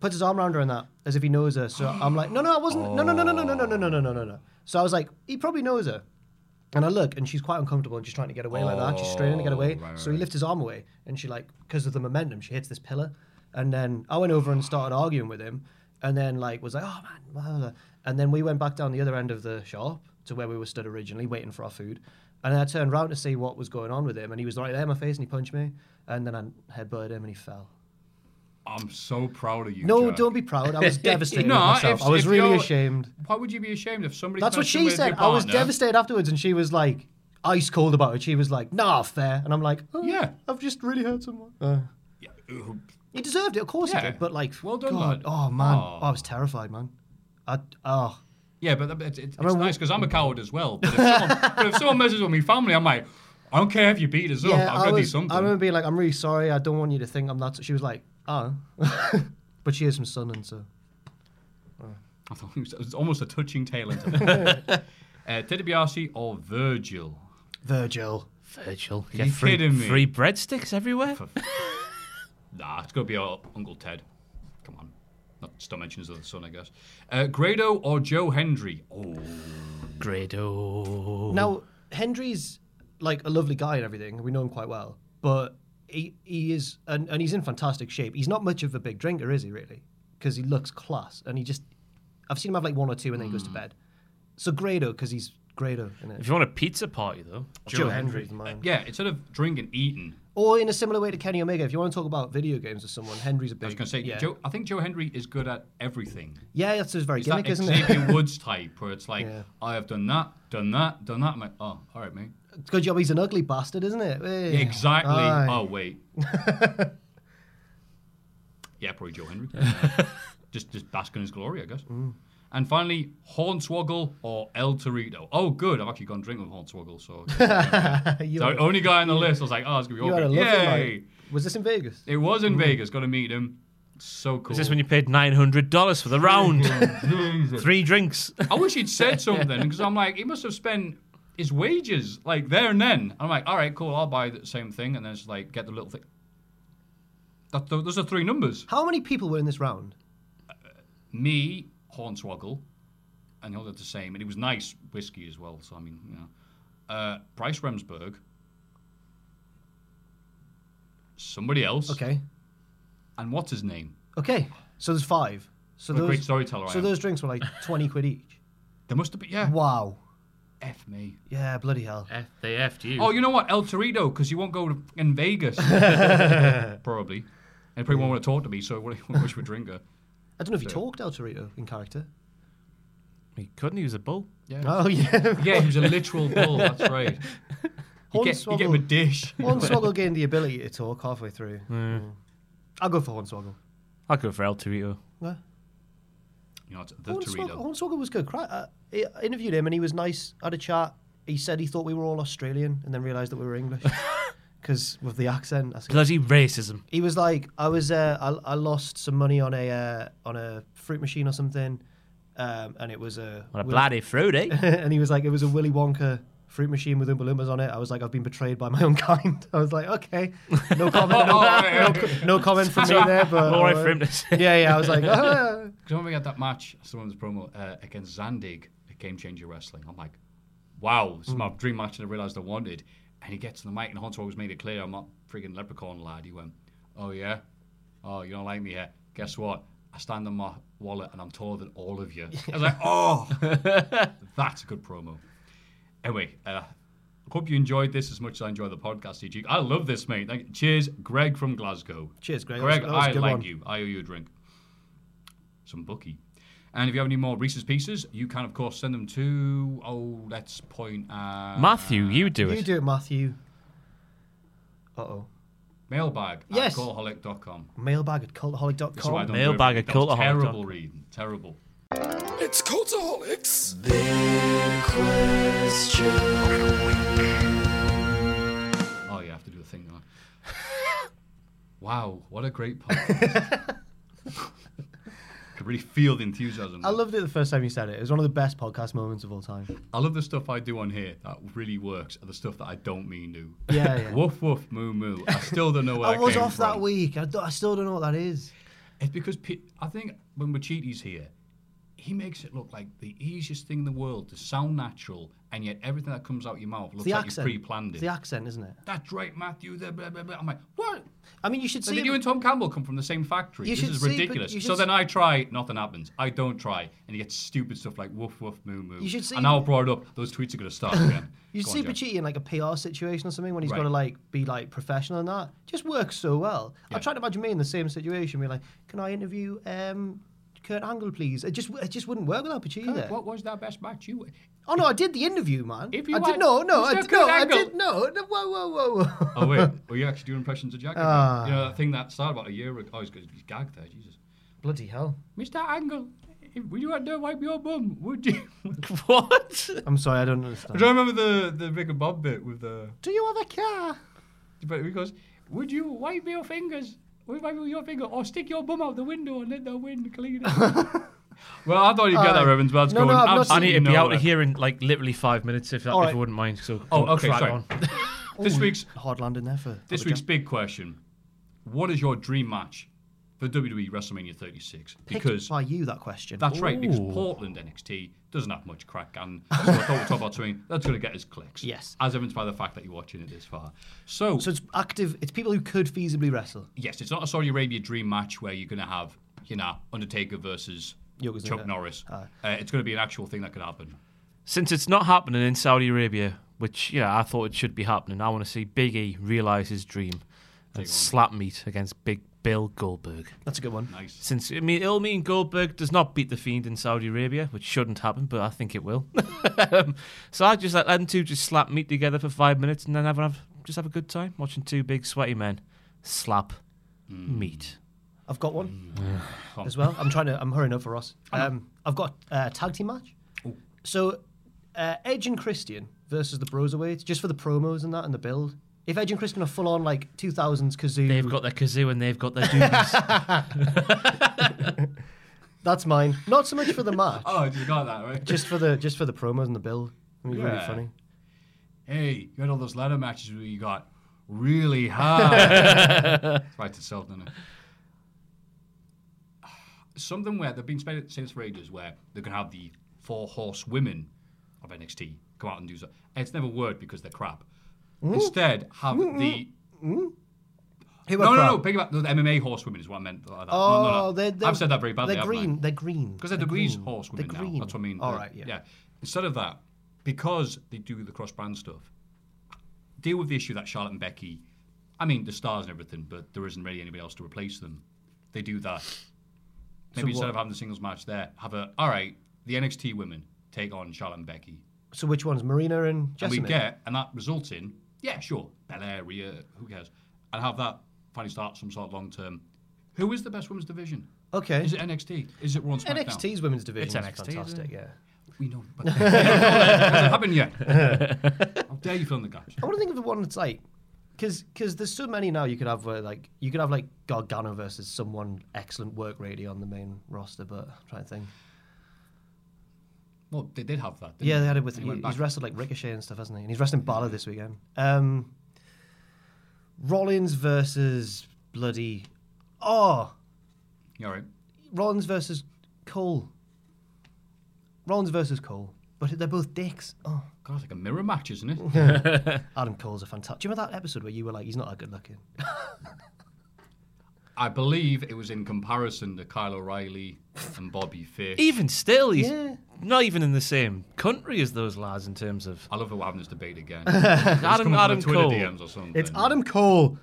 [SPEAKER 4] puts his arm around her and that as if he knows her. So I'm like, no, no, I wasn't. No, no, no, no, no, no, no, no, no, no, no, no, no. So I was like, he probably knows her. And I look, and she's quite uncomfortable, and she's trying to get away like that. She's straining to get away.
[SPEAKER 2] Oh, right,
[SPEAKER 4] so he lifts his arm away, and she like, because of the momentum, she hits this pillar. And then I went over and started arguing with him, and then like was like, oh man, blah, blah, blah." and then we went back down the other end of the shop to where we were stood originally, waiting for our food. And then I turned round to see what was going on with him, and he was right there in my face, and he punched me, and then I headbutted him, and he fell.
[SPEAKER 2] I'm so proud of you.
[SPEAKER 4] No,
[SPEAKER 2] Jack.
[SPEAKER 4] don't be proud. I was devastated
[SPEAKER 2] No,
[SPEAKER 4] with myself.
[SPEAKER 2] if-
[SPEAKER 4] I was
[SPEAKER 2] if
[SPEAKER 4] really
[SPEAKER 2] you're-
[SPEAKER 4] ashamed.
[SPEAKER 2] Why would you be ashamed if somebody?
[SPEAKER 4] That's what
[SPEAKER 2] punched you
[SPEAKER 4] she
[SPEAKER 2] with
[SPEAKER 4] said.
[SPEAKER 2] your
[SPEAKER 4] I was
[SPEAKER 2] partner?
[SPEAKER 4] devastated afterwards, and she was like ice cold about it. She was like, "Nah, fair," and I'm like, oh,
[SPEAKER 2] Yeah.
[SPEAKER 4] I've just really hurt someone."
[SPEAKER 2] Ooh,
[SPEAKER 4] He deserved it, of course he
[SPEAKER 2] Yeah.
[SPEAKER 4] did. But like,
[SPEAKER 2] Well done,
[SPEAKER 4] God,
[SPEAKER 2] lad.
[SPEAKER 4] oh man,
[SPEAKER 2] Aw.
[SPEAKER 4] I was terrified, man. I oh,
[SPEAKER 2] Yeah, but that- it's, it's, it's
[SPEAKER 4] remember-
[SPEAKER 2] nice because I'm a coward as well. But if, someone, but if someone messes with my family, I'm like, I don't care if you beat us up.
[SPEAKER 4] yeah.
[SPEAKER 2] I've
[SPEAKER 4] I
[SPEAKER 2] got to do
[SPEAKER 4] was. I
[SPEAKER 2] something.
[SPEAKER 4] remember being like, "I'm really sorry. I don't want you to think I'm that." She was like, "Oh," but she is from Sunderland, so
[SPEAKER 2] I thought it was, it was almost a touching tale. into it. uh, Ted DiBiase or Virgil?
[SPEAKER 4] Virgil.
[SPEAKER 3] Virgil.
[SPEAKER 2] you
[SPEAKER 3] Get free,
[SPEAKER 2] kidding me?
[SPEAKER 3] free breadsticks everywhere.
[SPEAKER 2] Nah, it's got to be our Uncle Ted. Come on. Not stop mentions of the son, I guess. Uh, Grado or Joe Hendry? Oh,
[SPEAKER 3] Grado.
[SPEAKER 4] Now Hendry's like a lovely guy and everything. We know him quite well, but he he is and, and he's in fantastic shape. He's not much of a big drinker, is he? Really, because he looks class and he just. I've seen him have like one or two and then he
[SPEAKER 2] Hmm.
[SPEAKER 4] goes to bed. So Grado, because he's Grado in it.
[SPEAKER 3] If you want a pizza party, though,
[SPEAKER 4] Joe Hendry's the man.
[SPEAKER 2] yeah. Instead of drinking, eating.
[SPEAKER 4] Or in a similar way to Kenny Omega, if you want to talk about video games with someone, Hendry's a big.
[SPEAKER 2] I was going to say,
[SPEAKER 4] yeah.
[SPEAKER 2] Joe, I think Joe Hendry is good at everything.
[SPEAKER 4] Yeah, that's his very
[SPEAKER 2] It's
[SPEAKER 4] gimmick,
[SPEAKER 2] that
[SPEAKER 4] isn't it?
[SPEAKER 2] Xavier Woods type where it's like,
[SPEAKER 4] Yeah.
[SPEAKER 2] I have done that, done that, done that. I'm like, oh, all right, mate.
[SPEAKER 4] Good job, he's an ugly bastard, isn't it? Eh.
[SPEAKER 2] Exactly.
[SPEAKER 4] Aye.
[SPEAKER 2] Oh wait. yeah, probably Joe Henry. just just bask in his glory, I guess.
[SPEAKER 4] Mm.
[SPEAKER 2] And finally, Hornswoggle or El Torito. Oh, good. I've actually gone drinking with Hornswoggle, so
[SPEAKER 4] you,
[SPEAKER 2] the only guy on the list. I was like, oh, it's gonna be
[SPEAKER 4] you had a
[SPEAKER 2] awkward.
[SPEAKER 4] lovely
[SPEAKER 2] Yay!
[SPEAKER 4] night. Mm. Was this in Vegas?
[SPEAKER 2] It was in Vegas. Got to meet him. So cool.
[SPEAKER 3] is this when you paid nine hundred dollars for the round? Three drinks.
[SPEAKER 2] I wish he'd said something because I'm like, he must have spent his wages like there and then. I'm like, all right, cool. I'll buy the same thing, and then it's like get the little thing. That, those are three numbers.
[SPEAKER 4] How many people were in this round?
[SPEAKER 2] me, Hornswoggle, and the other the same, and it was nice whiskey as well. So I mean, you know, uh, Bryce Remsburg, somebody else,
[SPEAKER 4] Okay.
[SPEAKER 2] and what's his name?
[SPEAKER 4] Okay, so there's five. So
[SPEAKER 2] What a
[SPEAKER 4] those,
[SPEAKER 2] great storyteller I
[SPEAKER 4] So
[SPEAKER 2] am.
[SPEAKER 4] those drinks were like twenty quid each.
[SPEAKER 2] There must have been yeah.
[SPEAKER 4] Wow.
[SPEAKER 2] F me.
[SPEAKER 4] Yeah, bloody hell.
[SPEAKER 3] F- they effed you.
[SPEAKER 2] Oh, you know what? El Torito, because you won't go to in Vegas, probably, and he probably won't want to talk to me. So what? Wish we drinker.
[SPEAKER 4] I don't know if you talked El Torito in character.
[SPEAKER 3] he couldn't use a bull.
[SPEAKER 4] Oh yeah.
[SPEAKER 2] Yeah, he was a literal bull. That's right. You get, you get him a
[SPEAKER 4] Hornswoggle.
[SPEAKER 2] dish.
[SPEAKER 4] Hornswoggle gained the ability to talk halfway through. Mm. I'll go for Hornswoggle.
[SPEAKER 3] I'll go for El Torito.
[SPEAKER 4] Yeah.
[SPEAKER 2] You know, it's the
[SPEAKER 4] Hornswoggle,
[SPEAKER 2] Torito.
[SPEAKER 4] Hornswoggle was good. Cra- uh, I I interviewed him and he was nice. Had a chat. He said he thought we were all Australian and then realised that we were English because with the accent. I
[SPEAKER 3] Bloody racism.
[SPEAKER 4] He was like, I was, uh, I, I lost some money on a uh, on a fruit machine or something, um, and it was a,
[SPEAKER 3] What a bloody fruit, eh?
[SPEAKER 4] and he was like, it was a Willy Wonka fruit machine with Oompa Loompas on it. I was like, I've been betrayed by my own kind. I was like, okay, no comment,
[SPEAKER 2] Oh,
[SPEAKER 4] no,
[SPEAKER 2] right, right, right.
[SPEAKER 4] no comment from me there, but
[SPEAKER 3] All right for him to say.
[SPEAKER 4] yeah, yeah. I was like, ah.
[SPEAKER 2] Because when we had that match, someone's promo uh, against Zandig at Game Changer Wrestling, I'm like, wow, this is my dream match and I realised I wanted. And he gets on the mic and Hornswoggle's made it clear I'm not friggin' leprechaun lad. He went, oh yeah? Oh, you don't like me here? Guess what? I stand on my wallet and I'm taller than all of you. I was like, oh, that's a good promo. Anyway, uh, Hope you enjoyed this as much as I enjoy the podcast, EG. I love this, mate. Thank- Cheers, Greg from Glasgow.
[SPEAKER 4] Cheers, Greg. That was-
[SPEAKER 2] Greg,
[SPEAKER 4] that was a
[SPEAKER 2] I
[SPEAKER 4] good
[SPEAKER 2] like
[SPEAKER 4] one.
[SPEAKER 2] you. I owe you a drink. Some bookie. And if you have any more Reese's Pieces, you can, of course, send them to, oh, let's point uh, at
[SPEAKER 3] Matthew, you do
[SPEAKER 4] You
[SPEAKER 3] it.
[SPEAKER 4] do it, Matthew. Uh oh.
[SPEAKER 2] mailbag
[SPEAKER 4] Yes.
[SPEAKER 2] at alcoholic.com.
[SPEAKER 4] Mailbag at
[SPEAKER 2] That's why I
[SPEAKER 4] cultaholic.com.
[SPEAKER 2] don't do
[SPEAKER 3] Mailbag
[SPEAKER 2] it.
[SPEAKER 3] at
[SPEAKER 2] That was
[SPEAKER 3] cultaholic.com.
[SPEAKER 2] Terrible reading. Terrible.
[SPEAKER 7] It's Cultaholics.
[SPEAKER 2] Oh, you have to do a thing. don't I? wow, what a great podcast. I really feel the enthusiasm.
[SPEAKER 4] I loved it the first time you said it. It was one of the best podcast moments of all time.
[SPEAKER 2] I love the stuff I do on here that really works, and the stuff that I don't mean to.
[SPEAKER 4] Yeah, yeah.
[SPEAKER 2] Woof woof moo moo. I still don't know where
[SPEAKER 4] I
[SPEAKER 2] that
[SPEAKER 4] was
[SPEAKER 2] came
[SPEAKER 4] off
[SPEAKER 2] from.
[SPEAKER 4] that week. I, don't- I still don't know what that is.
[SPEAKER 2] It's because pe- I think when Machiti's here, he makes it look like the easiest thing in the world to sound natural, and yet everything that comes out your mouth looks
[SPEAKER 4] It's the
[SPEAKER 2] like
[SPEAKER 4] accent.
[SPEAKER 2] you pre-planned
[SPEAKER 4] It's
[SPEAKER 2] it.
[SPEAKER 4] the accent, isn't it?
[SPEAKER 2] That's right, Matthew. Blah, blah, blah, blah. I'm like, what?
[SPEAKER 4] I mean, you should
[SPEAKER 2] So
[SPEAKER 4] see.
[SPEAKER 2] did you and Tom Campbell come from the same factory?
[SPEAKER 4] You
[SPEAKER 2] this
[SPEAKER 4] should
[SPEAKER 2] is
[SPEAKER 4] see, but
[SPEAKER 2] ridiculous.
[SPEAKER 4] you should
[SPEAKER 2] so then
[SPEAKER 4] s-
[SPEAKER 2] I try, nothing happens. I don't try, and you get stupid stuff like woof woof moo moo.
[SPEAKER 4] You should see-
[SPEAKER 2] And now I brought it up. Those tweets are going to start again.
[SPEAKER 4] You
[SPEAKER 2] Go on,
[SPEAKER 4] see
[SPEAKER 2] Jack.
[SPEAKER 4] Pacitti in like a PR situation or something when he's
[SPEAKER 2] Right.
[SPEAKER 4] got to like be like professional and that just works so well. I tried to imagine me in the same situation, be like, can I interview um, Kurt Angle, please? It just it just wouldn't work without Pacitti there.
[SPEAKER 2] What was that best match you?
[SPEAKER 4] Oh no, I did the interview, man.
[SPEAKER 2] If you
[SPEAKER 4] I
[SPEAKER 2] had-
[SPEAKER 4] did no,
[SPEAKER 2] Mr.
[SPEAKER 4] no, I did,
[SPEAKER 2] Kurt
[SPEAKER 4] no, I
[SPEAKER 2] Angle.
[SPEAKER 4] did no. no, Whoa, whoa, whoa, whoa.
[SPEAKER 2] Oh wait, were you actually doing impressions of Jack? again? you know that thing that started about a year ago. Oh, he's, he's gagged there. Jesus,
[SPEAKER 4] Bloody hell!
[SPEAKER 2] Mr. Angle, if- would you want to wipe your bum? Would you?
[SPEAKER 3] What?
[SPEAKER 4] I'm sorry, I don't
[SPEAKER 2] I
[SPEAKER 4] understand.
[SPEAKER 2] don't remember the the Rick and Bob bit with the.
[SPEAKER 4] Do you have a car?
[SPEAKER 2] But because would you wipe your fingers? Would you wipe your finger or stick your bum out the window and let the wind clean it? well, I thought you'd get
[SPEAKER 4] Alright.
[SPEAKER 2] that reference, but that's
[SPEAKER 4] No, no,
[SPEAKER 2] going
[SPEAKER 4] I've not
[SPEAKER 3] I
[SPEAKER 2] absolutely
[SPEAKER 3] need to be out
[SPEAKER 2] nowhere.
[SPEAKER 3] of here in like literally five minutes if, that,
[SPEAKER 4] All
[SPEAKER 3] if
[SPEAKER 4] right.
[SPEAKER 3] you wouldn't mind. So
[SPEAKER 2] Oh, okay,
[SPEAKER 3] crack
[SPEAKER 2] sorry.
[SPEAKER 3] on.
[SPEAKER 2] This week's
[SPEAKER 4] Hard landing there for
[SPEAKER 2] this
[SPEAKER 4] for
[SPEAKER 2] week's
[SPEAKER 4] Jack.
[SPEAKER 2] big question: What is your dream match for WWE WrestleMania 36?
[SPEAKER 4] Picked
[SPEAKER 2] Because
[SPEAKER 4] by you that question.
[SPEAKER 2] that's right, because Portland NXT doesn't have much crack, and so I thought we'd talk about something that's going to get us clicks.
[SPEAKER 4] Yes.
[SPEAKER 2] as evidenced by the fact that you're watching it this far. So,
[SPEAKER 4] so it's active. It's people who could feasibly wrestle.
[SPEAKER 2] yes, it's not a Saudi Arabia dream match where you're going to have, you know, Undertaker versus
[SPEAKER 4] Yokozuna.
[SPEAKER 2] Chuck Norris. Uh, it's going to be an actual thing that could happen.
[SPEAKER 3] Since it's not happening in Saudi Arabia, which you know I thought it should be happening, I want to see Big E realize his dream and slap meat against Big Bill Goldberg.
[SPEAKER 4] That's a good one.
[SPEAKER 2] Nice.
[SPEAKER 3] Since I mean, it'll mean Goldberg does not beat the Fiend in Saudi Arabia, which shouldn't happen, but I think it will. um, so I just let them two just slap meat together for five minutes and then have, have just have a good time watching two big sweaty men slap meat.
[SPEAKER 4] I've got one
[SPEAKER 2] Mm.
[SPEAKER 4] as well. I'm trying to. I'm hurrying up for Ross. Um, I've got uh, tag team match. So uh, Edge and Christian versus the Broserweights, just for the promos and that and the build. If Edge and Christian are full on like 2000s kazoo,
[SPEAKER 3] They've got their kazoo and they've got their doobies.
[SPEAKER 4] that's mine. Not so much for the match,
[SPEAKER 2] Oh, you got that right.
[SPEAKER 4] just for the just for the promos and the build. It'd be really
[SPEAKER 2] Yeah.
[SPEAKER 4] funny.
[SPEAKER 2] hey, you had all those ladder matches where you got really hard. it's right itself, doesn't it? Something where they've been saying this for ages, where they can have the four horsewomen of NXT come out and do so. It's never worked because they're crap. Instead, have the
[SPEAKER 4] Mm-hmm. Who
[SPEAKER 2] no,
[SPEAKER 4] are
[SPEAKER 2] no, no,
[SPEAKER 4] crap?
[SPEAKER 2] pick up the MMA horsewomen is what I meant. Like that. no,
[SPEAKER 4] Oh,
[SPEAKER 2] no, no.
[SPEAKER 4] They're, they're,
[SPEAKER 2] I've said that very badly.
[SPEAKER 4] They're
[SPEAKER 2] haven't I?
[SPEAKER 4] green. They're green.
[SPEAKER 2] Because they're
[SPEAKER 4] the
[SPEAKER 2] degrees
[SPEAKER 4] green.
[SPEAKER 2] horse
[SPEAKER 4] They're
[SPEAKER 2] women now.
[SPEAKER 4] green.
[SPEAKER 2] That's what I mean.
[SPEAKER 4] All
[SPEAKER 2] They're-
[SPEAKER 4] right. Yeah.
[SPEAKER 2] Instead of that, because they do the cross brand stuff, deal with the issue that Charlotte and Becky, I mean, the stars and everything, but there isn't really anybody else to replace them. They do that. Maybe instead
[SPEAKER 4] what-
[SPEAKER 2] of having the singles match there, have a, all right, the NXT women take on Charlotte and Becky.
[SPEAKER 4] So which one's Marina and
[SPEAKER 2] And we
[SPEAKER 4] Jessamine?
[SPEAKER 2] get, and that results in, yeah, sure, Belair, Rhea, who cares? And have that finally start some sort of long term. Who is the best women's division?
[SPEAKER 4] okay.
[SPEAKER 2] Is it NXT? Is it Raw and SmackDown?
[SPEAKER 4] NXT's women's division
[SPEAKER 3] It's
[SPEAKER 4] is
[SPEAKER 3] NXT, isn't
[SPEAKER 4] fantastic.
[SPEAKER 3] it?
[SPEAKER 4] Yeah.
[SPEAKER 2] We know, but it hasn't happened yet. How dare you fill in the gaps?
[SPEAKER 4] I want to think of the one that's like, because there's so many now you could have where like you could have like Gargano versus someone excellent work ready on the main roster, but I'm trying to think.
[SPEAKER 2] Well, they did have that. didn't
[SPEAKER 4] Yeah, they had it with
[SPEAKER 2] And he went
[SPEAKER 4] he's
[SPEAKER 2] back.
[SPEAKER 4] wrestled like Ricochet and stuff, hasn't he? And he's wrestling Balor this weekend. Um, Rollins versus bloody oh
[SPEAKER 2] Yeah, all right.
[SPEAKER 4] Rollins versus Cole. Rollins versus Cole, but they're both dicks. Oh,
[SPEAKER 2] God, it's like a mirror match, isn't it?
[SPEAKER 4] Adam Cole's a fantastic. Do you remember that episode where you were like, he's not that good looking?
[SPEAKER 2] I- I believe it was in comparison to Kyle O'Reilly and Bobby Fish.
[SPEAKER 3] Even still, he's
[SPEAKER 4] Yeah.
[SPEAKER 3] not even in the same country as those lads in terms of
[SPEAKER 2] I love that we're having this debate again. Adam,
[SPEAKER 3] Adam, Adam
[SPEAKER 2] Twitter
[SPEAKER 3] Cole.
[SPEAKER 2] DMs or something.
[SPEAKER 4] It's Adam Cole.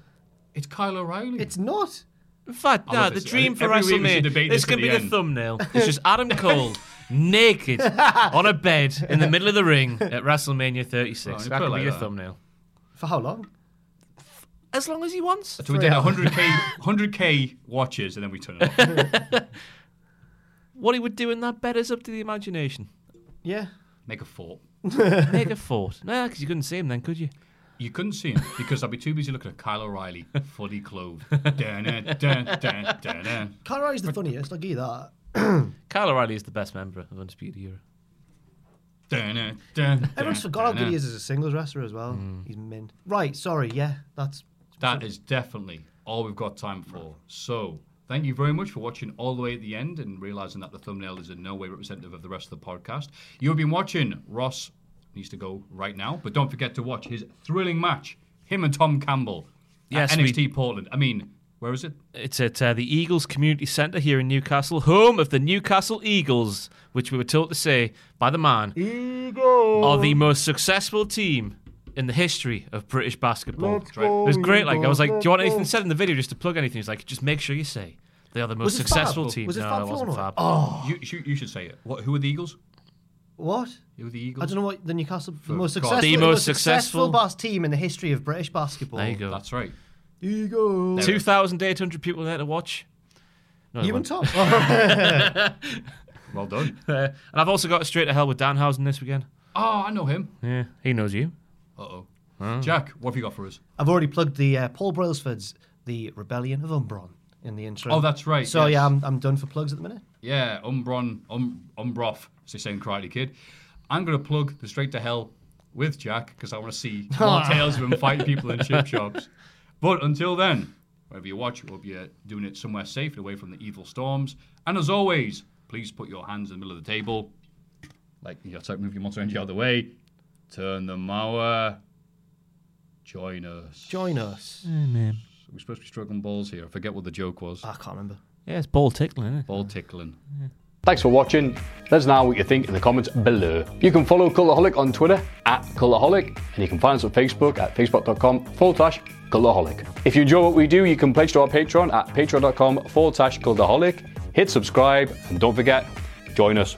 [SPEAKER 2] It's Kyle O'Reilly.
[SPEAKER 4] It's not.
[SPEAKER 3] In fact,
[SPEAKER 2] I
[SPEAKER 3] no,
[SPEAKER 2] love
[SPEAKER 3] the
[SPEAKER 2] this.
[SPEAKER 3] dream for
[SPEAKER 2] Every week we should
[SPEAKER 3] WrestleMania.
[SPEAKER 2] debate
[SPEAKER 3] This
[SPEAKER 2] this
[SPEAKER 3] could
[SPEAKER 2] at
[SPEAKER 3] be
[SPEAKER 2] the
[SPEAKER 3] the
[SPEAKER 2] end.
[SPEAKER 3] thumbnail. It's just Adam Cole naked on a bed in the middle of the ring at WrestleMania 36.
[SPEAKER 2] Oh, you
[SPEAKER 3] that
[SPEAKER 2] put
[SPEAKER 3] could
[SPEAKER 2] it
[SPEAKER 3] be
[SPEAKER 2] like
[SPEAKER 3] your
[SPEAKER 2] that.
[SPEAKER 3] thumbnail.
[SPEAKER 4] For how long?
[SPEAKER 3] As long as he wants.
[SPEAKER 2] so we did 100k, 100k watches and then we turn it off.
[SPEAKER 3] What he would do in that bed is up to the imagination.
[SPEAKER 4] Yeah.
[SPEAKER 2] Make a fort.
[SPEAKER 3] Make a fort. Nah, because you couldn't see him then, could you?
[SPEAKER 2] You couldn't see him because I'd be too busy looking at Kyle O'Reilly fully clothed. dun, dun, dun, dun, dun, dun.
[SPEAKER 4] Kyle O'Reilly's the funniest. I'll give you that.
[SPEAKER 3] Kyle O'Reilly is the best member of Undisputed Era.
[SPEAKER 2] Dun, dun, dun,
[SPEAKER 4] Everyone's
[SPEAKER 2] dun,
[SPEAKER 4] forgot how
[SPEAKER 2] dun.
[SPEAKER 4] good he is as a singles wrestler as well. He's mint. Right. Sorry. Yeah. That's
[SPEAKER 2] That is definitely all we've got time for. So, thank you very much for watching all the way at the end and realizing that the thumbnail is in no way representative of the rest of the podcast. You've been watching Ross needs to go right now, but don't forget to watch his thrilling match, him and Tom Campbell
[SPEAKER 3] Yes,
[SPEAKER 2] at
[SPEAKER 3] we-
[SPEAKER 2] NXT Portland. I mean, where is it?
[SPEAKER 3] It's at uh, the Eagles Community Centre here in Newcastle, home of the Newcastle Eagles, which we were told to say by the man are the most successful team in the history of British basketball.
[SPEAKER 2] right.
[SPEAKER 3] It was great. Like I was like, do you want anything said in the video just to plug anything? He's like, just make sure you say they are the most
[SPEAKER 4] Was it Fab?
[SPEAKER 3] successful team.
[SPEAKER 4] Was it
[SPEAKER 3] no,
[SPEAKER 4] Fab Oh,
[SPEAKER 3] it wasn't
[SPEAKER 4] Flornoy?
[SPEAKER 3] Fab.
[SPEAKER 2] You, you, you should say it. What, who are the Eagles?
[SPEAKER 4] what.
[SPEAKER 2] Who are the
[SPEAKER 4] I
[SPEAKER 2] Eagles?
[SPEAKER 4] don't know what the Newcastle the most
[SPEAKER 2] God.
[SPEAKER 4] successful
[SPEAKER 3] The
[SPEAKER 4] the
[SPEAKER 3] most
[SPEAKER 4] most successful
[SPEAKER 3] successful-
[SPEAKER 4] bas- team in the history of British basketball.
[SPEAKER 3] There you go.
[SPEAKER 2] That's right.
[SPEAKER 4] Eagles.
[SPEAKER 3] Two thousand eight hundred people there to watch. No, they
[SPEAKER 4] You and
[SPEAKER 3] weren't.
[SPEAKER 4] Tom.
[SPEAKER 2] Well done.
[SPEAKER 3] Uh, and I've also got a straight to hell with Danhausen this weekend.
[SPEAKER 2] oh, I know him.
[SPEAKER 3] Yeah, he knows you.
[SPEAKER 2] Uh oh. Jack, what have you got for us?
[SPEAKER 4] I've already plugged the uh, Paul Brailsford's The Rebellion of Umbron in the intro.
[SPEAKER 2] Oh, that's right,
[SPEAKER 4] So
[SPEAKER 2] yes.
[SPEAKER 4] yeah, I'm, I'm done for plugs at the minute.
[SPEAKER 2] Yeah, Umbron, um, Umbroff, as they say in Karate Kid. I'm going to plug the Straight to Hell with Jack because I want to see more tales of him fighting people in chip shops. But until then, wherever you watch, we hope you're doing it somewhere safe and away from the evil storms. And as always, please put your hands in the middle of the table. Like, you know, type move your monster energy out of the way. Turn the mower. Join us.
[SPEAKER 4] Join us.
[SPEAKER 2] We're supposed to be struggling balls here. I forget what the joke was.
[SPEAKER 4] I can't remember.
[SPEAKER 3] Yeah, it's ball tickling. Isn't it?
[SPEAKER 2] Ball tickling.
[SPEAKER 8] Thanks for watching. Let us know what you think in the comments below. You can follow Colourholic on Twitter at Colourholic, and you can find us on Facebook at facebook.com forward slash Colourholic. If you enjoy what we do, you can pledge to our Patreon at patreon.com forward slash Colourholic. Hit subscribe, and don't forget, join us